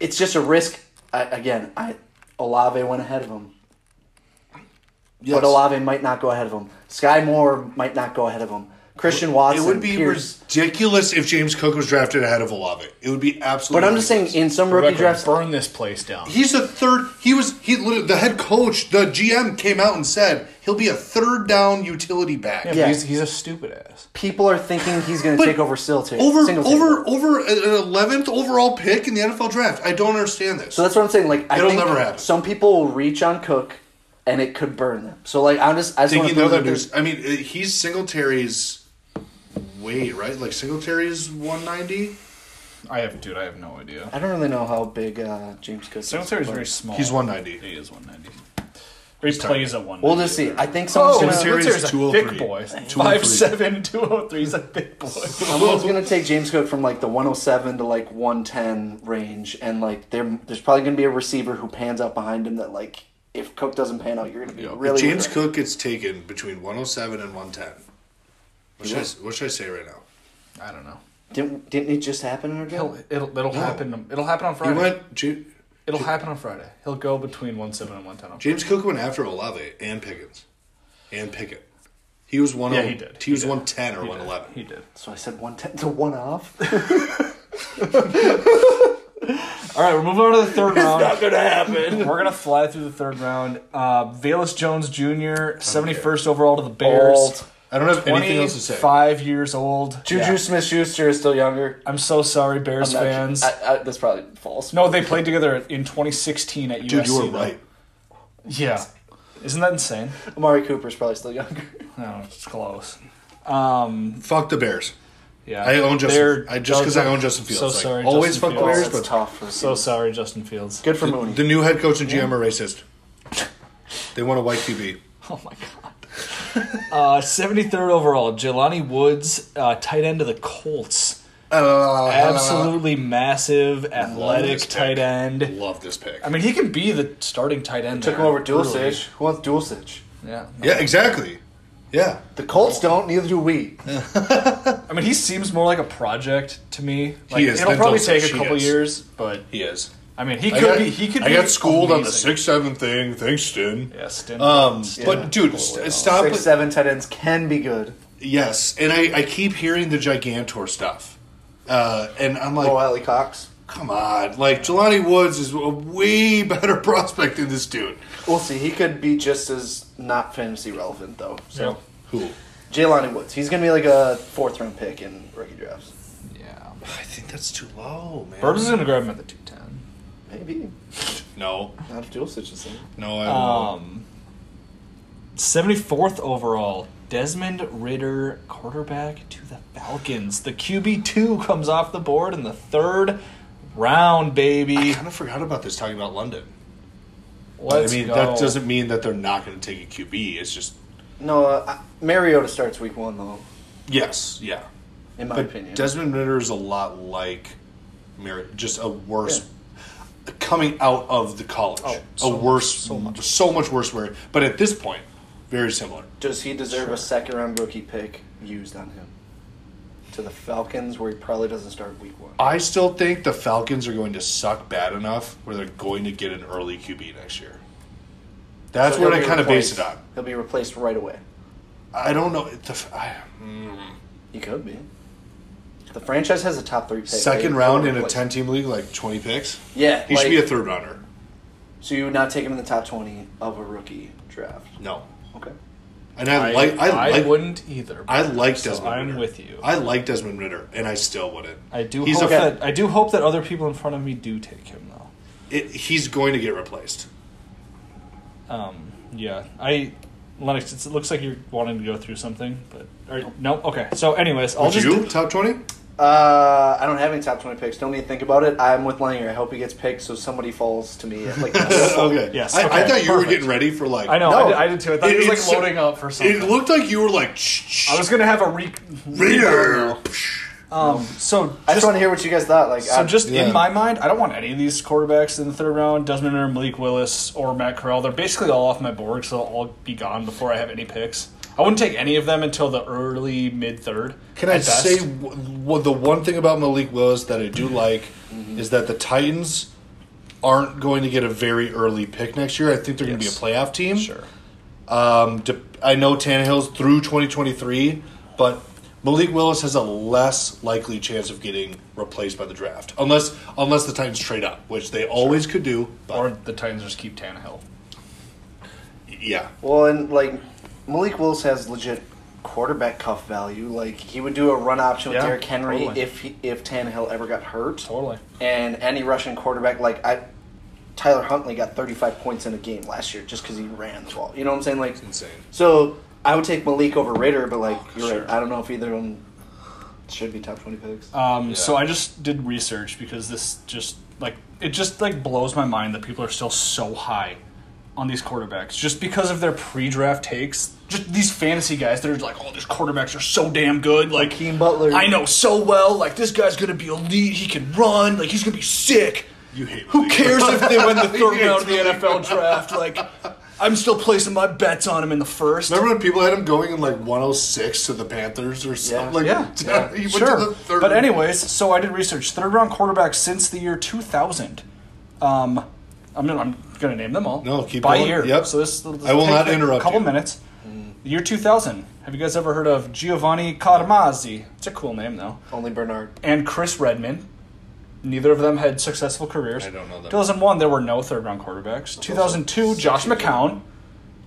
Speaker 1: it's just a risk. I, again, I Olave went ahead of him.
Speaker 2: Yes.
Speaker 1: But Olave might not go ahead of him. Sky Moore might not go ahead of him. Christian Watson.
Speaker 2: It would be
Speaker 1: Pierce.
Speaker 2: ridiculous if James Cook was drafted ahead of Olave. It would be absolutely.
Speaker 1: But I'm just saying,
Speaker 2: ridiculous.
Speaker 1: in some rookie
Speaker 3: Record,
Speaker 1: drafts,
Speaker 3: burn this place down.
Speaker 2: he's a third. He was he literally the head coach. The GM came out and said he'll be a third down utility back.
Speaker 1: Yeah.
Speaker 3: He's, he's a stupid ass.
Speaker 1: people are thinking he's going to take over Singletary.
Speaker 2: Over
Speaker 1: Singletary.
Speaker 2: over over an eleventh overall pick in the NFL draft. I don't understand this.
Speaker 1: So that's what I'm saying. Like, I
Speaker 2: It'll
Speaker 1: think
Speaker 2: never happen.
Speaker 1: some people will reach on Cook, and it could burn them. So like, I'm just I just want
Speaker 2: Thinking
Speaker 1: to
Speaker 2: they're
Speaker 1: know
Speaker 2: the
Speaker 1: that
Speaker 2: news.
Speaker 1: there's
Speaker 2: I mean, uh, he's Singletary's weight, right? Like Singletary's one ninety.
Speaker 3: I have, dude. I have no idea.
Speaker 1: I don't really know how big uh, James Cook. is,
Speaker 3: Singletary's
Speaker 1: but-
Speaker 3: very small.
Speaker 2: He's 190.
Speaker 3: He is 190. Or he plays at 190.
Speaker 1: We'll just see. I think someone's
Speaker 3: Oh,
Speaker 1: going to
Speaker 2: Singletary- is
Speaker 3: Singletary's a
Speaker 2: 203.
Speaker 3: thick boy.
Speaker 2: 203.
Speaker 3: 5'7", 203 is a thick boy.
Speaker 1: someone's going to take James Cook from like the 107 to like 110 range, and like there there's probably going to be a receiver who pans out behind him that like if Cook doesn't pan out, you're going to be really
Speaker 2: If James
Speaker 1: hurt.
Speaker 2: Cook gets taken between 107 and 110. What should, I, what should I say right now?
Speaker 3: I don't know.
Speaker 1: Didn't didn't it just happen in our draft?
Speaker 3: It'll, it'll, it'll happen. It'll happen on
Speaker 2: He
Speaker 3: Friday.
Speaker 2: went. Ju-
Speaker 3: It'll happen on Friday. He'll go between one seven and one ten.
Speaker 2: James Cook went after Olave and Pickens, and Pickett. He was one.
Speaker 3: Yeah,
Speaker 2: oh-
Speaker 3: he did.
Speaker 2: He was 110 or 111.
Speaker 3: He did.
Speaker 1: So I said <laughs> 110 to one off.
Speaker 3: All right, we're moving on to the third round.
Speaker 1: going to happen.
Speaker 3: <laughs> We're gonna fly through the third round. Uh, Valus Jones Jr. seventy first overall to the Bears.
Speaker 1: Old.
Speaker 2: I don't have anything else to say.
Speaker 3: Twenty-five years old.
Speaker 1: Juju
Speaker 3: Yeah.
Speaker 1: Smith Schuster is still younger.
Speaker 3: I'm so sorry, Bears
Speaker 1: I'm not-
Speaker 3: fans.
Speaker 1: I, I, that's probably false.
Speaker 3: no, they played together in 2016 at USC.
Speaker 2: Dude, you were
Speaker 3: though.
Speaker 2: right.
Speaker 3: Yeah, isn't that insane?
Speaker 1: <laughs> Amari Cooper's probably still younger.
Speaker 3: No, it's close. Um,
Speaker 2: Fuck the Bears.
Speaker 3: yeah,
Speaker 2: I own Justin.
Speaker 3: They're-
Speaker 2: I just because I own Justin Fields.
Speaker 3: So
Speaker 2: like,
Speaker 3: sorry,
Speaker 2: always
Speaker 3: Justin
Speaker 2: fuck
Speaker 3: Fields.
Speaker 2: the
Speaker 1: Bears,
Speaker 2: Bears, but
Speaker 1: tough. For
Speaker 3: So sorry, Justin Fields.
Speaker 1: good for Mooney.
Speaker 2: The new head coach and GM are racist. They want a white QB.
Speaker 3: Oh my god. <laughs> Uh, 73rd overall, Jelani Woods, uh, tight end of the Colts. Absolutely massive, athletic
Speaker 2: this pick.
Speaker 3: tight end.
Speaker 2: Love this pick.
Speaker 3: I mean, he can be the starting tight end.
Speaker 1: Took him
Speaker 3: there,
Speaker 1: over
Speaker 3: really.
Speaker 1: Dulcich. Who wants Dulcich?
Speaker 3: Yeah.
Speaker 2: yeah, exactly. Yeah.
Speaker 1: The Colts don't. Neither do we.
Speaker 3: I mean, he seems more like a project to me. Like,
Speaker 2: is.
Speaker 3: It'll
Speaker 2: That
Speaker 3: probably
Speaker 2: Dulcich,
Speaker 3: take a
Speaker 2: he
Speaker 3: couple
Speaker 2: is.
Speaker 3: years, but
Speaker 2: He is.
Speaker 3: I mean, he
Speaker 2: I
Speaker 3: could
Speaker 2: got,
Speaker 3: be. He could.
Speaker 2: I
Speaker 3: be
Speaker 2: got schooled on the
Speaker 3: amazing.
Speaker 2: six seven thing. Thanks, Stin.
Speaker 3: Yeah, Stin.
Speaker 2: Um,
Speaker 1: Yeah.
Speaker 2: but dude, st- stop.
Speaker 1: Six, seven tight ends can be good.
Speaker 2: Yes, and I, I keep hearing the Gigantor stuff, uh, and I'm like,
Speaker 1: Oh, Allie Cox.
Speaker 2: come on, like Jelani Woods is a way <laughs> better prospect than this dude.
Speaker 1: We'll see. He could be just as not fantasy relevant though. So
Speaker 2: Who?
Speaker 1: Jelani Woods. He's gonna be like a fourth round pick in rookie drafts.
Speaker 3: yeah.
Speaker 2: I think that's too low, man.
Speaker 3: Burbs is gonna grab him at the two ten.
Speaker 1: Maybe
Speaker 2: No,
Speaker 1: not if Dulcich is in.
Speaker 2: no, I won't.
Speaker 3: Um, 74th overall, Desmond Ritter, quarterback to the Falcons. The QB2 comes off the board in the third round,
Speaker 2: I
Speaker 3: baby.
Speaker 2: kind of forgot about this talking about London.
Speaker 3: Let's
Speaker 2: I mean,
Speaker 3: go.
Speaker 2: that doesn't mean that they're not going to take a QB. It's just
Speaker 1: No, uh, Mariota starts week one though.
Speaker 2: yes, yeah.
Speaker 1: in my
Speaker 2: but
Speaker 1: opinion.
Speaker 2: Desmond Ritter is a lot like Merritt, just a worse coming out of the college,
Speaker 3: Oh,
Speaker 2: a
Speaker 3: so much,
Speaker 2: worse,
Speaker 3: so
Speaker 2: so
Speaker 3: much.
Speaker 2: much, worse Merritt. But at this point, very similar.
Speaker 1: Does he deserve a second round rookie pick used on him to the Falcons, where he probably doesn't start week one?
Speaker 2: I still think the Falcons are going to suck bad enough where they're going to get an early QB next year. That's
Speaker 1: So
Speaker 2: what
Speaker 1: he'll
Speaker 2: I
Speaker 1: be
Speaker 2: kind of base it
Speaker 1: replaced-
Speaker 2: on.
Speaker 1: He'll be replaced right away.
Speaker 2: I don't know. The, f- I, mm,
Speaker 1: He could be. The franchise has a top three pick.
Speaker 2: second
Speaker 1: They-
Speaker 2: round
Speaker 1: they'll
Speaker 2: in a
Speaker 1: replace-
Speaker 2: ten-team league, like twenty picks.
Speaker 1: Yeah,
Speaker 2: He should be a
Speaker 1: like-
Speaker 2: third rounder.
Speaker 1: So you would not take him in the top twenty of a rookie draft?
Speaker 2: No,
Speaker 1: Okay.
Speaker 2: and I, like. I,
Speaker 3: I
Speaker 2: like.
Speaker 3: wouldn't either.
Speaker 2: I like
Speaker 3: so
Speaker 2: Desmond.
Speaker 3: I'm
Speaker 2: Ridder.
Speaker 3: with you. I,
Speaker 2: I like Desmond Ritter, and I still wouldn't.
Speaker 3: do
Speaker 2: He's
Speaker 3: hope
Speaker 2: a-
Speaker 3: that I do hope that other people in front of me do take him though.
Speaker 2: It, he's going to get replaced.
Speaker 3: Um, yeah, I Lennox. It's, it looks like you're wanting to go through something, but or, no. Okay, so anyways, I'll
Speaker 2: Would
Speaker 3: just
Speaker 2: you top twenty?
Speaker 1: Uh, I don't have any top twenty picks. Don't need to think about it. I'm with Langer. I hope he gets picked so somebody falls to me. at,
Speaker 2: <laughs>
Speaker 1: Like
Speaker 2: okay.
Speaker 3: Yes,
Speaker 2: I, I
Speaker 3: okay,
Speaker 2: thought you were
Speaker 3: perfect.
Speaker 2: getting ready for like.
Speaker 3: I know
Speaker 1: No.
Speaker 3: I, did, I did too. I thought
Speaker 2: It-
Speaker 3: he was
Speaker 2: it's
Speaker 3: like
Speaker 2: so-
Speaker 3: loading up for something.
Speaker 2: It looked like you were like. Shh, shh,
Speaker 3: I was gonna have a re.
Speaker 2: Ritter.
Speaker 3: Um. So
Speaker 1: I just
Speaker 3: just-
Speaker 1: want to hear what you guys thought. Like,
Speaker 3: So
Speaker 1: I-
Speaker 3: just
Speaker 2: yeah.
Speaker 3: in my mind, I don't want any of these quarterbacks in the third round. Desmond Ritter, Malik Willis, or Matt Corral. They're basically all off my board, so they'll all be gone before I have any picks. I wouldn't take any of them until the early mid third.
Speaker 2: Can I say w- w- the one thing about Malik Willis that I do like
Speaker 3: Mm-hmm.
Speaker 2: is that the Titans aren't going to get a very early pick next year. I think they're going to
Speaker 3: Yes.
Speaker 2: be a playoff team.
Speaker 3: Sure.
Speaker 2: Um, de- I know Tannehill's through 2023, but Malik Willis has a less likely chance of getting replaced by the draft, unless unless the Titans trade up, which they always could do. But
Speaker 3: Or the Titans just keep Tannehill.
Speaker 2: yeah,
Speaker 1: well, and like Malik Willis has legit quarterback cuff value. Like he would do a run option with
Speaker 3: Yeah,
Speaker 1: Derrick Henry
Speaker 3: totally.
Speaker 1: if he, if Tannehill ever got hurt.
Speaker 3: Totally.
Speaker 1: and any Russian quarterback like I, Tyler Huntley got 35 points in a game last year just because he ran the ball. You know what I'm saying? Like,
Speaker 2: insane.
Speaker 1: so I would take Malik over Ritter, but like you're
Speaker 2: Sure.
Speaker 1: right. I don't know if either of them should be top 20 picks.
Speaker 3: Um,
Speaker 2: Yeah.
Speaker 3: So I just did research because this just like it just like blows my mind that people are still so high on these quarterbacks just because of their pre-draft takes. Just these fantasy guys that are like, oh, these quarterbacks are so damn good. Like
Speaker 1: Keem Butler.
Speaker 3: I know so well. Like this guy's gonna be elite. He can run. Like he's gonna be sick.
Speaker 2: You hate
Speaker 3: Who
Speaker 2: Malik
Speaker 3: cares if they
Speaker 2: <laughs>
Speaker 3: win the third round of the
Speaker 2: Malik
Speaker 3: NFL draft? Like I'm still placing my bets on him in the first.
Speaker 2: Remember when people had him going in like 106 to the Panthers or something? Like,
Speaker 3: Yeah,
Speaker 1: yeah.
Speaker 2: <laughs> he went to
Speaker 3: sure.
Speaker 2: the third-
Speaker 3: But anyways, so I did research. Third round quarterbacks since the year 2000. Um, I'm gonna, I'm gonna name them all.
Speaker 2: No, keep
Speaker 3: by
Speaker 2: going.
Speaker 3: year.
Speaker 2: Yep.
Speaker 3: So this, this
Speaker 2: I will
Speaker 3: take
Speaker 2: not
Speaker 3: a
Speaker 2: interrupt
Speaker 3: Couple
Speaker 2: you. Mm.
Speaker 3: minutes. The year 2000. Have you guys ever heard of Giovanni Carmazzi? It's a cool name though.
Speaker 1: Only Bernard.
Speaker 3: And Chris Redman. Neither of them had successful careers.
Speaker 2: I don't know them.
Speaker 3: 2001, there were no third round quarterbacks. 2002, Josh
Speaker 1: such a-
Speaker 3: McCown.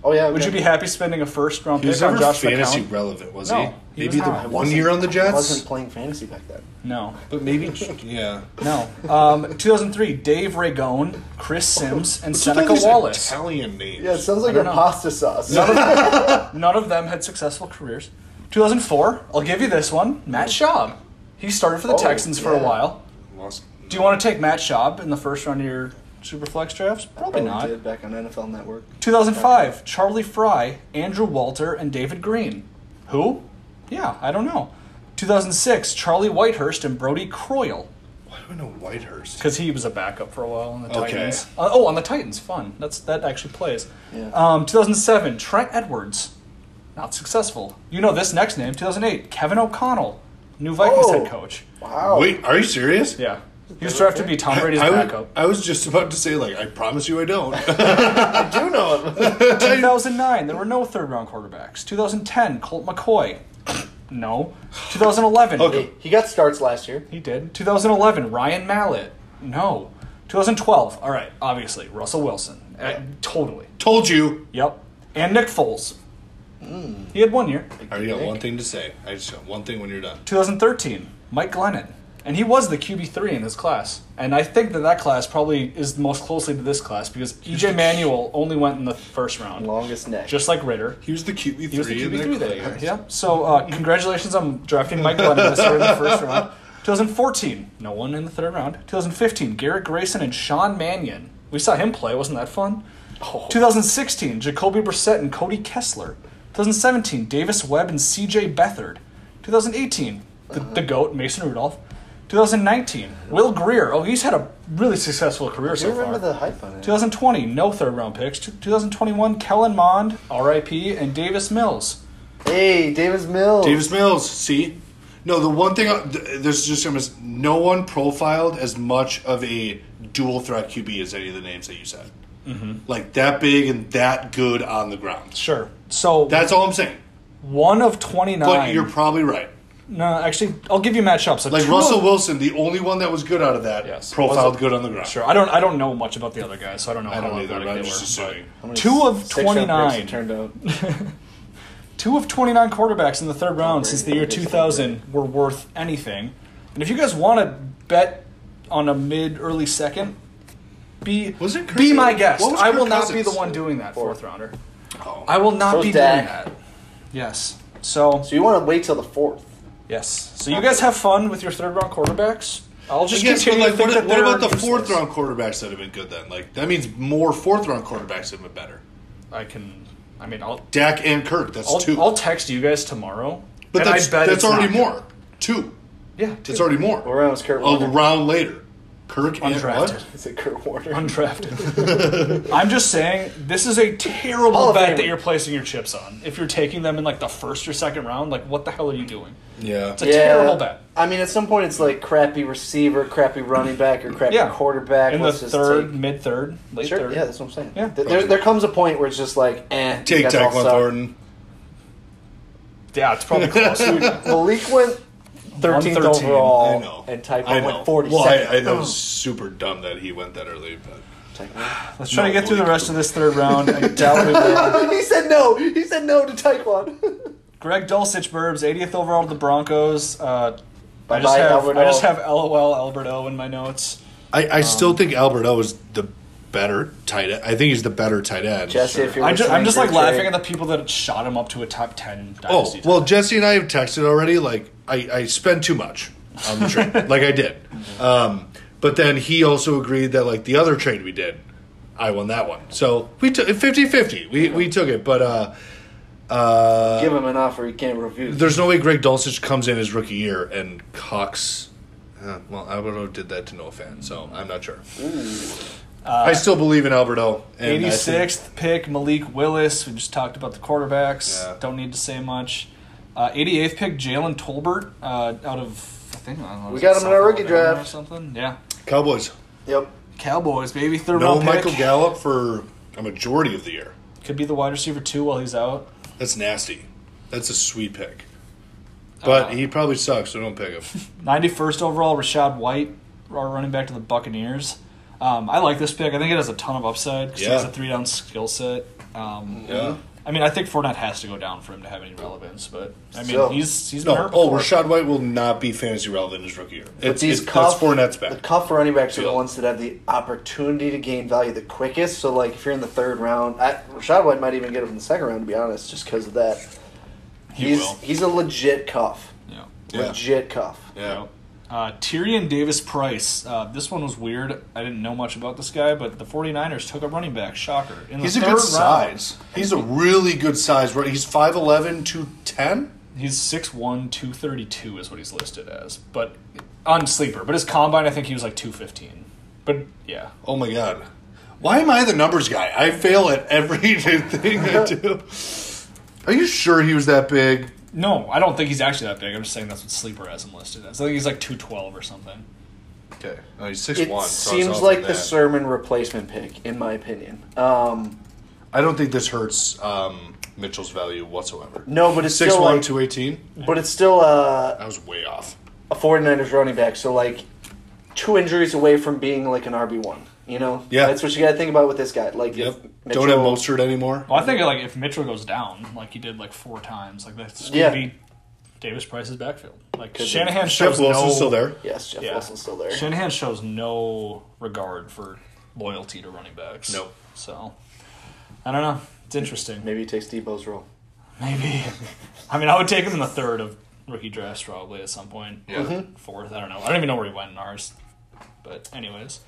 Speaker 1: Oh yeah.
Speaker 3: Would
Speaker 1: okay.
Speaker 3: you be happy spending a first round
Speaker 2: He was
Speaker 3: pick on
Speaker 2: never
Speaker 3: Josh
Speaker 2: fantasy
Speaker 3: McCown?
Speaker 2: relevant, was
Speaker 3: No, he
Speaker 2: he?
Speaker 3: was
Speaker 2: Maybe the
Speaker 3: not. I
Speaker 2: one year on the Jets.
Speaker 1: I wasn't playing fantasy back then.
Speaker 3: No.
Speaker 2: But
Speaker 3: <laughs>
Speaker 2: maybe, yeah.
Speaker 3: No. Um, 2003, Dave Ragone, Chris Sims, and Seneca Wallace.
Speaker 2: Italian names.
Speaker 1: Yeah, it sounds like your
Speaker 3: don't know.
Speaker 1: pasta sauce. <laughs>
Speaker 3: None of them had successful careers. 2004, I'll give you this one, Matt Schaub. He started for the
Speaker 1: Oh,
Speaker 3: Texans for a
Speaker 1: yeah.
Speaker 3: while.
Speaker 2: Lost-
Speaker 3: Do you want to take Matt Schaub in the first round of your Superflex drafts?
Speaker 1: Probably
Speaker 3: Probably not.
Speaker 1: Oh, did back on NFL Network.
Speaker 3: 2005, Charlie Fry, Andrew Walter, and David Green. Who? Yeah, I don't know. 2006, Charlie Whitehurst and Brody Croyle.
Speaker 2: Why do I know Whitehurst?
Speaker 3: because he was a backup for a while on the
Speaker 2: Okay.
Speaker 3: Titans. Uh, oh, on the Titans, fun. That's that actually plays.
Speaker 1: Yeah.
Speaker 3: Um, 2007, Trent Edwards, not successful. You know this next name. 2008, Kevin O'Connell, new Vikings
Speaker 1: Oh.
Speaker 3: head coach.
Speaker 1: Wow.
Speaker 2: Wait, are you serious?
Speaker 3: Oh. Yeah, he was drafted to be Tom
Speaker 1: <laughs>
Speaker 3: Brady's
Speaker 2: I, I, was,
Speaker 3: backup.
Speaker 2: I was just about to say, like, I promise you I
Speaker 3: <laughs>
Speaker 2: don't.
Speaker 1: I do know him.
Speaker 3: 2009, there were no third round quarterbacks. 2010, Colt McCoy. No. 2011,
Speaker 2: Okay.
Speaker 1: he got starts last year.
Speaker 3: He did. 2011, Ryan Mallett. No. 2012, all right, obviously, Russell Wilson. Uh, totally.
Speaker 2: Told you.
Speaker 3: Yep. And Nick Foles. He had one year.
Speaker 2: I already got one thing to say. I just got one thing when you're done.
Speaker 3: 2013, Mike Glennon. And he was the QB3 in his class. And I think that that class probably is most closely to this class because EJ Manuel only went in the first round,
Speaker 1: Longest neck.
Speaker 3: just like Ritter.
Speaker 2: He was the QB3
Speaker 3: He was the
Speaker 2: in
Speaker 3: QB3
Speaker 2: their
Speaker 3: that year.
Speaker 2: class.
Speaker 3: Yeah. So uh, congratulations on drafting Mike Glennon this year in the first round. 2014, no one in the third round. 2015, Garrett Grayson and Sean Mannion. We saw him play. Wasn't that fun? 2016, Jacoby Brissett and Cody Kessler. 2017, Davis Webb and C.J. Beathard. 2018, the, the goat Mason Rudolph. 2019, Will Greer. Oh, he's had a really successful career
Speaker 1: Do
Speaker 3: so
Speaker 1: you remember
Speaker 3: far.
Speaker 1: the hype on it?
Speaker 3: 2020, no third round picks. 2021, Kellen Mond, R.I.P., and Davis Mills.
Speaker 1: Hey, Davis Mills.
Speaker 2: Davis Mills, see? No, the one thing, I- th- there's just some, is no one profiled as much of a dual threat QB as any of the names that you said.
Speaker 3: Mm-hmm.
Speaker 2: Like that big and that good on the ground.
Speaker 3: Sure. So
Speaker 2: That's all I'm saying.
Speaker 3: one of 29.
Speaker 2: But you're probably right.
Speaker 3: no, actually, I'll give you matchups. So
Speaker 2: Like
Speaker 3: two
Speaker 2: Russell
Speaker 3: of-
Speaker 2: Wilson, the only one that was good out of that,
Speaker 3: Yes.
Speaker 2: profiled
Speaker 3: Wasn't-
Speaker 2: good on the ground.
Speaker 3: Sure, I don't. I don't know much about the other guys, so I don't know
Speaker 2: I
Speaker 3: how
Speaker 2: don't either,
Speaker 3: athletic
Speaker 2: but I'm
Speaker 3: they
Speaker 2: just
Speaker 3: were,
Speaker 2: assuming.
Speaker 1: How
Speaker 3: but-
Speaker 1: many
Speaker 3: Two of
Speaker 1: six-round picks it
Speaker 3: 29.
Speaker 1: Turned out.
Speaker 3: Two of 29 quarterbacks in the third round since the year
Speaker 1: Brady,
Speaker 3: 2000 were worth anything. And if you guys want to bet on a mid early second, be
Speaker 2: Was it Kirk-
Speaker 3: be my guest.
Speaker 2: what was
Speaker 3: I
Speaker 2: Kirk
Speaker 3: will not be
Speaker 2: Cousins?
Speaker 3: the one doing that fourth rounder.
Speaker 2: Oh.
Speaker 3: I will not
Speaker 1: So
Speaker 3: be
Speaker 1: is Dak.
Speaker 3: doing that. Yes. So
Speaker 1: So you want to wait till the fourth?
Speaker 3: yes. So you guys have fun with your third round quarterbacks. I'll
Speaker 2: I
Speaker 3: just
Speaker 2: guess, but
Speaker 3: continue
Speaker 2: like,
Speaker 3: to think
Speaker 2: what,
Speaker 3: that
Speaker 2: what
Speaker 3: they're
Speaker 2: about the fourth
Speaker 3: useless.
Speaker 2: round quarterbacks that have been good then? Like that means more fourth round quarterbacks have been better.
Speaker 3: I can. I mean, I'll
Speaker 2: Dak and Kirk, that's
Speaker 3: I'll,
Speaker 2: 2
Speaker 3: I'll text you guys tomorrow.
Speaker 2: but
Speaker 3: and
Speaker 2: that's
Speaker 3: I bet
Speaker 2: that's
Speaker 3: it's
Speaker 2: already
Speaker 3: not-
Speaker 2: more. Two.
Speaker 3: Yeah,
Speaker 2: That's
Speaker 3: dude.
Speaker 2: already more.
Speaker 1: What round was Kurt
Speaker 3: Oh,
Speaker 2: A
Speaker 1: Warner?
Speaker 2: round later. Kirk and
Speaker 3: Undrafted.
Speaker 2: what?
Speaker 1: <laughs> Is it Kurt Warner?
Speaker 2: <laughs>
Speaker 3: undrafted. I'm just saying this is a terrible
Speaker 1: Hall of
Speaker 3: bet
Speaker 1: Famer.
Speaker 3: that you're placing your chips on. If you're taking them in like the first or second round, like what the hell are you doing?
Speaker 2: Yeah.
Speaker 3: It's a terrible bet.
Speaker 1: I mean, at some point, it's like crappy receiver, crappy running back, or crappy
Speaker 3: Yeah.
Speaker 1: quarterback.
Speaker 3: In the
Speaker 1: Let's just
Speaker 3: third,
Speaker 1: take-
Speaker 3: mid third, late
Speaker 1: Sure,
Speaker 3: third.
Speaker 1: yeah, that's what I'm saying.
Speaker 3: Yeah.
Speaker 1: Th- There, there comes a point where it's just like, eh.
Speaker 2: Take
Speaker 1: that's all
Speaker 2: Tyquan
Speaker 1: suck.
Speaker 2: Thornton.
Speaker 3: Yeah, it's probably close.
Speaker 1: <laughs> Malik went
Speaker 3: <laughs>
Speaker 1: 13th
Speaker 3: 113,
Speaker 1: overall,
Speaker 2: I know.
Speaker 1: and Tyquan
Speaker 2: I
Speaker 1: went
Speaker 2: know.
Speaker 1: 42nd.
Speaker 2: Well, I, I know it's super dumb that he went that early, but
Speaker 1: Tyquan.
Speaker 3: Let's try to get through the
Speaker 2: Malik.
Speaker 3: rest of this third
Speaker 1: <laughs>
Speaker 3: round. I doubt we will.
Speaker 1: he said no. He said no to Taekwon. <laughs>
Speaker 3: Greg Dulcich Burbs, 80th overall to the Broncos. Uh, I
Speaker 1: Bye-bye,
Speaker 3: just have
Speaker 1: Albert
Speaker 3: I just
Speaker 1: O.
Speaker 3: have LOL Albert O in my notes.
Speaker 2: I, I
Speaker 3: Um,
Speaker 2: still think Albert O is the better tight end. I think he's the better tight end.
Speaker 1: Jesse, if you're
Speaker 3: I'm just, I'm
Speaker 1: listening,
Speaker 3: just like
Speaker 1: you're
Speaker 3: laughing
Speaker 1: great.
Speaker 3: at the people that shot him up to a top ten.
Speaker 2: Oh
Speaker 3: Dynasty
Speaker 2: well, Jesse and I have texted already. Like I, I spend too much on the train, like I did. Um, but then he also agreed that like the other trade we did, I won that one. So we took 50-50. We we took it, but uh, uh,
Speaker 1: Give him an offer he can't refuse.
Speaker 2: there's no way Greg Dulcich comes in his rookie year and Cox. Uh, well, Alberto did that to no fan, so I'm not sure. I still believe in Alberto. and I
Speaker 3: Eighty
Speaker 2: think-
Speaker 3: sixth pick Malik Willis. We just talked about the quarterbacks.
Speaker 2: Yeah.
Speaker 3: Don't need to say much. Eighty eighth pick Jalen Tolbert uh, out of I think I don't know,
Speaker 1: We
Speaker 3: is
Speaker 1: got
Speaker 3: it
Speaker 1: him in our
Speaker 3: South
Speaker 1: rookie
Speaker 3: Alabama
Speaker 1: draft.
Speaker 3: or something. Yeah,
Speaker 2: Cowboys.
Speaker 1: Yep.
Speaker 3: Cowboys baby third
Speaker 2: No
Speaker 3: round pick.
Speaker 2: Michael Gallup for a majority of the year.
Speaker 3: could be the wide receiver too while he's out.
Speaker 2: That's nasty. That's a sweet pick. But
Speaker 3: Uh,
Speaker 2: he probably sucks, so don't pick him.
Speaker 3: Ninety first overall Rashad White, our running back to the Buccaneers. Um, I like this pick. I think it has a ton of upside because he has
Speaker 2: Yeah.
Speaker 3: a three down skill set. Um,
Speaker 2: Yeah.
Speaker 3: I mean, I think Fournette has to go down for him to have any relevance, but I mean,
Speaker 1: Still.
Speaker 3: he's he's been
Speaker 2: No,
Speaker 3: hurt
Speaker 2: oh,
Speaker 3: before.
Speaker 2: Rashad White will not be fantasy relevant in his rookie year. It's,
Speaker 1: these
Speaker 2: it's, that's
Speaker 1: cuff-
Speaker 2: Fournette's
Speaker 1: The
Speaker 2: back.
Speaker 1: cuff running backs are the
Speaker 2: Field.
Speaker 1: ones that have the opportunity to gain value the quickest. So, like, if you're in the third round, I, Rashad White might even get him in the second round, to be honest, just because of that.
Speaker 3: He
Speaker 1: he's,
Speaker 3: will.
Speaker 1: He's a legit cuff.
Speaker 3: Yeah.
Speaker 2: Yeah.
Speaker 1: Legit cuff.
Speaker 2: Yeah.
Speaker 3: Uh, Tyrion Davis Price. Uh, this one was weird. I didn't know much about this guy, but the 49ers took a running back. Shocker. In the
Speaker 2: He's a
Speaker 3: third
Speaker 2: good
Speaker 3: round,
Speaker 2: size. He's a really good size. Right? He's 5'11", 210?
Speaker 3: He's 6'1, 232 is what he's listed as, but on sleeper. But his combine, I think he was like 215. But yeah.
Speaker 2: Oh, my God. Why am I the numbers guy? I fail at <laughs> everything I do. Are you sure he was that big?
Speaker 3: No, I don't think he's actually that big. I'm just saying that's what sleeper has him listed as. I think he's like 212 or something.
Speaker 2: Okay. Oh, he's 6'1".
Speaker 1: It
Speaker 2: so it's off
Speaker 1: seems
Speaker 2: of
Speaker 1: like the
Speaker 2: that.
Speaker 1: Sermon replacement pick, in my opinion. Um,
Speaker 2: I don't think this hurts um, Mitchell's value whatsoever.
Speaker 1: no, but it's
Speaker 2: Six
Speaker 1: still,
Speaker 2: one
Speaker 1: like,
Speaker 2: two eighteen.
Speaker 1: but it's still uh,
Speaker 2: That was way off.
Speaker 1: a 49ers running back. So, like, two injuries away from being, like, an RB1. You know?
Speaker 2: Yeah.
Speaker 1: That's what you got to think about with this guy. Like, if
Speaker 2: Don't have
Speaker 1: Mitchell-
Speaker 2: Mostert anymore.
Speaker 3: Well, I think like if Mitchell goes down, like he did like four times, like that's going to
Speaker 1: Yeah.
Speaker 3: be Davis Price's backfield. Like
Speaker 1: be.
Speaker 3: Shanahan
Speaker 2: Jeff
Speaker 3: shows
Speaker 2: Wilson's
Speaker 3: no,
Speaker 2: still there.
Speaker 1: Yes, Jeff
Speaker 3: Yeah.
Speaker 1: Wilson's still there.
Speaker 3: Shanahan shows no regard for loyalty to running backs.
Speaker 2: Nope.
Speaker 3: So, I don't know. It's interesting.
Speaker 1: Maybe he takes Debo's role.
Speaker 3: Maybe. I mean, I would take him in the third of rookie drafts probably at some point.
Speaker 2: Yeah. Mhm.
Speaker 3: Fourth. I don't know. I don't even know where he went in ours. But, anyways.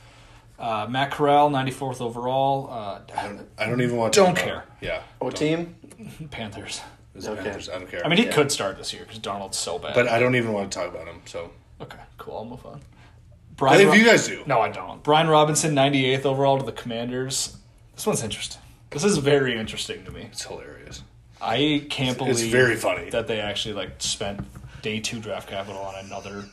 Speaker 3: Uh, Matt Corral, 94th overall. Uh,
Speaker 2: I don't, I don't even want.
Speaker 3: Don't
Speaker 2: talk
Speaker 3: care.
Speaker 2: about it. Yeah.
Speaker 1: O Oh, team?
Speaker 3: <laughs> Panthers.
Speaker 2: as a
Speaker 1: Okay.
Speaker 2: Panthers. I don't care.
Speaker 3: I mean, he
Speaker 2: Yeah.
Speaker 3: could start this year because Darnold's so bad.
Speaker 2: but I don't even want to talk about him. So
Speaker 3: okay, cool. I'll move on.
Speaker 2: I
Speaker 3: Brian
Speaker 2: think
Speaker 3: Ro-
Speaker 2: you guys do.
Speaker 3: No, I don't. Brian Robinson, 98th overall to the Commanders. This one's interesting. This is very interesting to me.
Speaker 2: It's hilarious.
Speaker 3: I can't believe
Speaker 2: It's very funny.
Speaker 3: that they actually like spent day two draft capital on another.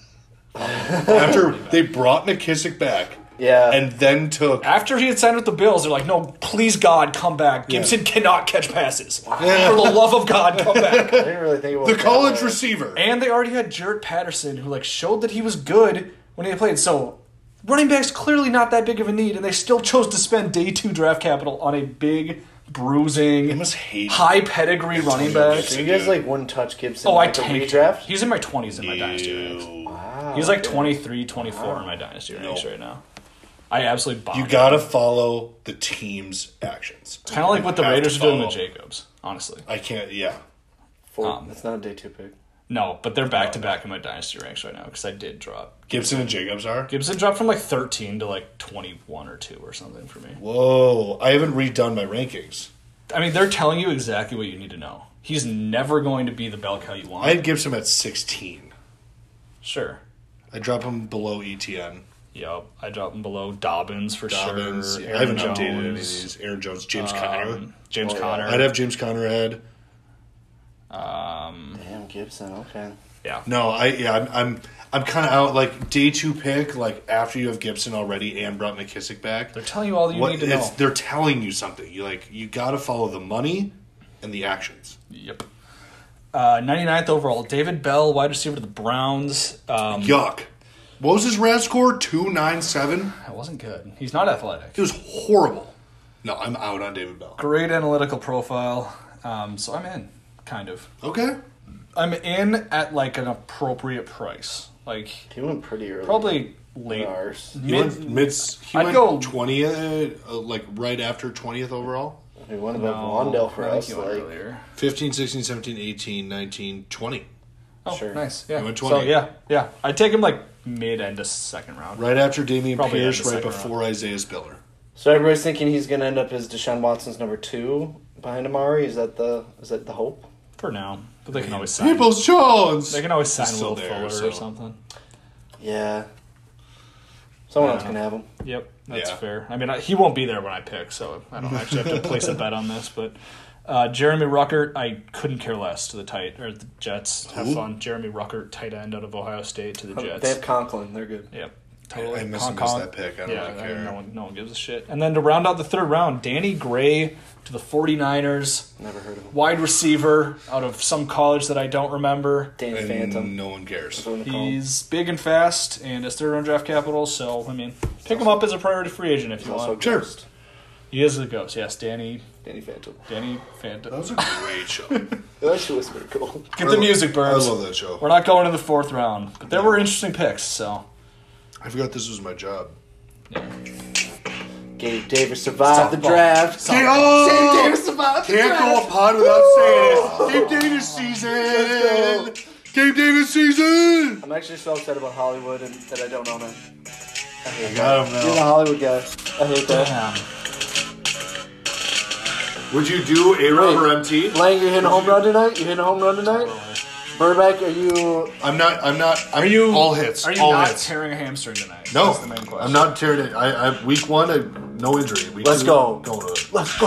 Speaker 2: After they brought McKissick back,
Speaker 1: Yeah.
Speaker 2: and then took
Speaker 3: After he had signed with the Bills, they're like, "No, please God, come back. Gibson cannot catch passes. For the love of God,
Speaker 2: <laughs>
Speaker 3: come back."
Speaker 1: I didn't really think about
Speaker 2: the college receiver.
Speaker 3: And they already had Jarrett Patterson, who like showed that he was good when he played. So running backs clearly not that big of a need, and they still chose to spend day two draft capital on a big, bruising,
Speaker 2: must hate-
Speaker 3: high pedigree running back.
Speaker 1: So you guys like wouldn't touch Gibson.
Speaker 3: Oh, I
Speaker 1: like a
Speaker 3: tanked.
Speaker 1: redraft.
Speaker 3: He's in my twenties in my dynasty ranks. He's like 23, 24 in my dynasty ranks
Speaker 2: Ah, Nope.
Speaker 3: right now. I absolutely bombed.
Speaker 2: You gotta follow the team's actions.
Speaker 3: kind of like what the
Speaker 2: Have to
Speaker 3: Raiders are doing
Speaker 2: follow.
Speaker 3: with Jacobs, honestly.
Speaker 2: I can't. Yeah,
Speaker 1: Four.
Speaker 3: Um,
Speaker 1: That's not a day two pick.
Speaker 3: No, but they're back to back in my dynasty ranks right now because I did drop.
Speaker 2: Gibson and Jacobs are.
Speaker 3: Gibson dropped from like thirteen to like twenty one or two or something for me.
Speaker 2: Whoa! I haven't redone my rankings.
Speaker 3: I mean, they're telling you exactly what you need to know. He's never going to be the bell cow you want.
Speaker 2: I had Gibson at sixteen.
Speaker 3: sure.
Speaker 2: I drop him below E ETN.
Speaker 3: Yep. I dropped him below Dobbins for
Speaker 2: Dobbins.
Speaker 3: sure.
Speaker 2: I haven't
Speaker 3: Aaron
Speaker 2: updated any of
Speaker 3: Jones,
Speaker 2: these. Aaron Jones, James Conner.
Speaker 3: um, James
Speaker 1: Oh, yeah.
Speaker 3: Conner.
Speaker 2: I'd have James Conner ahead.
Speaker 1: Damn Gibson. Okay.
Speaker 3: yeah.
Speaker 2: No, I yeah, I'm I'm, I'm kind of out like day two pick like after you have Gibson already and brought McKissick back.
Speaker 3: They're telling you all you
Speaker 2: What-
Speaker 3: need to
Speaker 2: it's-
Speaker 3: know.
Speaker 2: They're telling you something. You like you got to follow the money and the actions.
Speaker 3: Yep. Uh, 99th overall, David Bell, wide receiver to the Browns. Um,
Speaker 2: Yuck. What was his RAS score? Two nine seven.
Speaker 3: that wasn't good. He's not athletic.
Speaker 2: It was horrible. No, I'm out on David Bell.
Speaker 3: Great analytical profile. Um, so I'm in, kind of.
Speaker 2: Okay.
Speaker 3: I'm in at like an appropriate price. Like
Speaker 1: He went pretty early.
Speaker 3: probably late.
Speaker 1: Ours.
Speaker 2: He
Speaker 3: Mid,
Speaker 2: went mid. He
Speaker 3: I'd
Speaker 2: went
Speaker 3: go-
Speaker 2: twentieth, uh, like right after twentieth overall.
Speaker 1: He went above
Speaker 3: no,
Speaker 1: Wandell for
Speaker 3: Oh, I think
Speaker 1: us.
Speaker 3: he went
Speaker 1: Like,
Speaker 3: earlier.
Speaker 2: 15, 16, 17, 18, 19, 20.
Speaker 3: Oh,
Speaker 1: Sure.
Speaker 3: nice. Yeah.
Speaker 2: He went
Speaker 3: So
Speaker 2: 20.
Speaker 3: yeah, yeah. I'd take him like mid end of second round.
Speaker 2: Right after Damian
Speaker 3: Probably
Speaker 2: Pierce,
Speaker 3: in the
Speaker 2: right
Speaker 3: second round.
Speaker 2: before Isaiah Spiller.
Speaker 1: so everybody's thinking he's gonna end up as Deshaun Watson's number two behind Amari. Is that the is that the hope?
Speaker 3: For now, but they can always sign.
Speaker 2: People's Jones.
Speaker 3: They can always sign
Speaker 2: still
Speaker 3: Will
Speaker 2: there,
Speaker 3: Fuller
Speaker 2: so-
Speaker 3: or something.
Speaker 1: Yeah. Someone
Speaker 3: I
Speaker 1: else
Speaker 3: don't
Speaker 1: can have him.
Speaker 3: Yep, that's
Speaker 2: Yeah.
Speaker 3: fair. I mean, I, he won't be there when I pick, so I don't actually have to place a bet on this. But uh, Jeremy Ruckert, I couldn't care less to the tight or the Jets. Have
Speaker 2: Who?
Speaker 3: fun, Jeremy Ruckert, tight end out of Ohio State to the Jets.
Speaker 1: They have Conklin. They're good.
Speaker 3: Yep,
Speaker 2: I must have missed that pick. I don't really care.
Speaker 3: no one, no one gives a shit. And then to round out the third round, Danny Gray to the 49ers,
Speaker 1: Never heard of him.
Speaker 3: wide receiver out of some college that I don't remember.
Speaker 1: Dan
Speaker 2: And
Speaker 1: Phantom.
Speaker 2: no one cares.
Speaker 1: That's what they call him.
Speaker 3: He's big and fast, and his third round draft capital. So I mean, pick him up as a priority free agent if you
Speaker 1: also
Speaker 3: want.
Speaker 1: a
Speaker 2: Sure.
Speaker 1: ghost.
Speaker 3: He is the ghost. Yes, Danny.
Speaker 1: Danny Phantom.
Speaker 3: Danny Phantom.
Speaker 2: That was a great
Speaker 3: <laughs>
Speaker 2: show. Get
Speaker 1: That actually was pretty cool.
Speaker 3: Get the music, Burbs.
Speaker 2: Oh, I love that show.
Speaker 3: We're not going to the fourth round, but there were interesting picks. So
Speaker 2: I forgot this was my job.
Speaker 1: Gabe Davis survived
Speaker 3: Softball.
Speaker 1: the draft.
Speaker 2: Hey, oh!
Speaker 1: Gabe Davis survived the
Speaker 2: Can't
Speaker 1: draft.
Speaker 2: go upon without saying it. Gabe Davis season. Gabe Davis season.
Speaker 1: I'm actually so upset about Hollywood and that I don't own it. I hate
Speaker 2: got
Speaker 1: that.
Speaker 2: him now.
Speaker 1: You're the Hollywood guy. I hate that.
Speaker 3: damn.
Speaker 2: Would you do A
Speaker 1: Wait.
Speaker 2: Rob or MT?
Speaker 1: Lang, you're hitting a home run tonight? You're hitting a home run tonight? Burbank, are you.
Speaker 2: I'm not. I'm not. I'm are
Speaker 3: you-
Speaker 2: all hits?
Speaker 3: Are you
Speaker 2: all
Speaker 3: not
Speaker 2: hits.
Speaker 3: tearing a hamstring tonight?
Speaker 2: no,
Speaker 3: That's the main question.
Speaker 2: I'm not tearing it. I, I week one, I, no injury. Week
Speaker 1: Let's
Speaker 2: two,
Speaker 1: go.
Speaker 2: Going to it.
Speaker 1: Let's go.